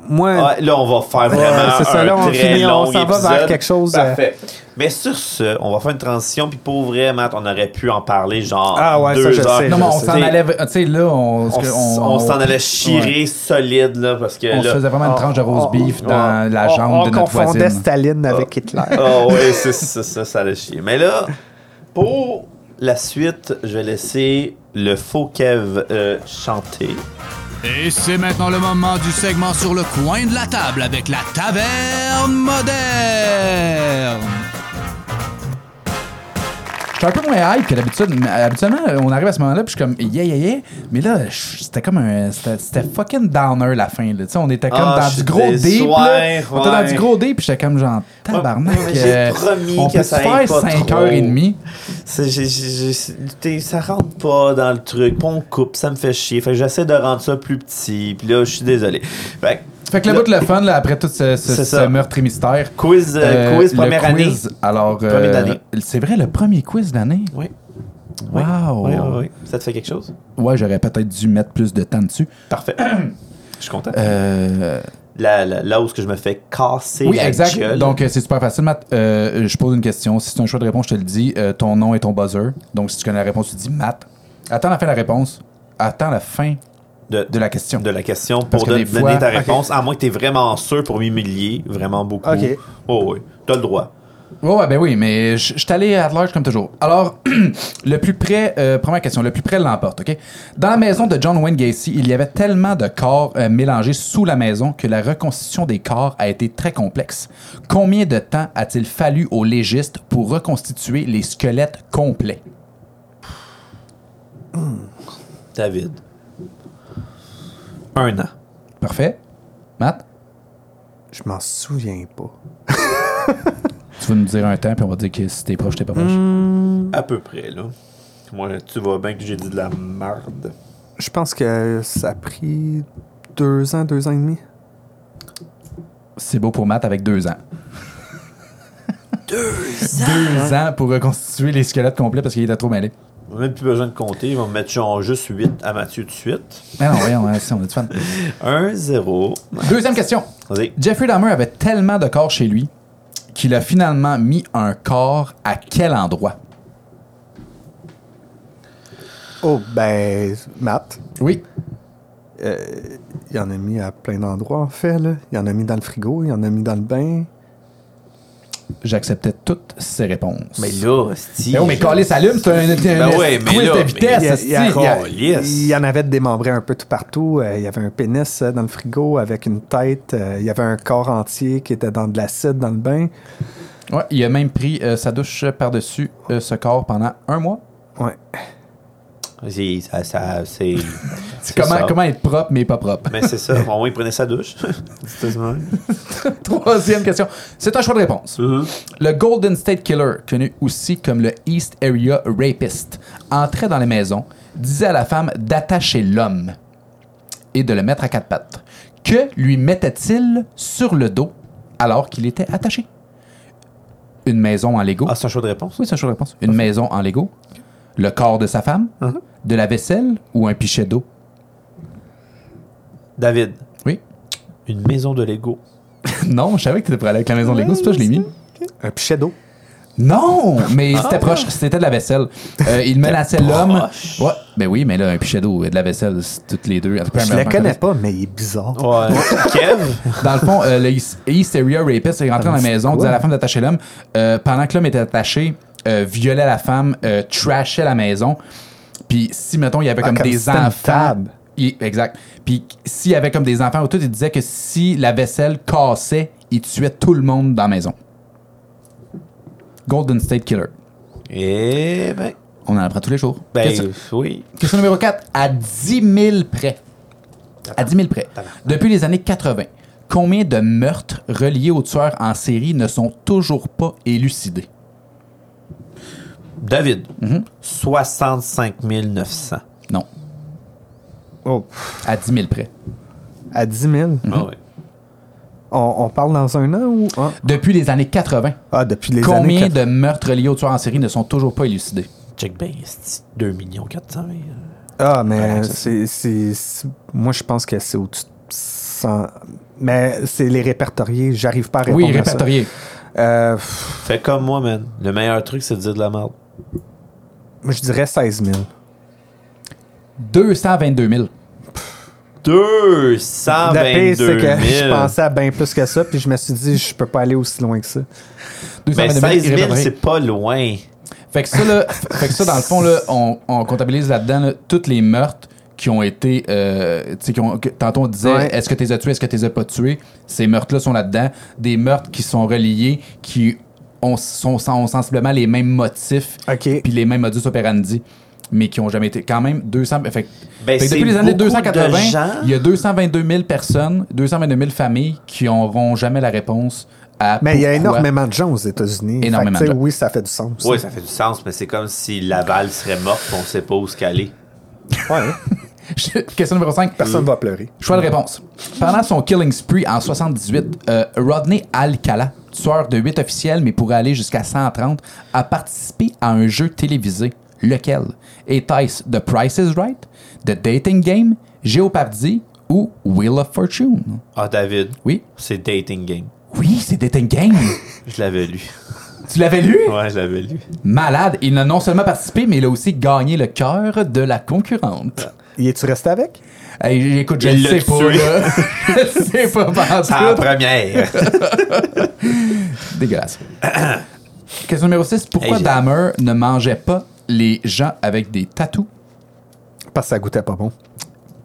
C: moi,
B: Ah, là, on va faire vraiment
C: c'est ça,
B: un
C: là, on
B: très
C: finit, on
B: long
C: s'en va vers
B: épisode.
C: quelque chose, euh,
B: Parfait. Mais sur ce, on va faire une transition, puis pour vrai, Matt, on aurait pu en parler genre
C: Ah ouais, ça,
B: deux
C: je
B: heures.
C: sais,
A: Non,
C: je
A: mais on
C: sais.
A: s'en allait, tu sais, là, on,
B: On, s- on s'en allait chirer solide, là, parce que
A: on se
B: là...
A: faisait vraiment une tranche de roast beef dans la
C: on-
A: jambe
C: on
A: de notre
C: confondait
A: voisine.
C: Staline avec Hitler.
B: Ah ouais, c'est ça, ça, ça allait chier. Mais là, pour la suite, je vais laisser le faux Kev euh, chanter.
E: Et c'est maintenant le moment du segment sur le coin de la table avec la taverne moderne.
A: Je suis un peu moins hype que d'habitude. mais euh, Habituellement, on arrive à ce moment-là, puis je suis comme yeah, yeah, yeah. Mais là, je- c'était comme un. C'était c'était fucking downer la fin. Là. Tu sais, On était comme
B: Ah, je
A: dans
B: suis
A: du gros
B: des-
A: deep. là.
B: ouais,
A: On était dans
B: ouais.
A: du gros deep, puis j'étais comme genre tabarnak.
B: ouais, j'ai
A: euh,
B: promis
A: on
B: que
A: peut
B: ça aille
A: faire
B: pas
A: 5
B: trop.
A: heures et demie.
B: C'est- j'ai- j'ai- j'ai- t'es- ça rentre pas dans le truc. Puis on coupe, ça me fait chier. Fait que j'essaie de rendre ça plus petit. Puis là, je suis désolé. Fait que
A: Fait que le bout de le fun, là, après tout ce, ce-
B: C'est
A: ce
B: ça.
A: meurtre et mystère.
B: quiz, euh,
A: euh,
B: quiz
A: le
B: première année.
A: quiz, Alors, euh,
B: Première année.
A: c'est vrai, le premier quiz de l'année.
B: Oui. Oui.
A: Wow.
B: Oui, oui, oui. Ça te fait quelque chose?
A: Ouais, j'aurais peut-être dû mettre plus de temps dessus. [CLEARS THROAT]
B: Parfait. Je suis content.
A: Euh,
B: Là, là, là où est-ce que je me fais casser
A: oui,
B: la
A: exact.
B: gueule.
A: Donc, euh, c'est super facile, Matt. Euh, je pose une question. Si c'est un choix de réponse, je te le dis. Euh, ton nom et ton buzzer. Donc, si tu connais la réponse, tu dis Matt. Attends la fin de la réponse. Attends la fin
B: de,
A: de la question.
B: de la question
A: Parce
B: pour
A: que
B: don-
A: des
B: donner
A: fois-
B: ta
A: Ok.
B: réponse, à moins que tu es vraiment sûr pour m'humilier, vraiment beaucoup.
C: Ok.
B: Oh, oui, tu as le droit.
A: Ouais, ouais, ben oui, mais je je suis allé à large comme toujours. Alors, [CLEARS THROAT] le plus près, euh, première question, le plus près l'emporte, OK? Dans la maison de John Wayne Gacy, il y avait tellement de corps euh, mélangés sous la maison que la reconstitution des corps a été très complexe. Combien de temps a-t-il fallu aux légistes pour reconstituer les squelettes complets?
B: David. Un an.
A: Parfait. Matt,
C: Je m'en souviens pas.
A: tu vas nous dire un temps, puis on va dire que si t'es proche, t'es pas proche.
B: À peu près, là. Moi, tu vois bien que j'ai dit de la merde.
C: Je pense que ça a pris deux ans, deux ans et demi.
A: C'est beau pour Matt avec deux ans. deux ans! [LAUGHS] Deux ans pour reconstituer les squelettes complets parce qu'il était trop mêlé.
B: On a même plus besoin de compter. Ils vont mettre genre juste 8 à Mathieu de suite.
A: Ah non, voyons, hein, si on est du fan.
B: 1-0.
A: Deuxième question.
B: Vas-y.
A: Jeffrey Dahmer avait tellement de corps chez lui qu'il a finalement mis un corps à quel endroit?
C: Oh, ben, Matt,
A: Oui.
C: il en a mis à plein d'endroits, en fait. Là. Il en a mis dans le frigo, il en a mis dans le bain.
A: J'acceptais toutes ces réponses.
B: Mais là, Steve.
A: Ben oui, mais Calis allume, c'est un, un,
B: Ben
A: un
B: ouais, mais
A: quiz
B: là,
A: de
B: mais-
A: vitesse.
C: Il y a- il y
A: esti.
C: a- il y a-
B: Calisse.
C: Il y en avait démembré un peu tout partout. Euh, il y avait un pénis euh, dans le frigo avec une tête. Euh, il y avait un corps entier qui était dans de l'acide dans le bain.
A: Ouais, il a même pris euh, sa douche par-dessus euh, ce corps pendant un mois.
C: Ouais.
B: C'est- Ça, ça- c'est. [LAUGHS] c'est
A: Comment,
B: ça.
A: comment être propre, mais pas propre. [LAUGHS]
B: Mais c'est ça. Au moins, il prenait sa douche. [LAUGHS] C'est ça.
A: Troisième question. C'est un choix de réponse.
B: Mhm.
A: Le Golden State Killer, connu aussi comme le East Area Rapist, entrait dans les maisons, disait à la femme d'attacher l'homme et de le mettre à quatre pattes. Que lui mettait-il sur le dos alors qu'il était attaché? Une maison en Lego.
B: Ah, c'est un choix de réponse.
A: oui, c'est un choix de réponse. Une maison en Lego. Le corps de sa femme. De la vaisselle ou un pichet d'eau.
B: David,
A: Oui. [LAUGHS]
B: une maison de Lego.
A: non, je savais que t'étais prêt à aller avec la maison Lego, c'est pour ça que je l'ai mis.
C: Un pichet d'eau.
A: Non, mais
B: Ah.
A: c'était proche, c'était de la vaisselle. Euh, il menaçait l'homme.
B: proche.
A: Ouais, ben oui, mais là, un pichet d'eau et de la vaisselle, c'est toutes les deux. En tout cas,
C: Je
A: un-
C: le
A: un-
C: connais pas, mais il est
A: Oh,
C: bizarre.
B: [LAUGHS] Ouais. Kev,
A: Dans le fond, euh, le East- East Area Rapist est
C: Ah,
A: rentré dans la maison, disait à la femme d'attacher l'homme. Euh, pendant que l'homme était attaché, euh, violait la femme, euh, trashait la maison. Puis si, mettons, il y avait comme,
C: Ah, comme
A: des
C: c'était une
A: enfants...
C: table.
A: Il- exact. Puis s'il y avait comme des enfants autour, il disait que si la vaisselle cassait, il tuait tout le monde dans la maison. Golden State Killer.
B: Eh ben,
A: On en apprend tous les jours.
B: ben
A: Question-
B: oui.
A: Question numéro 4. À 10 000 près. À 10 000 près. Depuis les années 80, combien de meurtres reliés aux tueurs en série ne sont toujours pas élucidés?
B: David, 65 900.
A: Non.
C: Oh, pff,
A: À 10 000 près.
C: à 10 000.
A: Mm.
B: Ah ouais.
C: On, on parle dans un an ou. Ah,
A: Depuis les années 80,
C: Ah, depuis les années.
A: combien
C: 80.
A: de meurtres reliés aux tueurs en série ne sont toujours pas élucidés?
B: Check bien, c'est 2 400 000.
C: Ah, mais c'est, c'est- c'est- Moi, je pense que c'est au-dessus de 100. Mais c'est les répertoriés. J'arrive pas à répondre
A: Oui,
C: à ça.
A: répertoriés.
C: Euh, pff,
B: Fais comme moi, man. Le meilleur truc, c'est de dire de la merde.
C: je dirais 16 000.
A: 222 000.
B: Ah,
C: La
B: 222
C: pire, c'est
B: 000.
C: que je pensais à bien plus que ça, puis je me suis dit, je peux pas aller aussi loin que ça.
A: 222
C: Ben,
B: Mais
A: 000
B: 16 000,
A: irrépertoriés.
B: Ben, c'est pas loin.
A: Fait que ça, là, f- fait que ça, dans le fond, là, on, on comptabilise là-dedans là, toutes les meurtres qui ont été. euh, tu sais, qui ont- que- tantôt, on disait
C: Ouais.
A: est-ce que tu les as tués, est-ce que tu les as pas tués Ces meurtres-là sont là-dedans. Des meurtres qui sont reliés, qui ont, sont, sont sensiblement les mêmes motifs
C: OK.
A: puis les mêmes modus operandi, mais qui ont jamais été. Quand même, 200. Fait, que-
B: Ben,
A: fait que
B: c'est
A: depuis les années
B: beaucoup de
A: 280,
B: gens.
A: il y a 222 000 personnes, 222 000 familles qui n'auront jamais la réponse à.
F: Mais il y a
A: pourquoi-
F: énormément de gens aux États-Unis. Fait que,
A: Énormément
F: tu sais,
A: de gens.
F: Oui, ça fait du sens.
B: Oui, ça fait du sens, mais c'est comme si Laval serait morte, on sait pas où se caler.
F: Ouais.
A: [LAUGHS]
B: hein.
C: [LAUGHS]
A: Question numéro 5.
F: Personne va pleurer.
A: Choix de réponse. Pendant son killing spree en 78, euh, Rodney Alcala, tueur de 8 officiels mais pourrait aller jusqu'à 130, a participé à un jeu télévisé. Lequel Est-ce The Price is Right, The Dating Game, Géopardy ou Wheel of Fortune
B: Ah, David,
A: Oui.
B: c'est Dating Game.
A: Oui, c'est Dating Game.
B: Je l'avais lu.
A: tu l'avais lu
B: Ouais, je l'avais lu.
A: Malade, il a non seulement participé, mais il a aussi gagné le cœur de la concurrente.
F: Y es-tu resté avec?
A: Hey, écoute, je
B: Il
A: le
B: l'a
A: sais pas.
B: tué.
A: là. [LAUGHS] je le sais pas. pas en
B: Ah,
A: tout.
B: [LAUGHS] première!
A: Dégueulasse. [COUGHS] Question numéro 6. Pourquoi
B: Hey, j'ai-
A: Dahmer ne mangeait pas les gens avec des tatous?
F: Parce que ça goûtait pas bon.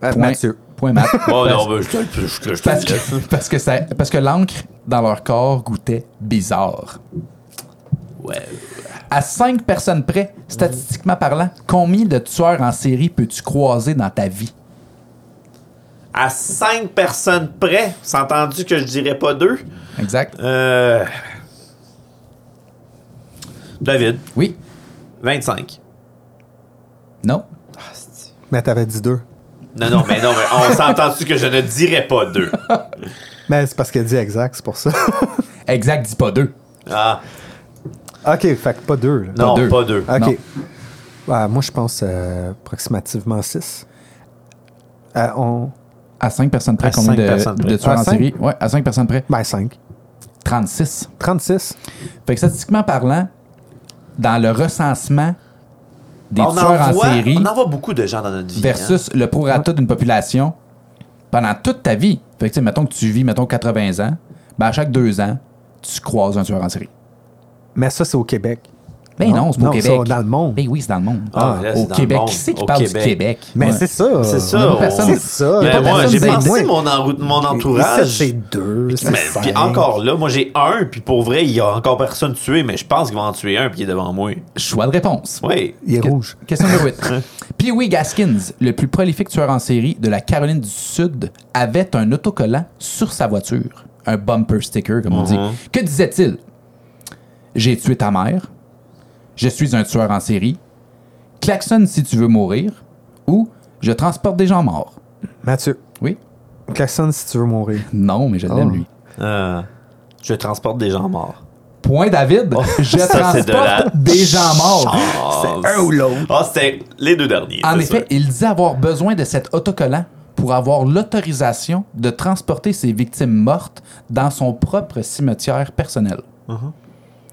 F: Euh,
A: Point-
F: Mathieu.
A: Point mat.
B: [LAUGHS] oh
A: parce,
B: non, ben, je te le- je te- je te
A: parce
B: le- [LAUGHS]
A: que, parce que ça- parce que l'encre dans leur corps goûtait bizarre.
B: Ouais.
A: À 5 personnes près, statistiquement parlant, combien de tueurs en série peux-tu croiser dans ta vie?
B: À cinq personnes près, c'est entendu que je dirais pas deux.
A: Exact.
B: Euh... David,
A: Oui?
B: 25.
A: Non?
F: Mais t'avais dit deux.
B: Non, non, mais non, mais on s'entend-tu que je ne dirais pas deux?
F: Mais c'est parce qu'elle dit exact, c'est pour
C: [LAUGHS]
F: ça.
A: Exact, dis pas deux.
B: Ah,
F: ok, fait que pas deux. là.
B: non,
A: deux.
B: pas deux.
F: Ok.
A: Non.
F: Ouais, moi, je pense euh, approximativement six. Euh, on...
A: À 5 personnes près,
B: À
A: combien
B: cinq
A: de,
B: personnes près.
A: de tueurs
F: À
A: en
F: cinq?
A: série? Ouais, à 5 personnes près,
F: Ben, cinq.
A: 36.
F: 36.
A: Fait que statistiquement parlant, dans le recensement des
B: on,
A: tueurs
B: en
A: en,
B: voit,
A: série
B: on en voit beaucoup de gens dans notre vie. hein.
A: versus le prorata d'une population pendant toute ta vie. Fait que, tu sais, mettons que tu vis, mettons 80 ans, ben à chaque deux ans, tu croises un tueur en série.
F: Mais ça, c'est au Québec.
A: Ben non, c'est pas au Québec.
F: c'est dans le monde.
A: Ben oui, c'est dans le monde.
B: Ah, là, c'est
A: au
B: dans
A: Québec.
B: le monde.
A: Qui c'est qui
B: Au
A: parle
B: Québec.
A: du Québec?
F: Mais
A: Ouais.
F: c'est ça.
B: C'est ça.
A: même
B: on-
A: euh, personne.
F: C'est ça.
A: Y a
B: Mais
A: pas
B: moi,
A: personne
B: j'ai
A: d'aidant.
B: pensé mon, enrou- mon
F: Ici,
B: entourage.
F: c'est deux. c'est
B: Mais, puis
F: cinq.
B: encore là, moi j'ai un, puis pour vrai, il y a encore personne tué, mais je pense qu'il va en tuer un, puis il est devant moi.
A: Choix de réponse.
B: Oui.
F: Il est
A: Que-
F: rouge.
A: Question numéro 8. Pee-wee Gaskins, le plus prolifique tueur en série de la Caroline du Sud, avait un autocollant sur sa voiture, un bumper sticker, comme on dit.
B: Uh-huh.
A: Que disait-il J'ai tué ta mère. Je suis un tueur en série. Klaxonne si tu veux mourir. Ou je transporte des gens morts.
F: Mathieu,
A: Oui
F: klaxonne si tu veux mourir.
A: Non, mais je l'aime,
F: Oh.
A: lui.
B: Euh, je transporte des gens morts.
A: Point David, je
B: Oh, ça, c'est de la-
A: transporte des gens morts.
B: c'est un ou l'autre. Ah, c'était les deux derniers.
A: En
B: c'est
A: effet, il disait avoir besoin de cet autocollant pour avoir l'autorisation de transporter ses victimes mortes dans son propre cimetière personnel.
B: sûr.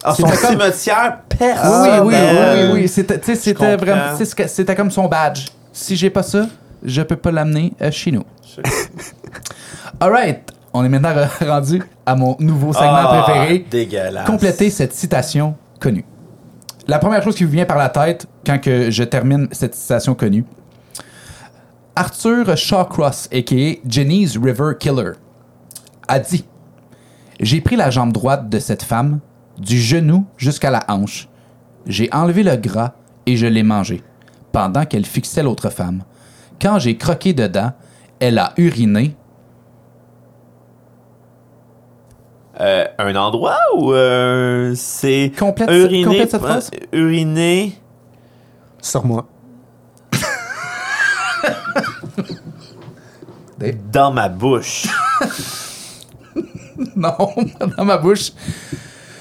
B: Ah, son
A: c'était comme-
B: cimetière père.
A: oui,
F: Ah,
A: oui, oui,
B: ben,
A: oui, oui. C'était, tu sais, c'était
B: comprends.
A: vraiment, c'est ce que- c'était comme son badge. Si j'ai pas ça, je peux pas l'amener euh, chez nous. [LAUGHS] Alright, on est maintenant re- [LAUGHS] rendu à mon nouveau segment
B: Ah,
A: préféré.
B: Dégueulasse.
A: Complétez cette citation connue. La première chose qui vous vient par la tête quand que je termine cette citation connue. Arthur Shawcross, a.k.a. Jenny's River Killer, a dit « J'ai pris la jambe droite de cette femme, du genou jusqu'à la hanche. J'ai enlevé le gras et je l'ai mangé, pendant qu'elle fixait l'autre femme. Quand j'ai croqué dedans, elle a uriné. [LAUGHS]
B: Euh, un endroit ou euh, c'est.
A: Complète-
B: uriner,
A: complète cette phrase.
B: euh, Uriner.
F: Sur moi.
B: dans ma bouche.
A: Non, [LAUGHS] dans ma bouche.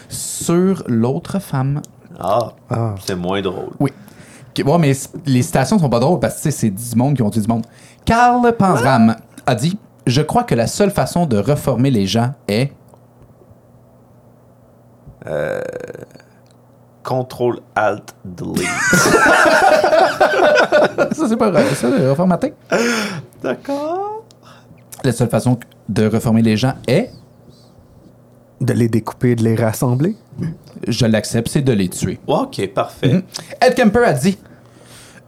A: Sur l'autre femme. »
B: Ah, c'est moins drôle.
A: Oui. Ok, ouais, mais c- les citations sont pas drôles parce que tu sais, c'est du monde qui ont tué du monde. Karl Panzram a dit Je crois que la seule façon de reformer les gens est. [LAUGHS]
B: Contrôle Alt Delete.
A: Ça, c'est pas vrai, ça, le reformaté.
B: D'accord.
A: La seule façon de reformer les gens est.
F: De les découper, de les rassembler.
A: Je l'accepte, c'est de les tuer.
B: Ouais, ok, parfait.
A: Mm-hmm. Ed Kemper a dit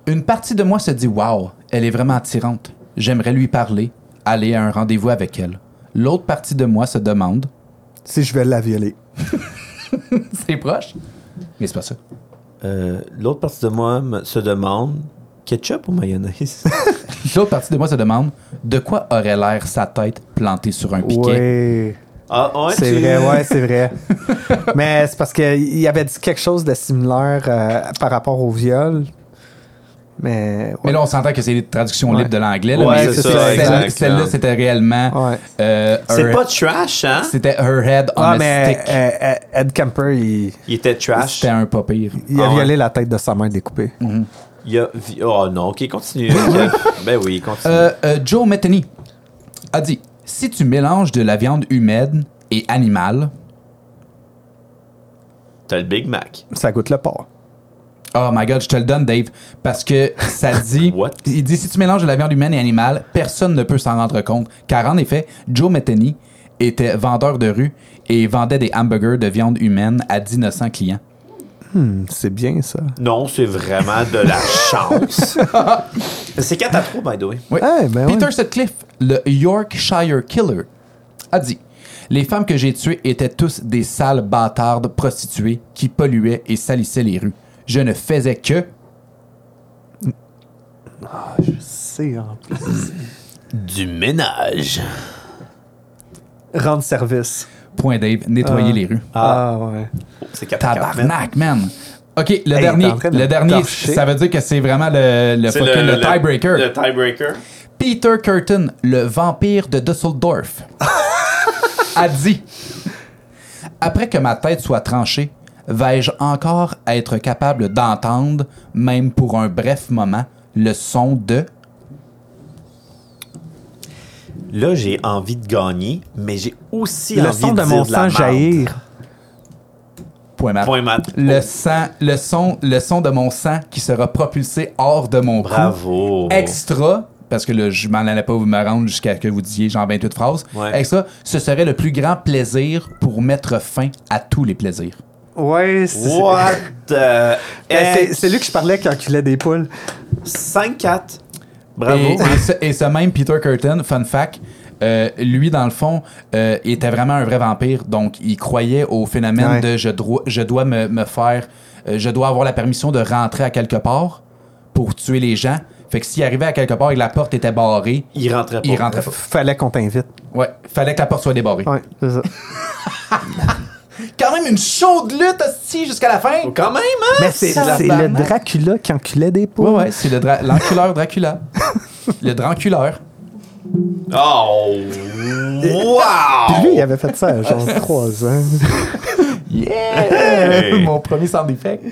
A: Une partie de moi se dit Waouh, elle est vraiment attirante. J'aimerais lui parler, aller à un rendez-vous [LAUGHS] avec elle. L'autre partie de moi se demande
F: Si je vais la violer.
A: tes proches. Mais c'est pas ça.
B: Euh, L'autre partie de moi me- se demande ketchup ou mayonnaise
A: L'autre partie de moi se demande de quoi aurait l'air sa tête plantée sur un piquet.
C: Ouais.
B: Ah, ouais,
C: C'est
B: tu-
C: vrai, ouais, c'est vrai. [LAUGHS] Mais c'est parce qu'il avait dit quelque chose de similaire euh, par rapport au viol. Mais.
A: Mais
C: ouais.
A: là, on s'entend que c'est des traductions
C: Ouais.
A: libres de l'anglais. là,
B: Ouais,
A: mais
C: c'est
A: celle-
C: ça,
A: celle-
B: exact,
A: Celle-là,
B: là.
A: c'était réellement.
C: Ouais.
A: euh,
B: C'est
A: her-
B: pas trash, hein?
A: C'était Her Head on
C: Ah,
A: a
C: mais
A: Stick.
C: euh, euh, Ed Kemper, il,
B: Il était trash.
A: C'était un pas pire.
C: il a
B: Ah ouais.
C: violé la tête de sa mère découpée.
B: Il a... vi- Oh non, ok, continue. Ok. ben oui, continue.
A: Euh, euh, Joe Metheny a dit Si tu mélanges de la viande humaine et animale.
B: T'as le Big Mac.
C: Ça goûte le porc.
A: Oh my god, je te le donne, Dave. Parce que ça dit.
B: What?
A: Il dit si tu mélanges de la viande humaine et animale, personne ne peut s'en rendre compte. Car en effet, Joe Metheny était vendeur de rue et vendait des hamburgers de viande humaine à d'innocents clients.
C: C'est bien, ça.
B: Non, c'est vraiment de la chance. c'est 4 à 3, by the way.
A: Oui.
C: Eh, ben
A: Peter
C: ouais.
A: Sutcliffe, le Yorkshire Killer, a dit Les femmes que j'ai tuées étaient tous des sales bâtardes prostituées qui polluaient et salissaient les rues. Je ne faisais que
C: C'est en plus.
B: Du ménage.
C: Rendre service.
A: point Dave nettoyer les rues.
C: Ah, ouais.
B: C'est 4 à 4. man.
A: Tabarnak, man. OK, le
C: Hey,
A: dernier,
C: t'es en train de
A: le
C: me
A: dernier,
C: torcher.
A: ça veut dire que c'est vraiment le, le
B: C'est
A: fucking- le
B: le-
A: tiebreaker.
B: Le tiebreaker.
A: Peter Curtin, le vampire de
C: [LAUGHS]
A: Dusseldorf, a dit Après que ma tête soit tranchée, vais-je encore être capable d'entendre, même pour un bref moment, le son de.
B: Là, j'ai envie de gagner, mais j'ai aussi
C: Le
B: envie
C: son de
B: dire
C: mon
B: de la
C: sang
B: merde.
C: jaillir.
A: Point mat.
B: Point mat.
A: Le, sang, le, son, le son de mon sang qui sera propulsé hors de mon cou.
B: Bravo.
A: Extra, parce que là, je m'en allais pas vous me rendre jusqu'à ce que vous disiez genre 28 phrases.
B: Ouais.
A: Extra, ce serait le plus grand plaisir pour mettre fin à tous les plaisirs.
C: Ouais, c'est.
B: What the
C: Ben, c'est- C'est lui que je parlais quand il a des poules.
B: 5-4. Bravo.
A: Et, et ce, et ce même Peter Curtin, fun fact, euh, lui, dans le fond, euh, était vraiment un vrai vampire. Donc, il croyait au phénomène
C: Ouais.
A: de je, dro- je dois me, me faire, euh, je dois avoir la permission de rentrer à quelque part pour tuer les gens. Fait que s'il arrivait à quelque part et que la porte était barrée,
B: il rentrait pas.
A: il rentrait pas.
C: Fallait qu'on t'invite.
A: Ouais, fallait que la porte soit débarrée.
C: Ouais, c'est ça.
A: Quand même une chaude lutte, hostie, jusqu'à la fin.
B: Quand même, hein?
C: Mais c'est
A: Ça
C: c'est
A: va,
C: le
A: man.
C: Dracula qui enculait des poules.
A: Ouais, ouais, c'est le dra- l'enculeur [LAUGHS] Dracula. le dranculeur.
B: Oh!
C: Puis lui, il
B: Wow!
C: avait fait ça à [LAUGHS] genre 3 ans.
A: Yeah! [LAUGHS]
B: Hey.
A: Mon premier sound effect.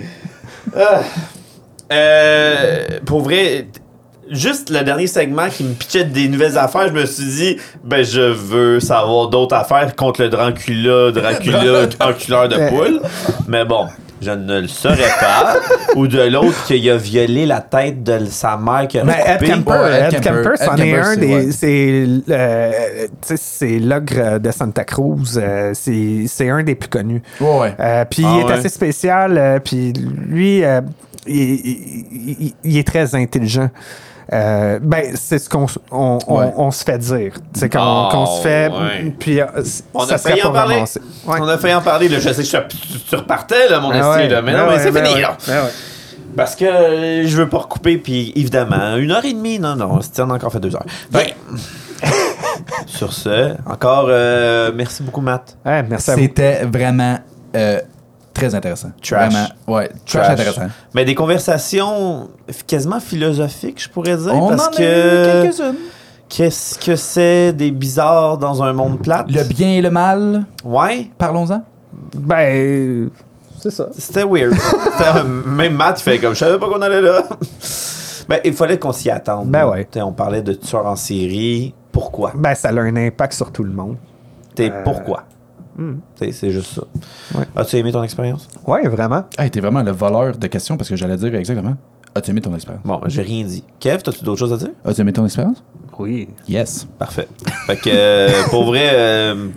B: Euh, pour vrai, t- juste le dernier segment qui me pitchait des nouvelles affaires, je me suis dit, ben je veux savoir d'autres affaires contre le Dracula,
C: [LAUGHS]
B: Dracula, enculeur de
C: Ben.
B: poule. Mais bon, je ne le saurais pas. Ou de l'autre qu'il a violé la tête de sa mère qui a
C: Mais Ed
B: coupé.
C: Kemper,
A: ouais, Ed
C: Ed
A: Kemper,
C: Kemper, c'en
A: Ed
C: est
A: Kemper,
C: un
A: c'est- ouais.
C: des. C'est euh, tu sais, c'est l'ogre de Santa Cruz. euh, c'est c'est un des plus connus.
A: Ouais, ouais.
C: Euh, puis
B: Ah
C: il est
B: ouais?
C: assez spécial. euh, puis lui, euh, il, il- il- il est très intelligent. Euh, ben, c'est ce qu'on s- on, on-
A: Ouais.
C: on se fait dire. C'est qu'on
B: Oh,
C: qu'on se fait.
B: ouais.
C: Puis euh,
B: On
C: ça
B: a
C: serait
B: failli
C: pas
B: en parler.
C: ramassé. Ouais.
B: On a failli en parler. Là. Je sais que je- tu repartais, là, mon
C: Ben
B: esti,
C: ouais,
B: là. Mais
C: ben
B: non, mais
C: ouais,
B: c'est
C: ben
B: fini,
C: ouais,
B: là.
C: ben ouais.
B: Parce que euh, je veux pas recouper, puis évidemment, une heure et demie, non, non, c'est- on a encore fait deux heures. Ben, [LAUGHS] sur ce, encore euh, merci beaucoup, Matt.
C: Ouais, merci à vous.
A: C'était vraiment euh, très intéressant.
B: Trash.
A: Vraiment, ouais, trash, intéressant.
B: Mais des conversations quasiment philosophiques, je pourrais dire,
A: On
B: parce
A: en a eu
B: que
A: quelques-unes.
B: qu'est-ce que c'est des bizarres dans un monde plate?
A: Le bien et le mal,
B: Ouais,
A: parlons-en.
C: Ben, c'est ça.
B: c'était
A: [LAUGHS]
B: weird. C'était- Même Matt fait comme, je savais pas qu'on allait là. [LAUGHS] Ben, il fallait qu'on s'y attende.
C: Ben ouais.
B: Tu sais, On parlait de tueurs en série. Pourquoi?
C: Ben, ça a un impact sur tout le monde.
B: T'es pourquoi? T'sais, C'est juste ça.
C: Euh, hmm. Ouais.
B: As-tu aimé ton expérience?
C: Ouais, vraiment.
A: Hey, t'es vraiment le voleur de questions parce que j'allais dire exactement. As-tu aimé ton expérience?
B: Bon, j'ai rien dit. Kev, t'as-tu d'autres choses à dire?
A: As-tu aimé ton expérience?
C: Oui.
A: Yes.
B: Parfait. Fait que, euh, pour vrai, euh,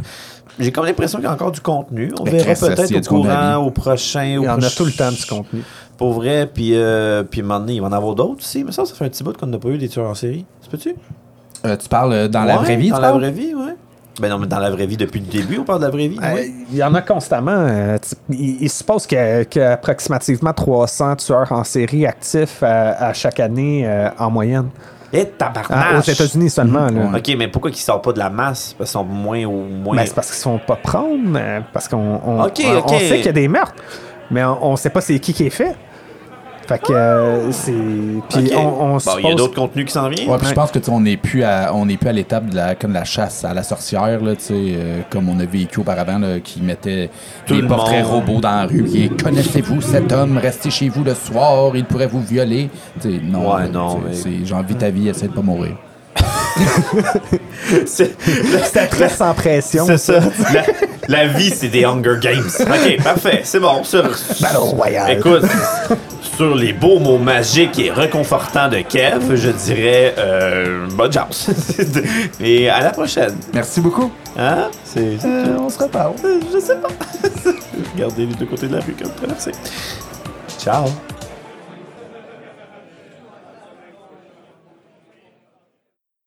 B: j'ai comme l'impression qu'il y a encore du contenu. On
A: Ben,
B: verra
A: Christ, s'il
B: peut-être
A: y a
B: au
A: du contenu à
B: courant,
A: vie.
B: au prochain. au
C: Il y en a
B: proche-
C: tout le temps du contenu.
B: Pour vrai, puis, euh, puis à un moment donné, il va en avoir d'autres aussi. Mais ça, ça fait un petit bout qu'on n'a pas eu des tueurs en série. C'est peux-tu?
A: Euh, tu parles euh, dans la
B: Ouais,
A: vraie vie,
B: Dans
A: tu
B: la
A: parles?
B: vraie vie, ouais. Ben non, mais dans la vraie vie, depuis le début, on parle de la vraie vie.
C: Euh,
B: oui.
C: Il y en a constamment. euh, tu- il, il se suppose que- qu'approximativement 300 tueurs en série actifs euh, à chaque année euh, en moyenne.
B: Eh,
C: Ah,
B: tabarnache!
C: aux États-Unis seulement. là.
B: Ok, mais pourquoi qu'ils sortent pas de la masse? Parce qu'ils sont moins ou moins.
C: Ben, c'est parce qu'ils se font pas prendre, euh, parce qu'on on,
B: Ok,
C: on- on
B: ok.
C: sait qu'il y a des meurtres, mais on, on sait pas c'est qui qui est fait. Fait que euh, c'est.
B: Ok.
C: Puis on,
B: Bon,
C: on
B: il y a
C: suppose-
B: d'autres contenus qui s'en viennent.
A: Ouais, puis je pense que tu sais, on n'est plus à on n'est plus à l'étape de la comme la chasse à la sorcière là, tu sais, euh, comme on a vécu auparavant là, qui mettait
B: Tout
A: des
B: le
A: portraits
B: monde.
A: robots dans la rue, puis ils, connaissez-vous cet homme, restez chez vous le soir, il pourrait vous violer. Tu sais, non,
B: Ouais,
A: là,
B: non,
A: tu sais,
B: mais-
A: c'est genre vis ta vie, essaie de pas mourir.
B: C'est
C: C'était
B: [LAUGHS]
C: très sans pression.
B: c'est ça. La, la vie, c'est des Hunger Games. Ok, parfait. C'est bon. Sur,
C: royale.
B: Écoute, sur les beaux mots magiques et réconfortants de Kev, je dirais euh, bonne chance. [LAUGHS] et à la prochaine.
A: Merci beaucoup.
B: Hein? C'est,
C: on se reparle.
B: [LAUGHS] je sais pas. Regardez les deux côtés de la rue comme traversée. Ciao.